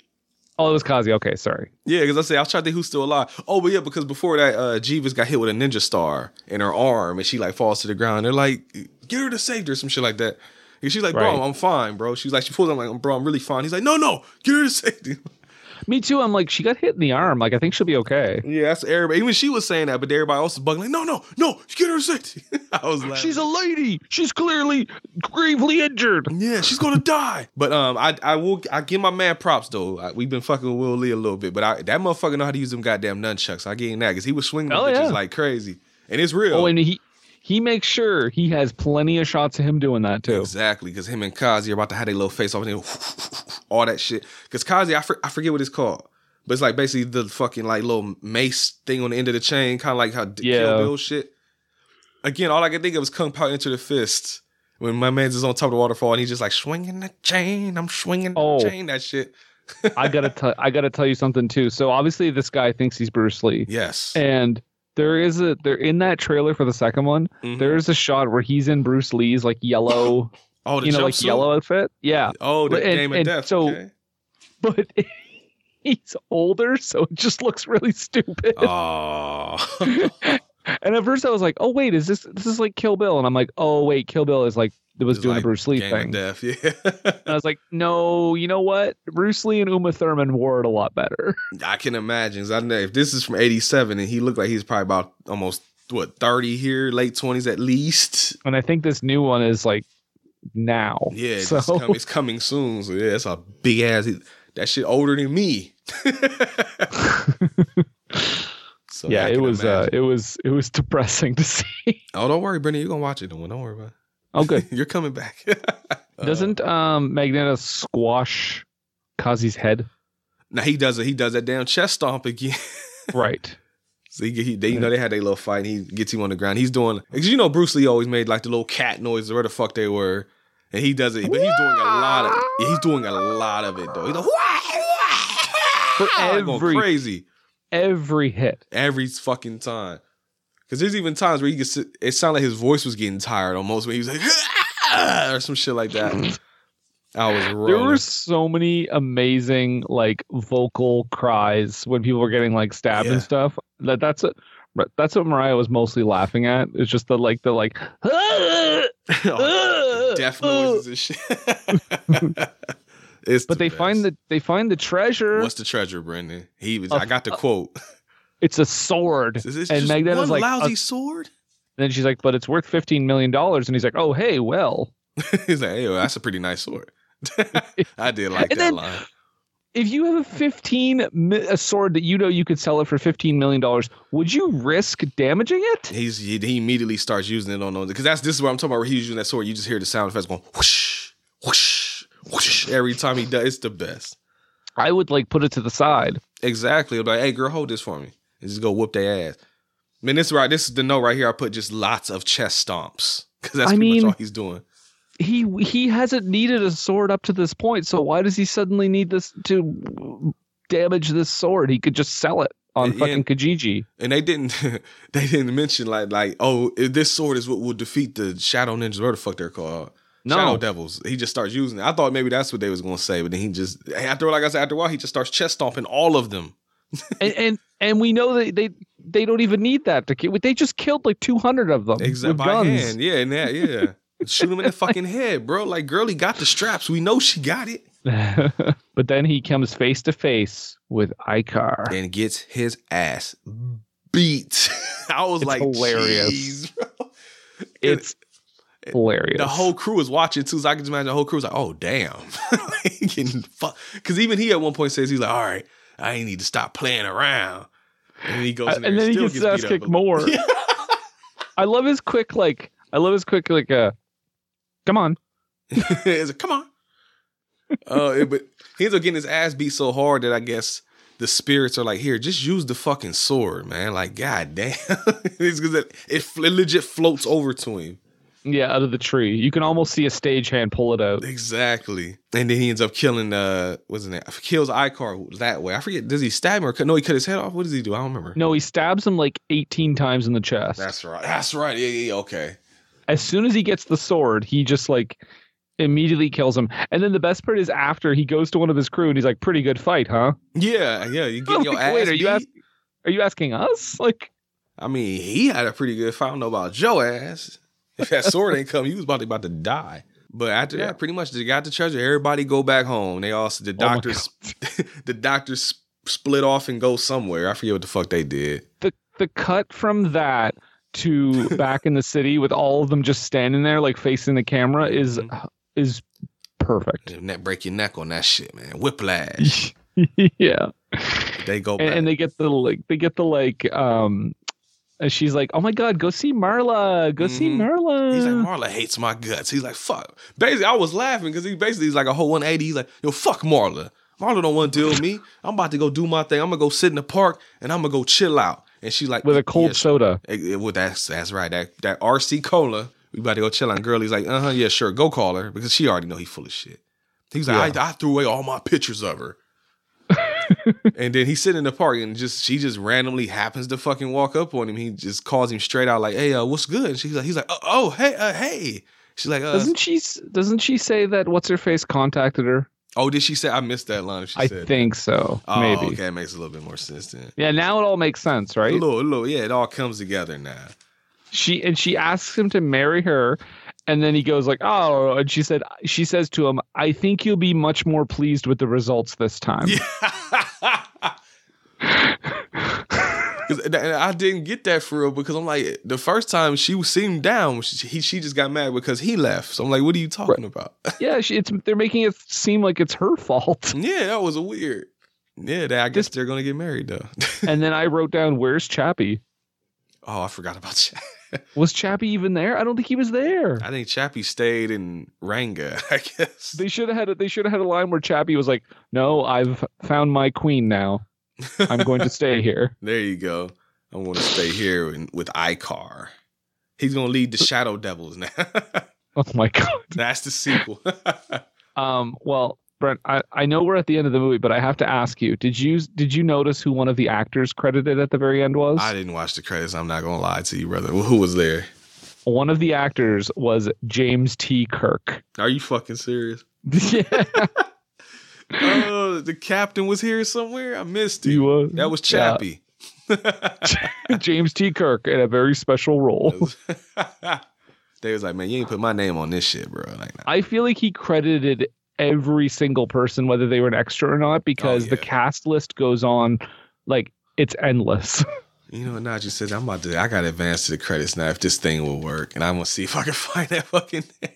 Speaker 3: oh, it was Kazi. Okay, sorry.
Speaker 2: Yeah, because I say I was trying to think who's still alive. Oh, but yeah, because before that, uh, Jeeves got hit with a ninja star in her arm, and she like falls to the ground. They're like, "Get her to safety" or some shit like that. And she's like, "Bro,
Speaker 3: Right.
Speaker 2: I'm fine, bro." She's like, she pulls. i like, "Bro, I'm really fine." He's like, "No, no, get her to safety." <laughs>
Speaker 3: Me too. I'm like, she got hit in the arm. Like, I think she'll be okay.
Speaker 2: Yeah, that's everybody. Even she was saying that, but everybody else is bugging like, "No, no, no, get her to safety." <laughs> I was like,
Speaker 3: She's a lady. She's clearly gravely injured.
Speaker 2: Yeah, she's gonna die. <laughs> But um, I I will I give my man props though. I, we've been fucking with Will Lee a little bit, but I, that motherfucker know how to use them goddamn nunchucks. I give him that because he was swinging them
Speaker 3: Oh,
Speaker 2: bitches
Speaker 3: yeah.
Speaker 2: like crazy, and it's real.
Speaker 3: Oh, and he he makes sure he has plenty of shots of him doing that too.
Speaker 2: Exactly, because him and Kazi are about to have their little face off and then <laughs> all that shit. Because Kazi, I, for, I forget what it's called, but it's like basically the fucking like little mace thing on the end of the chain, kind of like how D- Kill
Speaker 3: Yeah.
Speaker 2: Bill shit. Again, all I could think of was Kung Pao into the fist when my man's is on top of the waterfall and he's just like swinging the chain. I'm swinging the
Speaker 3: Oh.
Speaker 2: chain. That shit.
Speaker 3: I gotta tell I gotta tell you something too. So obviously this guy thinks he's Bruce Lee.
Speaker 2: Yes.
Speaker 3: And there is a there in that trailer for the second one,
Speaker 2: Mhm.
Speaker 3: there is a shot where he's in Bruce Lee's like
Speaker 2: <laughs>
Speaker 3: yellow
Speaker 2: Oh, the
Speaker 3: you know, like
Speaker 2: jumpsuit?
Speaker 3: yellow outfit. Yeah.
Speaker 2: Oh, the
Speaker 3: But- and-
Speaker 2: game of
Speaker 3: and
Speaker 2: death.
Speaker 3: So
Speaker 2: okay.
Speaker 3: but <laughs> he's older, so it just looks really stupid. <laughs>
Speaker 2: Oh.
Speaker 3: And at first I was like, oh wait, is this this is like Kill Bill? And I'm like, oh wait, Kill Bill is like it was
Speaker 2: It's
Speaker 3: doing
Speaker 2: like
Speaker 3: the Bruce Lee
Speaker 2: game
Speaker 3: thing.
Speaker 2: of death. Yeah. <laughs>
Speaker 3: And I was like, no, you know what? Bruce Lee and Uma Thurman wore it a lot better. <laughs>
Speaker 2: I can imagine. 'cause I know if this is from '87 and he looked like he's probably about almost what 30 here, late 20s at least.
Speaker 3: And I think this new one is like now.
Speaker 2: Yeah, it's,
Speaker 3: So
Speaker 2: just coming, it's coming soon. So yeah, that's a big ass. That shit older than me. <laughs> so
Speaker 3: <laughs> yeah,
Speaker 2: I
Speaker 3: it
Speaker 2: can
Speaker 3: was uh,
Speaker 2: imagine.
Speaker 3: it was it was depressing to see. <laughs>
Speaker 2: oh, don't worry, Brittany. You're gonna watch it. Don't worry about.
Speaker 3: Oh, good.
Speaker 2: it. You're coming back. <laughs> Uh,
Speaker 3: Doesn't um Magneta squash Kazi's head?
Speaker 2: now he does it. He does that damn chest stomp again.
Speaker 3: Right.
Speaker 2: So he, he they, you know, they had their little fight. and He gets him on the ground. He's doing because you know Bruce Lee always made like the little cat noises, where the fuck they were, and he does it. But he's doing a lot of, yeah, he's doing a lot of it though. He's like,
Speaker 3: For
Speaker 2: "Wah!" Going
Speaker 3: every
Speaker 2: crazy
Speaker 3: <laughs> every hit.
Speaker 2: every fucking time. Because there's even times where he could, sit- it sounded like his voice was getting tired almost when he was like "Ah!" or some shit like that. I was
Speaker 3: There
Speaker 2: rolling.
Speaker 3: were
Speaker 2: <laughs>
Speaker 3: so many amazing like vocal cries when people were getting like stabbed
Speaker 2: Yeah.
Speaker 3: and stuff. That that's what that's what Mariah was mostly laughing at. It's just the like the like <laughs>
Speaker 2: Oh, death noises and shit. <laughs> it's
Speaker 3: But they find the they find the treasure.
Speaker 2: What's the treasure, Brendan? He was.
Speaker 3: A-
Speaker 2: I got the quote. <laughs>
Speaker 3: it's a sword.
Speaker 2: Is this
Speaker 3: and
Speaker 2: just
Speaker 3: Magnetta's
Speaker 2: one
Speaker 3: like
Speaker 2: lousy
Speaker 3: "Uh,"
Speaker 2: sword? <laughs>
Speaker 3: then she's like, but it's worth fifteen million dollars. And he's like, oh hey, well,
Speaker 2: He's like, hey, well, that's a pretty nice sword. <laughs> I did like that
Speaker 3: And then-
Speaker 2: line.
Speaker 3: if you have a fifteen mi- a sword that you know you could sell it for fifteen million dollars, would you risk damaging it?
Speaker 2: He's he, he immediately starts using it on those because that's this is what I'm talking about. Where he's using that sword, you just hear the sound effects going whoosh, whoosh, whoosh every time he does. It's the best.
Speaker 3: I would like put it to the side.
Speaker 2: Exactly. I'm like, hey, girl, hold this for me. And just go whoop their ass. Man, this right. This is the note right here. I put just lots of chest stomps because that's
Speaker 3: I
Speaker 2: pretty
Speaker 3: mean-
Speaker 2: much all he's doing.
Speaker 3: he he hasn't needed a sword up to this point, so why does he suddenly need this to damage this sword? He could just sell it on
Speaker 2: Yeah,
Speaker 3: fucking
Speaker 2: and-
Speaker 3: Kijiji.
Speaker 2: And they didn't <laughs> they didn't mention like like oh if this sword is what will defeat the Shadow Ninjas, whatever the fuck they're called.
Speaker 3: No.
Speaker 2: Shadow Devils. He just starts using it. I thought maybe that's what they was gonna say, but then he just after like I said, after a while he just starts chest stomping all of them.
Speaker 3: and and and we know that they they don't even need that to kill. They just killed like two hundred of them
Speaker 2: Exactly.
Speaker 3: with
Speaker 2: By
Speaker 3: guns.
Speaker 2: hand. Yeah, and that,
Speaker 3: <laughs>
Speaker 2: yeah. Shoot him in the fucking head, bro. Like girlie got the straps. We know she got it.
Speaker 3: <laughs> but then he comes face to face with Icar.
Speaker 2: And gets his ass beat. <laughs> I was
Speaker 3: It's
Speaker 2: like,
Speaker 3: hilarious.
Speaker 2: "Jeez, bro."
Speaker 3: It's hilarious.
Speaker 2: The whole crew is watching too, so I can just imagine the whole crew's like, "Oh damn!" <laughs> Because even he at one point says he's like, "All right, I ain't need to stop playing around." And then he goes, in there
Speaker 3: Uh, and then he
Speaker 2: still
Speaker 3: gets his ass
Speaker 2: beat up
Speaker 3: kicked
Speaker 2: a- <laughs>
Speaker 3: more. <laughs> I love his quick like. I love his quick like. Uh, come on.
Speaker 2: It's like, come on. Uh, it- but he ends up getting his ass beat so hard that I guess the spirits are like, here, just use the fucking sword, man. Like, god damn. <laughs> it's 'cause it, it, fl- it legit floats over to him.
Speaker 3: Yeah, out of the tree. You can almost see a stagehand pull it out.
Speaker 2: Exactly. And then he ends up killing, uh, what's his name? Kills Icar that way. I forget, does he stab him or cut? No, he cut his head off. What does he do? I don't remember.
Speaker 3: No, he stabs him like 18 times in the chest.
Speaker 2: That's right. That's right. Yeah, yeah, yeah. Okay.
Speaker 3: as soon as he gets the sword, he just like immediately kills him. And then the best part is after he goes to one of his crew and he's like, "Pretty good fight, huh?"
Speaker 2: Yeah, yeah. You
Speaker 3: <laughs>
Speaker 2: get
Speaker 3: I'm
Speaker 2: your
Speaker 3: like,
Speaker 2: ass
Speaker 3: wait, are
Speaker 2: beat.
Speaker 3: you ask- are you asking us? <laughs> Like,
Speaker 2: I mean, he had a pretty good fight. I don't know about your ass. If that sword ain't come, he was about to, about to die. But after that, pretty much they got the treasure. Everybody go back home. They also the
Speaker 3: Oh my
Speaker 2: doctors, <laughs> the doctors sp- split off and go somewhere. I forget what the fuck they did.
Speaker 3: the the cut from that
Speaker 2: <laughs>
Speaker 3: to back in the city with all of them just standing there like facing the camera is
Speaker 2: Mm-hmm.
Speaker 3: is perfect.
Speaker 2: Neck break your neck on that shit, man.
Speaker 3: <laughs>
Speaker 2: Whiplash.
Speaker 3: yeah.
Speaker 2: they go
Speaker 3: and,
Speaker 2: back.
Speaker 3: and they get the like they get the like um and she's like, "Oh my god, go see Marla. Go see Marla."
Speaker 2: Mm-hmm. He's like, Marla hates my guts. He's like, fuck. Basically, I was laughing because he basically he's like a whole 180. He's like, yo, fuck Marla. Marla don't want to deal with me. I'm about to go do my thing. I'm gonna go sit in the park and I'm gonna go chill out. And she like
Speaker 3: with a cold
Speaker 2: "Yes,
Speaker 3: soda.
Speaker 2: Eh, eh, well, that's that's right. That that RC cola. We about to go chill on. Girl, he's like, uh huh, yeah, sure, go call her because she already know he full of shit. He's like, I, I threw away all my pictures of
Speaker 3: <laughs>
Speaker 2: her. and then he's sitting in the park and just she just randomly happens to fucking walk up on him. He just calls him straight out like, hey, uh, what's good? And she's like, he's like, oh, oh hey, uh, hey. She's like, uh,
Speaker 3: doesn't she s- doesn't she say that what's her face contacted her
Speaker 2: oh, did she say? I missed that line. If she
Speaker 3: i
Speaker 2: said,
Speaker 3: think so
Speaker 2: oh,
Speaker 3: maybe
Speaker 2: okay, it makes a little bit more sense then.
Speaker 3: yeah now it all makes sense
Speaker 2: A
Speaker 3: right
Speaker 2: little, a little, yeah, it all comes together now.
Speaker 3: she and she asks him to marry her and then he goes like oh and she said she says to him i think you'll be much more pleased with the results this time
Speaker 2: Cause, and <laughs> I didn't get that for real because I'm like the first time she seemed down, she, he, she just got mad because he left. So I'm like, what are you talking about? <laughs>
Speaker 3: yeah she, it's they're making it seem like it's
Speaker 2: <laughs>
Speaker 3: her fault
Speaker 2: yeah, that was a weird. Yeah, that, I guess they're gonna get married though. <laughs>
Speaker 3: and then i wrote down where's chappie
Speaker 2: oh, I forgot about Chappie.
Speaker 3: was chappie even there i don't think he was there
Speaker 2: I think Chappie stayed in Ranga. <laughs> I guess
Speaker 3: they should have had a, they should have had a line where chappie was like no i've found my queen now i'm going
Speaker 2: <laughs>
Speaker 3: to stay here <laughs>
Speaker 2: there you go. I'm gonna stay here in, with Icar. He's gonna lead the Shadow Devils now. <laughs>
Speaker 3: Oh my god.
Speaker 2: That's the sequel. <laughs>
Speaker 3: Um. Well, Brent, I, I know we're at the end of the movie, but I have to ask you did you did you notice who one of the actors credited at the very end was?
Speaker 2: I didn't watch the credits. I'm not gonna lie to you, brother. Well, who was there?
Speaker 3: one of the actors was James T. Kirk. <laughs>
Speaker 2: Are you fucking serious?
Speaker 3: yeah.
Speaker 2: Oh, the captain was here somewhere. I missed
Speaker 3: He
Speaker 2: it.
Speaker 3: was.
Speaker 2: That was
Speaker 3: Yeah.
Speaker 2: Chappie.
Speaker 3: <laughs> James T. Kirk in a very special role. <laughs>
Speaker 2: <laughs> They was like, man, you ain't put my name on this shit, bro. Like, nah.
Speaker 3: I feel like he credited every single person, whether they were an extra or not, because
Speaker 2: Oh,
Speaker 3: the cast list goes on like it's endless.
Speaker 2: you know what Najee says? I'm about to. I got to advance to the credits now if this thing will work, and I'm gonna see if I can <laughs> find that fucking name.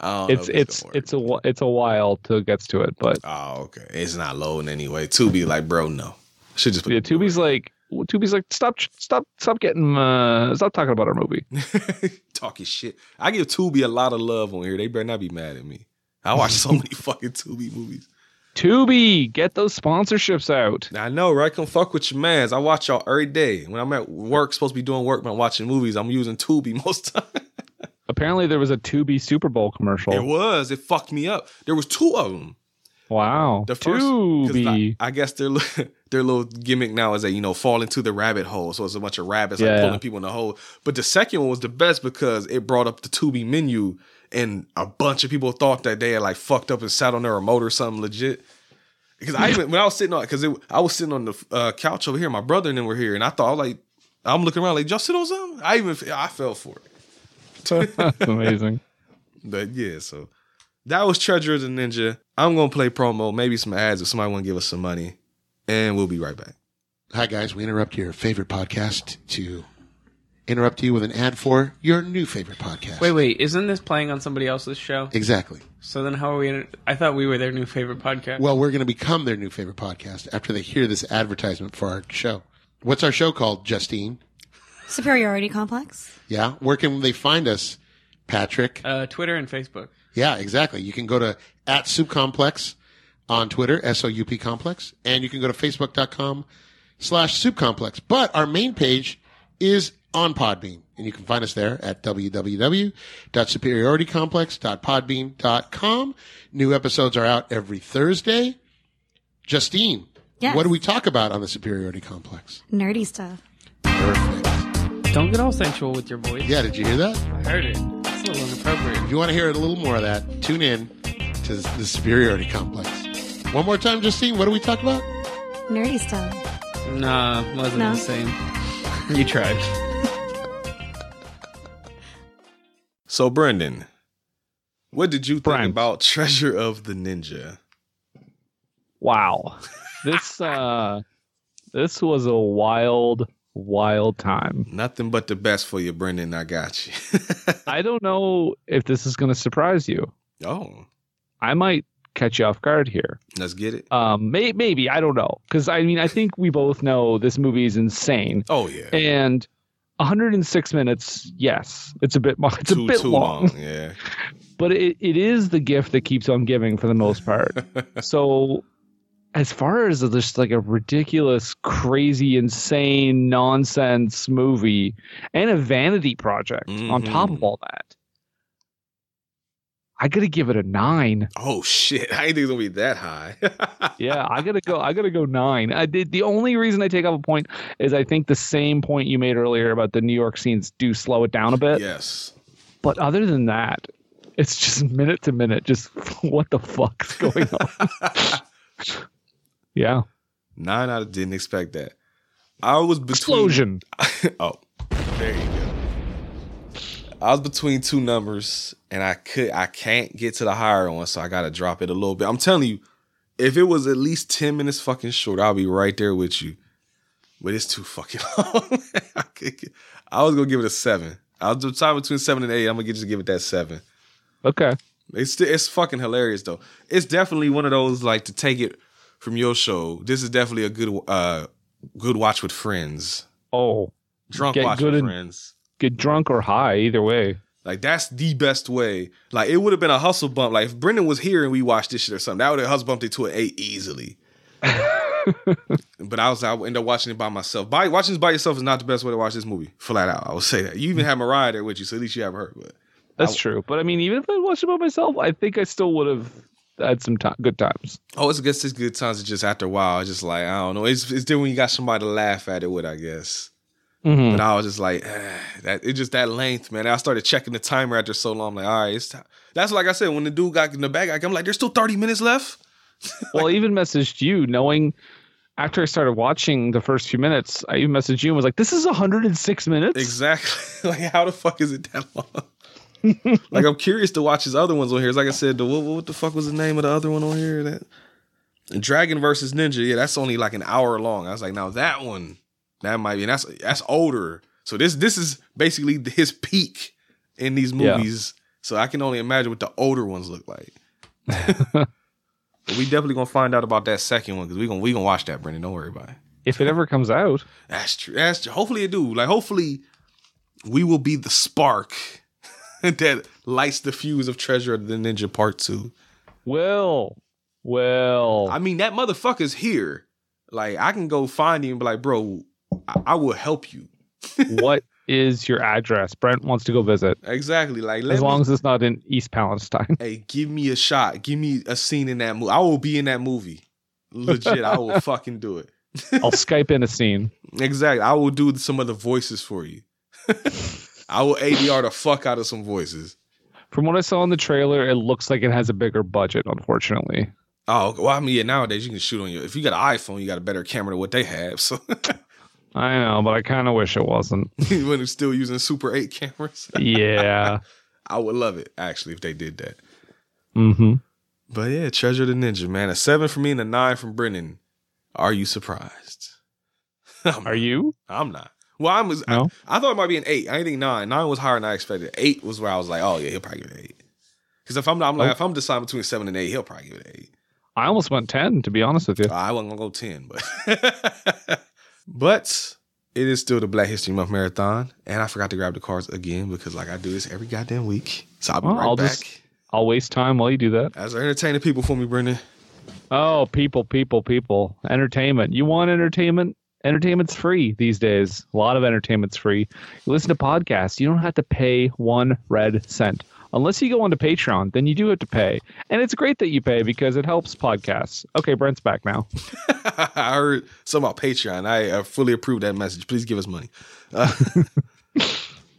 Speaker 2: I don't know
Speaker 3: <laughs> it's
Speaker 2: if
Speaker 3: it's it's a wh- it's a while till it gets to it, but
Speaker 2: oh okay, it's not loading anyway. To be like, bro, no, should just put
Speaker 3: Yeah, Tubi's like Tubi's like stop stop stop getting uh stop talking about our movie. <laughs>
Speaker 2: <laughs> talking shit. I give Tubi a lot of love on here. They better not be mad at me. I watch so <laughs> many fucking Tubi movies.
Speaker 3: Tubi, get those sponsorships out.
Speaker 2: I know, right? Come fuck with your mans. I watch y'all every day. When I'm at work, supposed to be doing work, but I'm watching movies. I'm using Tubi <laughs> most time.
Speaker 3: Apparently, there was a to be Super Bowl commercial.
Speaker 2: It was. It fucked me up. There was two of them.
Speaker 3: Wow.
Speaker 2: The first, 'cause I, I guess their li- <laughs> their little gimmick now is that you know fall into the rabbit hole. So it's a bunch of rabbits like
Speaker 3: Yeah.
Speaker 2: pulling people in the hole. But the second one was the best because it brought up the Tubi menu, and a bunch of people thought that they had like fucked up and sat on their remote or something legit. Because I even when I was sitting on because I was sitting on the uh, couch over here, my brother and then were here, and I thought I was like I'm looking around like y'all sit on something. I even I fell for it. <laughs>
Speaker 3: That's amazing.
Speaker 2: But yeah, so that was Treasure of the Ninja. I'm gonna play promo, maybe some ads if somebody wanna give us some money, and we'll be right back.
Speaker 12: Hi, guys. We interrupt your favorite podcast to interrupt you with an ad for your new favorite podcast.
Speaker 13: Wait, wait, isn't this playing on somebody else's show?
Speaker 12: Exactly.
Speaker 13: So then how are we? In, I thought we were their new favorite podcast.
Speaker 12: Well, we're going to become their new favorite podcast after they hear this advertisement for our show. What's our show called, Justine?
Speaker 14: Superiority complex.
Speaker 12: Yeah. Where can they find us, Patrick?
Speaker 13: uh, Twitter and Facebook.
Speaker 12: Yeah, exactly. You can go to at Soup Complex on Twitter, S O U P Complex, and you can go to Facebook.com slash Soup Complex. But our main page is on Podbean, and you can find us there at www.superioritycomplex.podbean.com. New episodes are out every Thursday. Justine,
Speaker 14: Yes.
Speaker 12: what do we talk about on the Superiority Complex?
Speaker 14: Nerdy stuff.
Speaker 13: <laughs> Don't get all sensual with your voice.
Speaker 12: Yeah, did you hear that?
Speaker 13: I heard it. It's a little inappropriate.
Speaker 12: If you want to hear a little more of that, tune in to the Superiority Complex. One more time, Justine, what do we talk about?
Speaker 14: Nerdy stuff.
Speaker 13: Nah, wasn't
Speaker 14: No.
Speaker 13: the same. You tried.
Speaker 2: So Brendan, what did you think about Treasure of the Ninja?
Speaker 3: Wow. This uh this was a wild, wild time.
Speaker 2: Nothing but the best for you, Brendan. I got you. <laughs>
Speaker 3: I don't know if this is going to surprise you.
Speaker 2: Oh.
Speaker 3: I might catch you off guard here.
Speaker 2: Let's get it.
Speaker 3: Um, may, maybe I don't know because I mean I think we both know this movie is insane.
Speaker 2: Oh yeah,
Speaker 3: and 106 minutes. Yes, it's a bit. mo- It's a
Speaker 2: Too-
Speaker 3: bit
Speaker 2: too
Speaker 3: long.
Speaker 2: long, yeah.
Speaker 3: but it, it is the gift that keeps on giving for the most part. so, as far as just like a ridiculous, crazy, insane nonsense movie and a vanity project on top of all that, I gotta give it a nine.
Speaker 2: Oh shit. <laughs> I didn't think it was gonna be that high. <laughs>
Speaker 3: yeah, I gotta go. I gotta go nine. I did. The only reason I take off a point is I think the same point you made earlier about the New York scenes do slow it down a bit.
Speaker 2: Yes.
Speaker 3: But other than that, it's just <laughs> minute to minute. Just <laughs> what the fuck's going on? yeah.
Speaker 2: Nine out of didn't expect that. I was between
Speaker 3: explosion.
Speaker 2: oh, there you go. I was between two numbers, and I could I can't get to the higher one, so I gotta drop it a little bit. I'm telling you, if it was at least ten minutes fucking short, I'll be right there with you. But it's too fucking <laughs> long. I, could get- I was gonna give it a seven. I was deciding between seven and eight. I'm gonna get- just give it that seven.
Speaker 3: Okay.
Speaker 2: It's sti- it's fucking hilarious though. It's definitely one of those like to take it from your show. This is definitely a good uh good watch with friends.
Speaker 3: Oh,
Speaker 2: drunk
Speaker 3: Get
Speaker 2: watch
Speaker 3: good
Speaker 2: with
Speaker 3: and-
Speaker 2: friends.
Speaker 3: Get drunk or high, either way.
Speaker 2: Like that's the best way. Like it would have been a hustle bump. Like if Brendan was here and we watched this shit or something, that would have hustle bumped it to an eight <laughs> easily. but I was I ended up watching it by myself. By watching this by yourself is not the best way to watch this movie. Flat out, I would say that. You even have Mariah there with you, so at least you have her. But
Speaker 3: That's true. But I mean, even if I watched it by myself, I think I still would have had some time, good times.
Speaker 2: Oh, it's guess it's good times. It's just after a while, it's just like I don't know. It's it's different when you got somebody to laugh at it with, I guess.
Speaker 3: Mhm.
Speaker 2: But I was just like, "Ah, that it's just that length, man. I started checking the timer after so long. I'm like, all right, it's time. That's like I said when the dude got in the bag. I'm like, there's still 30 minutes left.
Speaker 3: <laughs> well, I even messaged you knowing after I started watching the first few minutes, I even messaged you and was like, this is 106 minutes.
Speaker 2: Exactly. <laughs> like, how the fuck is it that long? <laughs> like, I'm curious to watch his other ones on here. It's Like I said, the what, what the fuck was the name of the other one on here? That Dragon versus Ninja. Yeah, that's only like an hour long. I was like, now that one, that might be. And that's that's older. So this this is basically his peak in these
Speaker 3: Yeah.
Speaker 2: movies. So I can only imagine what the older ones look
Speaker 3: <laughs>
Speaker 2: like. But we definitely gonna find out about that second one because we gonna we gonna watch that, Brendan. Don't worry about it.
Speaker 3: If it ever comes out.
Speaker 2: That's true. That's true. Hopefully it do. Like hopefully we will be the spark <laughs> that lights the fuse of Treasure of the Ninja Part Two.
Speaker 3: Well, well.
Speaker 2: I mean that motherfucker's here. Like I can go find him, and be like, bro, I, I will help you.
Speaker 3: what is your address? Brent wants to go visit.
Speaker 2: Exactly. Like let
Speaker 3: As long
Speaker 2: me-
Speaker 3: as it's not in East Palestine.
Speaker 2: <laughs> Hey, give me a shot. Give me a scene in that movie. I will be in that movie. Legit, I
Speaker 3: <laughs>
Speaker 2: will fucking do it.
Speaker 3: I'll Skype in a scene.
Speaker 2: Exactly. I will do some of the voices for you. <laughs> I will ADR the fuck out of some voices.
Speaker 3: From what I saw in the trailer, it looks like it has a bigger budget, unfortunately.
Speaker 2: Oh well, I mean, yeah, nowadays you can shoot on your. If you got an iPhone, you got a better camera than what they have. <laughs> So
Speaker 3: I know, but I kind of wish it wasn't.
Speaker 2: when they're still using Super Eight cameras, <laughs>
Speaker 3: Yeah.
Speaker 2: I would love it actually if they did that.
Speaker 3: mm-hmm.
Speaker 2: But yeah, Treasure of the Ninja, man, a seven from me and a nine from Brennan. Are you surprised? Are
Speaker 3: you?
Speaker 2: I'm not. Well, I'm. Was,
Speaker 3: No?
Speaker 2: I, I thought it might be an eight. I didn't think nine. Nine was higher than I expected. Eight was where I was like, oh yeah, he'll probably give it an eight. Because if I'm, I'm like,
Speaker 3: Nope.
Speaker 2: if I'm deciding between seven and eight, he'll probably give it an eight.
Speaker 3: I almost went 10, to be honest with you.
Speaker 2: Oh, I wasn't gonna go ten, but <laughs> but it is still the Black History Month marathon, and I forgot to grab the cards again because like I do this every goddamn week. So I'll be
Speaker 3: Well,
Speaker 2: right
Speaker 3: Oh, I'll
Speaker 2: back.
Speaker 3: just I'll waste time while you do that.
Speaker 2: As entertaining people for me, Brendan.
Speaker 3: Oh, people, people, people. Entertainment. You want entertainment? Entertainment's free these days. A lot of entertainment's free. You listen to podcasts, you don't have to pay one red cent. Unless you go onto Patreon, then you do have to pay. And it's great that you pay because it helps podcasts. Okay, Brent's back now.
Speaker 2: <laughs> I heard something about Patreon. I, I fully approve that message. Please give us money. Uh,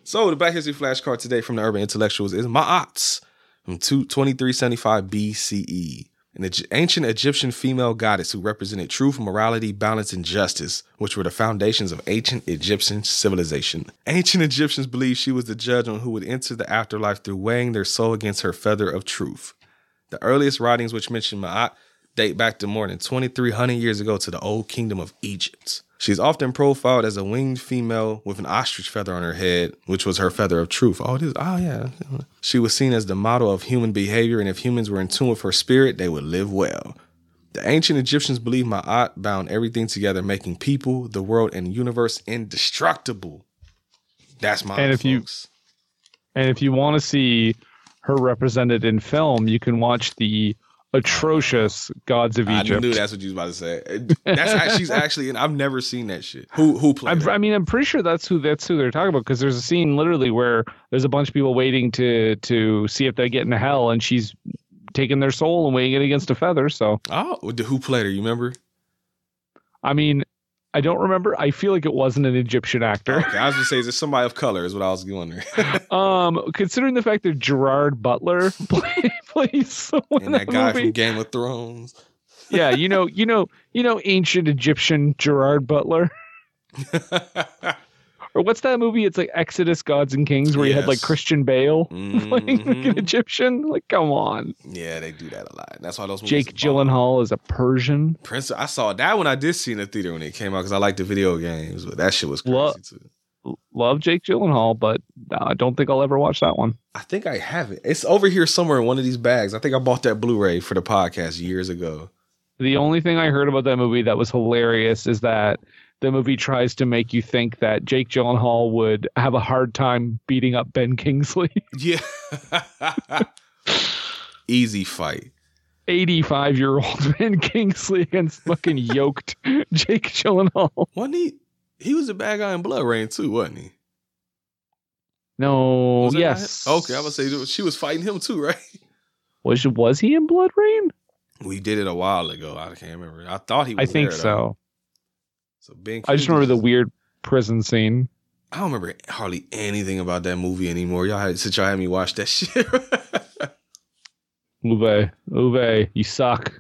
Speaker 2: so the Black History flashcard today from the Urban Intellectuals is Ma'at from 2- 2375 BCE, E, an Egy- ancient Egyptian female goddess who represented truth, morality, balance, and justice, which were the foundations of ancient Egyptian civilization. Ancient Egyptians believed she was the judge on who would enter the afterlife through weighing their soul against her feather of truth. The earliest writings which mention Ma'at date back to more than 2,300 years ago to the old kingdom of Egypt. She's often profiled as a winged female with an ostrich feather on her head, which was her feather of truth. Oh, it is. Oh, yeah. She was seen as the model of human behavior, and if humans were in tune with her spirit, they would live well. The ancient Egyptians believed Ma'at bound everything together, making people, the world, and universe indestructible. That's my
Speaker 3: and if you and if you want to see her represented in film, you can watch the atrocious Gods of
Speaker 2: I
Speaker 3: Egypt.
Speaker 2: knew that's what you was about to say. That's act- she's actually, and I've never seen that shit. Who who played?
Speaker 3: I'm, I mean, I'm pretty sure that's who that's who they're talking about because there's a scene literally where there's a bunch of people waiting to to see if they get into hell, and she's taking their soul and weighing it against a feather. So,
Speaker 2: oh, who played her? You remember?
Speaker 3: I mean, I don't remember. I feel like it wasn't an Egyptian actor.
Speaker 2: <laughs> Okay, I was gonna say, is it somebody of color? Is what I was going
Speaker 3: <laughs>
Speaker 2: there.
Speaker 3: um, considering the fact that Gerard Butler <laughs> play, plays someone in
Speaker 2: and that guy
Speaker 3: movie.
Speaker 2: from Game of Thrones.
Speaker 3: <laughs> yeah, you know, you know, you know, ancient Egyptian Gerard Butler. <laughs> or what's that movie? It's like Exodus, Gods and Kings, where you had like
Speaker 2: Yes.
Speaker 3: Christian Bale <laughs> playing like
Speaker 2: Mhm.
Speaker 3: <laughs> an Egyptian. Like, come on,
Speaker 2: Yeah, they do that a lot. That's why those movies
Speaker 3: Jake Gyllenhaal is a Persian.
Speaker 2: Prince. I saw that one. I did see in the theater when it came out because I liked the video games, but that shit was crazy too.
Speaker 3: Love Jake Gyllenhaal, but uh, I don't think I'll ever watch that one.
Speaker 2: I think I have it. It's over here somewhere in one of these bags. I think I bought that Blu-ray for the podcast years ago.
Speaker 3: The only thing I heard about that movie that was hilarious is that the movie tries to make you think that Jake Gyllenhaal would have a hard time beating up Ben Kingsley. <laughs>
Speaker 2: Yeah. <laughs> Easy fight.
Speaker 3: 85 year old <laughs> Ben Kingsley against fucking yoked <laughs> Jake Gyllenhaal.
Speaker 2: Wasn't he? He was a bad guy in Blood Rain too, wasn't he?
Speaker 3: No,
Speaker 2: Was that not
Speaker 3: Oh, yes.
Speaker 2: him? Okay, I was gonna say she was fighting him too, <laughs> right?
Speaker 3: Was was he in Blood Rain?
Speaker 2: We did it a while ago. I can't remember. I thought he.
Speaker 3: I
Speaker 2: was
Speaker 3: think
Speaker 2: there,
Speaker 3: so.
Speaker 2: though. So Ben.
Speaker 3: I just
Speaker 2: Kingsley-
Speaker 3: remember the weird prison scene.
Speaker 2: I don't remember hardly anything about that movie anymore. Y'all had since y'all had me watch that <laughs> shit.
Speaker 3: Uwe, Uwe, you suck.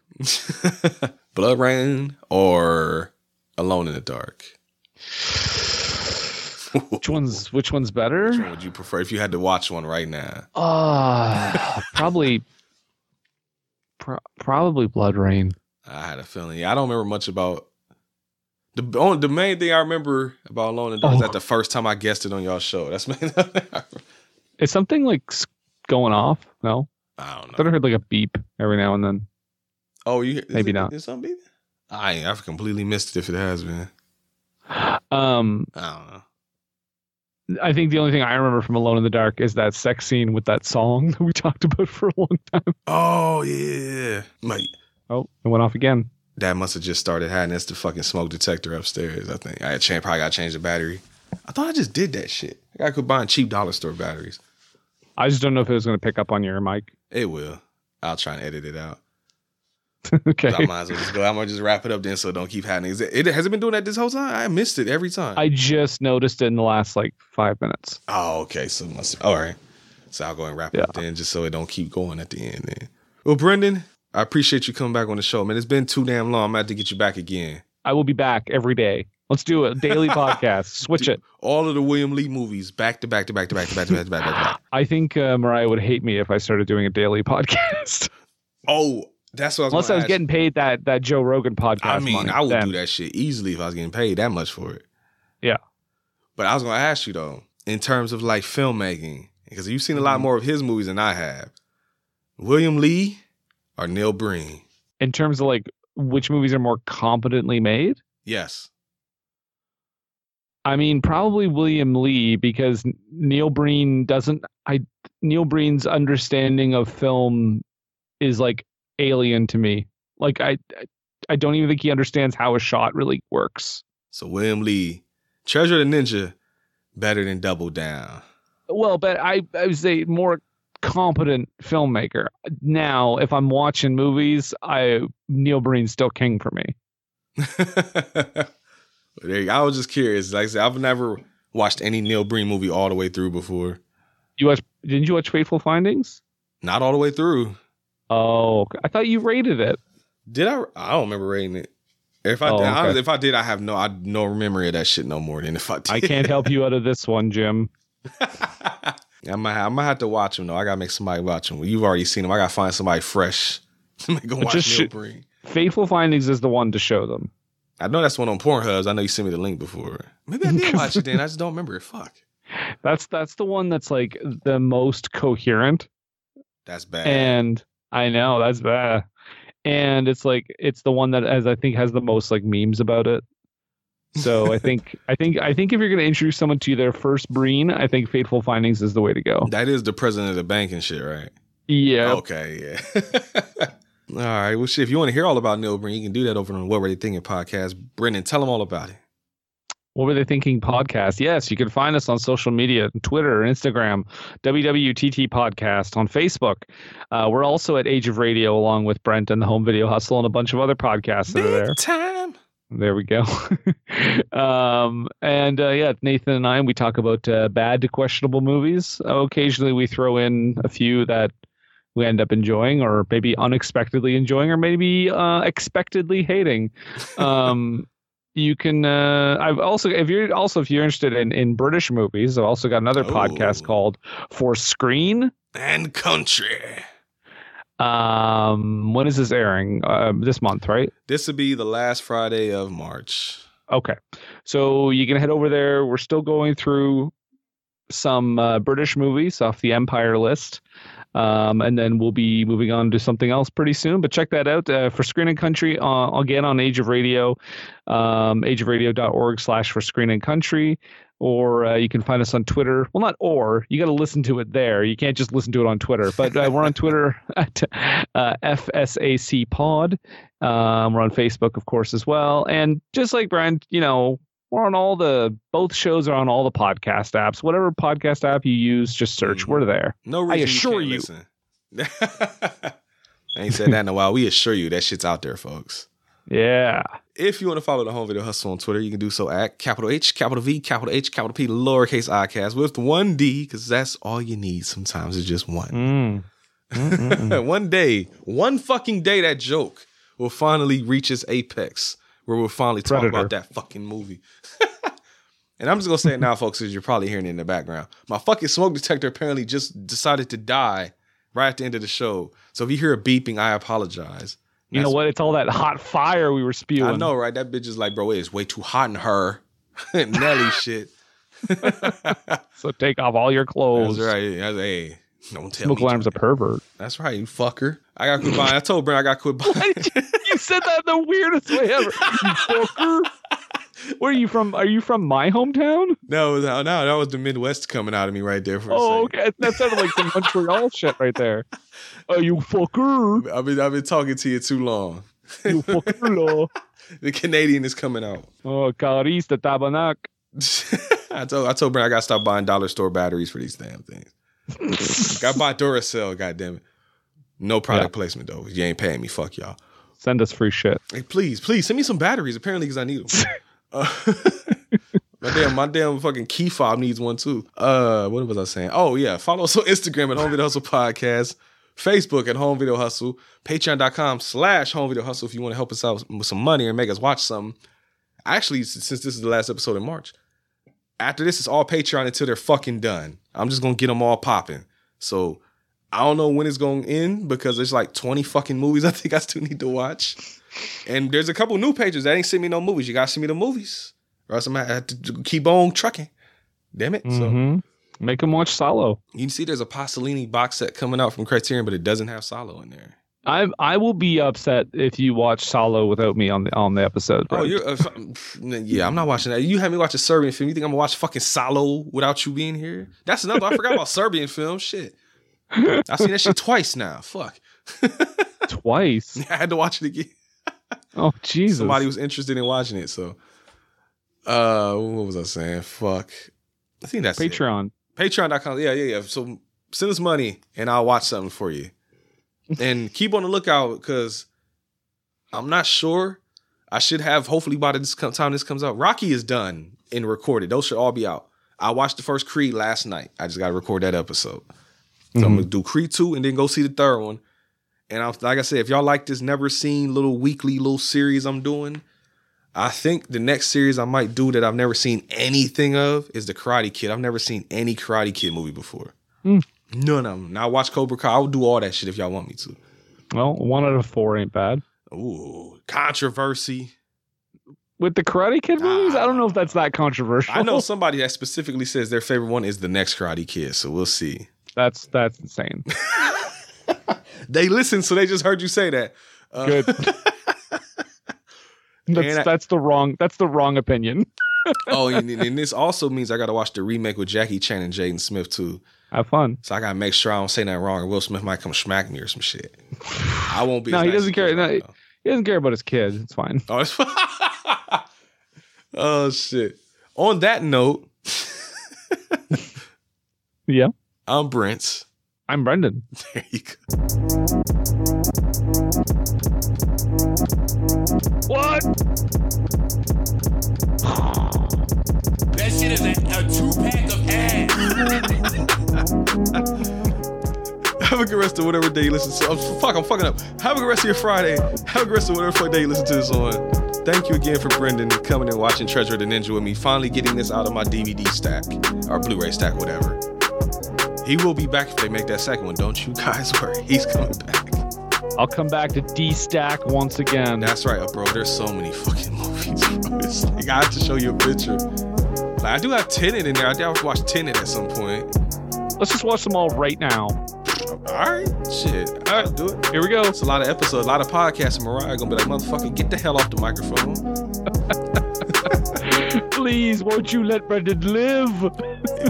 Speaker 2: Blood Rain or Alone in the Dark.
Speaker 3: Which one's which one's better?
Speaker 2: Which one would you prefer if you had to watch one right now?
Speaker 3: Ah, probably, pro- probably Blood Rain.
Speaker 2: I had a feeling. Yeah, I don't remember much about the on, the main thing I remember about Alone in the Dark
Speaker 3: Oh.
Speaker 2: is that the first time I guessed it on y'all show. That's <laughs>
Speaker 3: Is something like s- going off? No,
Speaker 2: I don't know.
Speaker 3: But I heard like a beep every now and then.
Speaker 2: oh you is
Speaker 3: Maybe
Speaker 2: it-
Speaker 3: not.
Speaker 2: Is something? I I've completely missed it if it has been.
Speaker 3: Um,
Speaker 2: I don't know.
Speaker 3: I think the only thing I remember from Alone in the Dark is that sex scene with that song <laughs> that we talked about for a long time.
Speaker 2: Oh yeah, like
Speaker 3: oh, it went off again.
Speaker 2: That must have just started hiding. It's the fucking smoke detector upstairs. I think I had changed, probably got to change the battery. I thought I just did that shit. Like I could buy cheap dollar store batteries.
Speaker 3: I just don't know if it was going to pick up on your mic. <laughs>
Speaker 2: It will. I'll try and edit it out.
Speaker 3: okay.
Speaker 2: I might as well just go. I'm gonna just wrap it up then, so it don't keep happening. Is it, it has it been doing that this whole time? I missed it every time.
Speaker 3: I just noticed it in the last like five minutes.
Speaker 2: Oh, okay. So it must all right. So I'll go and wrap it up then, just so it don't keep going at the end. Then. Well, Brendan, I appreciate you coming back on the show, man. It's been too damn long. I'm gonna have to get you back again.
Speaker 3: I will be back every day. Let's do a daily podcast. Switch it.
Speaker 2: All of the William Lee movies, back to back to back to back to back to back to back to
Speaker 3: <laughs>
Speaker 2: back.
Speaker 3: I think uh, Mariah would hate me if I started doing a daily <laughs> podcast.
Speaker 2: Oh, that's what I was.
Speaker 3: Unless I
Speaker 2: gonna
Speaker 3: was
Speaker 2: ask.
Speaker 3: getting paid that that Joe Rogan podcast.
Speaker 2: I mean,
Speaker 3: money,
Speaker 2: I would
Speaker 3: then.
Speaker 2: do that shit easily if I was getting paid that much for it.
Speaker 3: Yeah.
Speaker 2: But I was gonna ask you though, in terms of like filmmaking, because you've seen a lot more of his movies than I have. William Lee or Neil Breen?
Speaker 3: in terms of like which movies are more competently made.
Speaker 2: Yes.
Speaker 3: I mean, probably William Lee because Neil Breen doesn't. I Neil Breen's understanding of film is like alien to me. Like I, I- I don't even think he understands how a shot really works.
Speaker 2: So William Lee, Treasure of the Ninja, better than Double Down. <laughs>
Speaker 3: Well, but I, I was a more competent filmmaker. Now, if I'm watching movies, I Neil Breen's still king for me.
Speaker 2: But there you- I was just curious. Like I said, I've never watched any Neil Breen movie all the way through before.
Speaker 3: You watch? Didn't you watch Fateful Findings?
Speaker 2: Not all the way through.
Speaker 3: Oh, I thought you rated it.
Speaker 2: Did I? I don't remember rating it. If I,
Speaker 3: Oh,
Speaker 2: did, I
Speaker 3: okay.
Speaker 2: if I did, I have no, I no memory of that shit no more than if I did.
Speaker 3: I can't help you out of this one, Jim.
Speaker 2: <laughs> I might, have, I might have to watch him though. I gotta make somebody watch him. You've already seen him. I gotta find somebody fresh <laughs> to make him watch
Speaker 3: Just
Speaker 2: Neil
Speaker 3: sh-
Speaker 2: Breen.
Speaker 3: Fateful Findings is the one to show them.
Speaker 2: I know that's one on Pornhubs. I know you sent me the link before. Maybe I did watch it then. I just don't remember it. Fuck.
Speaker 3: That's that's the one that's like the most coherent.
Speaker 2: That's bad.
Speaker 3: And I know that's bad. And it's like it's the one that as I think has the most like memes about it. So I think I think I think if you're gonna introduce someone to their first Breen, I think Fateful Findings is the way to go.
Speaker 2: That is the president of the bank and shit, right?
Speaker 3: Yeah.
Speaker 2: Okay, yeah. <laughs> all right. Well, shit. If you want to hear all about Neil Breen, you can do that over on the What Were They Thinking podcast. Brendan, tell them all about it.
Speaker 3: What were they thinking podcast? Yes, you can find us on social media, Twitter, Instagram, WWTT podcast on Facebook. Uh, we're also at Age of Radio along with Brent and the Home Video Hustle and a bunch of other podcasts that are there.
Speaker 2: Time.
Speaker 3: There we go. <laughs> um, and uh, yeah, Nathan and I, we talk about uh, bad to questionable movies. occasionally, we throw in a few that we end up enjoying, or maybe unexpectedly enjoying, or maybe uh, expectedly hating. Um, you can. Uh, I've also, if you're also if you're interested in in British movies, I've also got another podcast called For Screen.
Speaker 2: And country.
Speaker 3: Um, when is this airing? Uh, this month, right?
Speaker 2: This will be the last Friday of March.
Speaker 3: Okay. So you can head over there. We're still going through some uh, British movies off the Empire list. Um, and then we'll be moving on to something else pretty soon. But check that out uh, for Screen and Country uh, again on Age of Radio, um, ageofradio.org slash for Screen and Country. Or uh, you can find us on Twitter. Well, not or. You got to listen to it there. You can't just listen to it on Twitter. But uh, we're on Twitter <laughs> at uh, FSAC Pod. Um, we're on Facebook, of course, as well. And just like Brian, you know, we're on all the both shows are on all the podcast apps. Whatever podcast app you use, just search. We're there.
Speaker 2: No reason
Speaker 3: I assure
Speaker 2: you.
Speaker 3: you.
Speaker 2: Can't listen. <laughs> I ain't said that in a while. We assure you that shit's out there, folks.
Speaker 3: Yeah.
Speaker 2: If you want to follow the Home Video Hustle on Twitter, you can do so at capital H, capital V, capital H, capital P, lowercase icast with one D, because that's all you need. Sometimes it's just one. <laughs>
Speaker 3: Mm.
Speaker 2: one day, one fucking day, that joke will finally reach its apex where we'll finally talk about that fucking movie. <laughs> and I'm just gonna say it now, folks, because you're probably hearing it in the background. My fucking smoke detector apparently just decided to die right at the end of the show. So if you hear a beeping, I apologize.
Speaker 3: You know what? It's all that hot fire we were spewing.
Speaker 2: I know, right? That bitch is like, bro, it is way too hot in her. <laughs>
Speaker 3: <laughs>
Speaker 2: Nelly shit.
Speaker 3: so take off all your clothes.
Speaker 2: That's right. That's, hey, don't tell
Speaker 3: Smoke
Speaker 2: me.
Speaker 3: alarm's a pervert.
Speaker 2: That's right, you fucker. I got quit buying. I told Brent I got quit buying.
Speaker 3: <laughs> you said that the weirdest way ever. You fucker. <laughs> Where are you from? Are you from my hometown?
Speaker 2: No, no, no, that was the Midwest coming out of me right there for
Speaker 3: Oh,
Speaker 2: a second.
Speaker 3: okay. That sounded like some Montreal shit right <laughs> there. Oh, you fucker.
Speaker 2: I've been I've been talking to you too long.
Speaker 3: You fucker.
Speaker 2: The Canadian is coming out. <laughs>
Speaker 3: Oh, Caris the Tabarnak.
Speaker 2: I told I told Brent I gotta stop buying dollar store batteries for these damn things. I bought Duracell, goddamn it. No product placement though. You ain't paying me. Fuck y'all.
Speaker 3: Send us free shit.
Speaker 2: Hey, please, please send me some batteries. Apparently, because I need them. Uh, <laughs> my damn, my damn fucking key fob needs one too. Uh, what was I saying? Oh yeah, follow us on Instagram at Home Video Hustle Podcast, Facebook at Home Video Hustle, Patreon.com/slash Home Video Hustle if you want to help us out with some money or make us watch something. Actually, s- since this is the last episode in March, after this it's all Patreon until they're fucking done. I'm just gonna get them all popping. So I don't know when it's gonna end because there's like 20 fucking movies <laughs> I think I still need to watch. And there's a couple new pages that ain't sent me no movies. You gotta send me the movies. Or else I'm gonna have to keep on trucking. Damn it.
Speaker 3: Mhm. Make them watch Solo.
Speaker 2: You can see there's a Pasolini box set coming out from Criterion, but it doesn't have Solo in there.
Speaker 3: I I will be upset if you watch Solo without me on the on the episode.
Speaker 2: Oh,
Speaker 3: Brent.
Speaker 2: you're uh, f- yeah. I'm not watching that. You had me watch a Serbian film. You think I'm gonna watch fucking Solo without you being here? That's another. I forgot about Serbian film. Shit, I've seen
Speaker 3: <laughs>
Speaker 2: that shit twice now. Fuck, <laughs>
Speaker 3: twice.
Speaker 2: I had to watch it again.
Speaker 3: Oh Jesus!
Speaker 2: Somebody was interested in watching it, so. Uh, what was I saying? Fuck, I think that's it.
Speaker 3: Patreon.
Speaker 2: Patreon.com. Yeah, yeah, yeah. So send us money and I'll watch something for you. And keep on the lookout because I'm not sure. I should have, hopefully, by the discom- time this comes out, Rocky is done and recorded. Those should all be out. I watched the first Creed last night. I just got to record that episode. So I'm going to do Creed 2 and then go see the third one. And I'm, like I said, if y'all like this never seen little weekly little series I'm doing, I think the next series I might do that I've never seen anything of is the Karate Kid. I've never seen any Karate Kid movie before.
Speaker 3: Hmm.
Speaker 2: None of them. Now I watch Cobra Kai. I'll do all that shit if y'all want me to.
Speaker 3: Well, one out of four ain't bad.
Speaker 2: Ooh, controversy.
Speaker 3: With the Karate Kid movies, I don't know if that's that controversial.
Speaker 2: I <laughs> know somebody that specifically says their favorite one is the next Karate Kid, so we'll see.
Speaker 3: That's that's insane.
Speaker 2: they listen, so they just heard you say that. Uh, <laughs>
Speaker 3: Good. That's
Speaker 2: And I-
Speaker 3: that's the wrong that's the wrong opinion.
Speaker 2: oh, <laughs> and, and this also means I got to watch the remake with Jackie Chan and Jaden Smith too.
Speaker 3: Have fun.
Speaker 2: So I got to make sure I don't say nothing wrong, or Will Smith might come smack me or some shit. I won't <laughs> be.
Speaker 3: No,
Speaker 2: as
Speaker 3: he
Speaker 2: nice
Speaker 3: doesn't
Speaker 2: as
Speaker 3: care.
Speaker 2: Chris
Speaker 3: No,
Speaker 2: Rock,
Speaker 3: he he doesn't care about his kids. It's fine.
Speaker 2: Oh, it's <laughs> oh shit. On that note,
Speaker 3: yeah,
Speaker 2: I'm Brent. <laughs>
Speaker 3: I'm Brendan.
Speaker 2: There you go.
Speaker 3: What?
Speaker 4: That shit is a, a two pack of ass.
Speaker 2: Have a good rest of whatever day you listen to. oh, fuck, I'm fucking up. Have a good rest of your Friday. Have a good rest of whatever fuck day you listen to this on. Thank you again for Brendan coming and watching Treasure of the Ninja with me. Finally getting this out of my DVD stack or Blu-ray stack, whatever. He will be back if they make that second one. Don't you guys <laughs> worry. He's coming back.
Speaker 3: I'll come back to D stack once again.
Speaker 2: That's right, bro. There's so many fucking movies. <laughs> Bro. It's like I have to show you a picture. Like I do have Tenet in there. I think I watched Tenet at some point.
Speaker 3: Let's just watch them all right now.
Speaker 2: All right, shit. All right, do it.
Speaker 3: Here we go.
Speaker 2: It's a lot of episodes, a lot of podcasts. And Mariah gonna be like, motherfucker, get the hell off the microphone.
Speaker 3: Please, won't you let Brendan live? <laughs>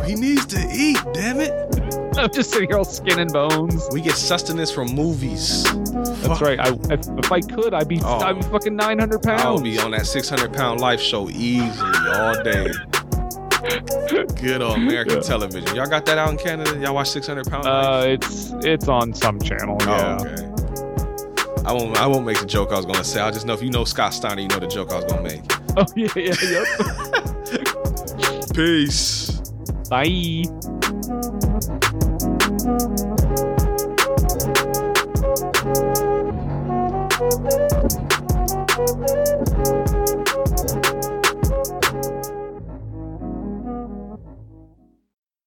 Speaker 2: He needs to eat. Damn it!
Speaker 3: I'm just sitting here all skin and bones.
Speaker 2: We get sustenance from movies.
Speaker 3: That's right. I if, if I could, I'd be
Speaker 2: Oh.
Speaker 3: I'd be fucking 900 pounds.
Speaker 2: I'll be on that 600 pound life show easily all day. Good old American
Speaker 3: Yeah.
Speaker 2: television. Y'all got that out in Canada? Y'all watch 600 pound?
Speaker 3: Uh, it's it's on some channel. Yeah.
Speaker 2: Oh, okay. I won't. I won't make the joke I was gonna say. I just know if you know Scott Steiner, you know the joke I was gonna make.
Speaker 3: <laughs> Oh yeah, yeah, yep. <laughs>
Speaker 2: Peace.
Speaker 3: Bye.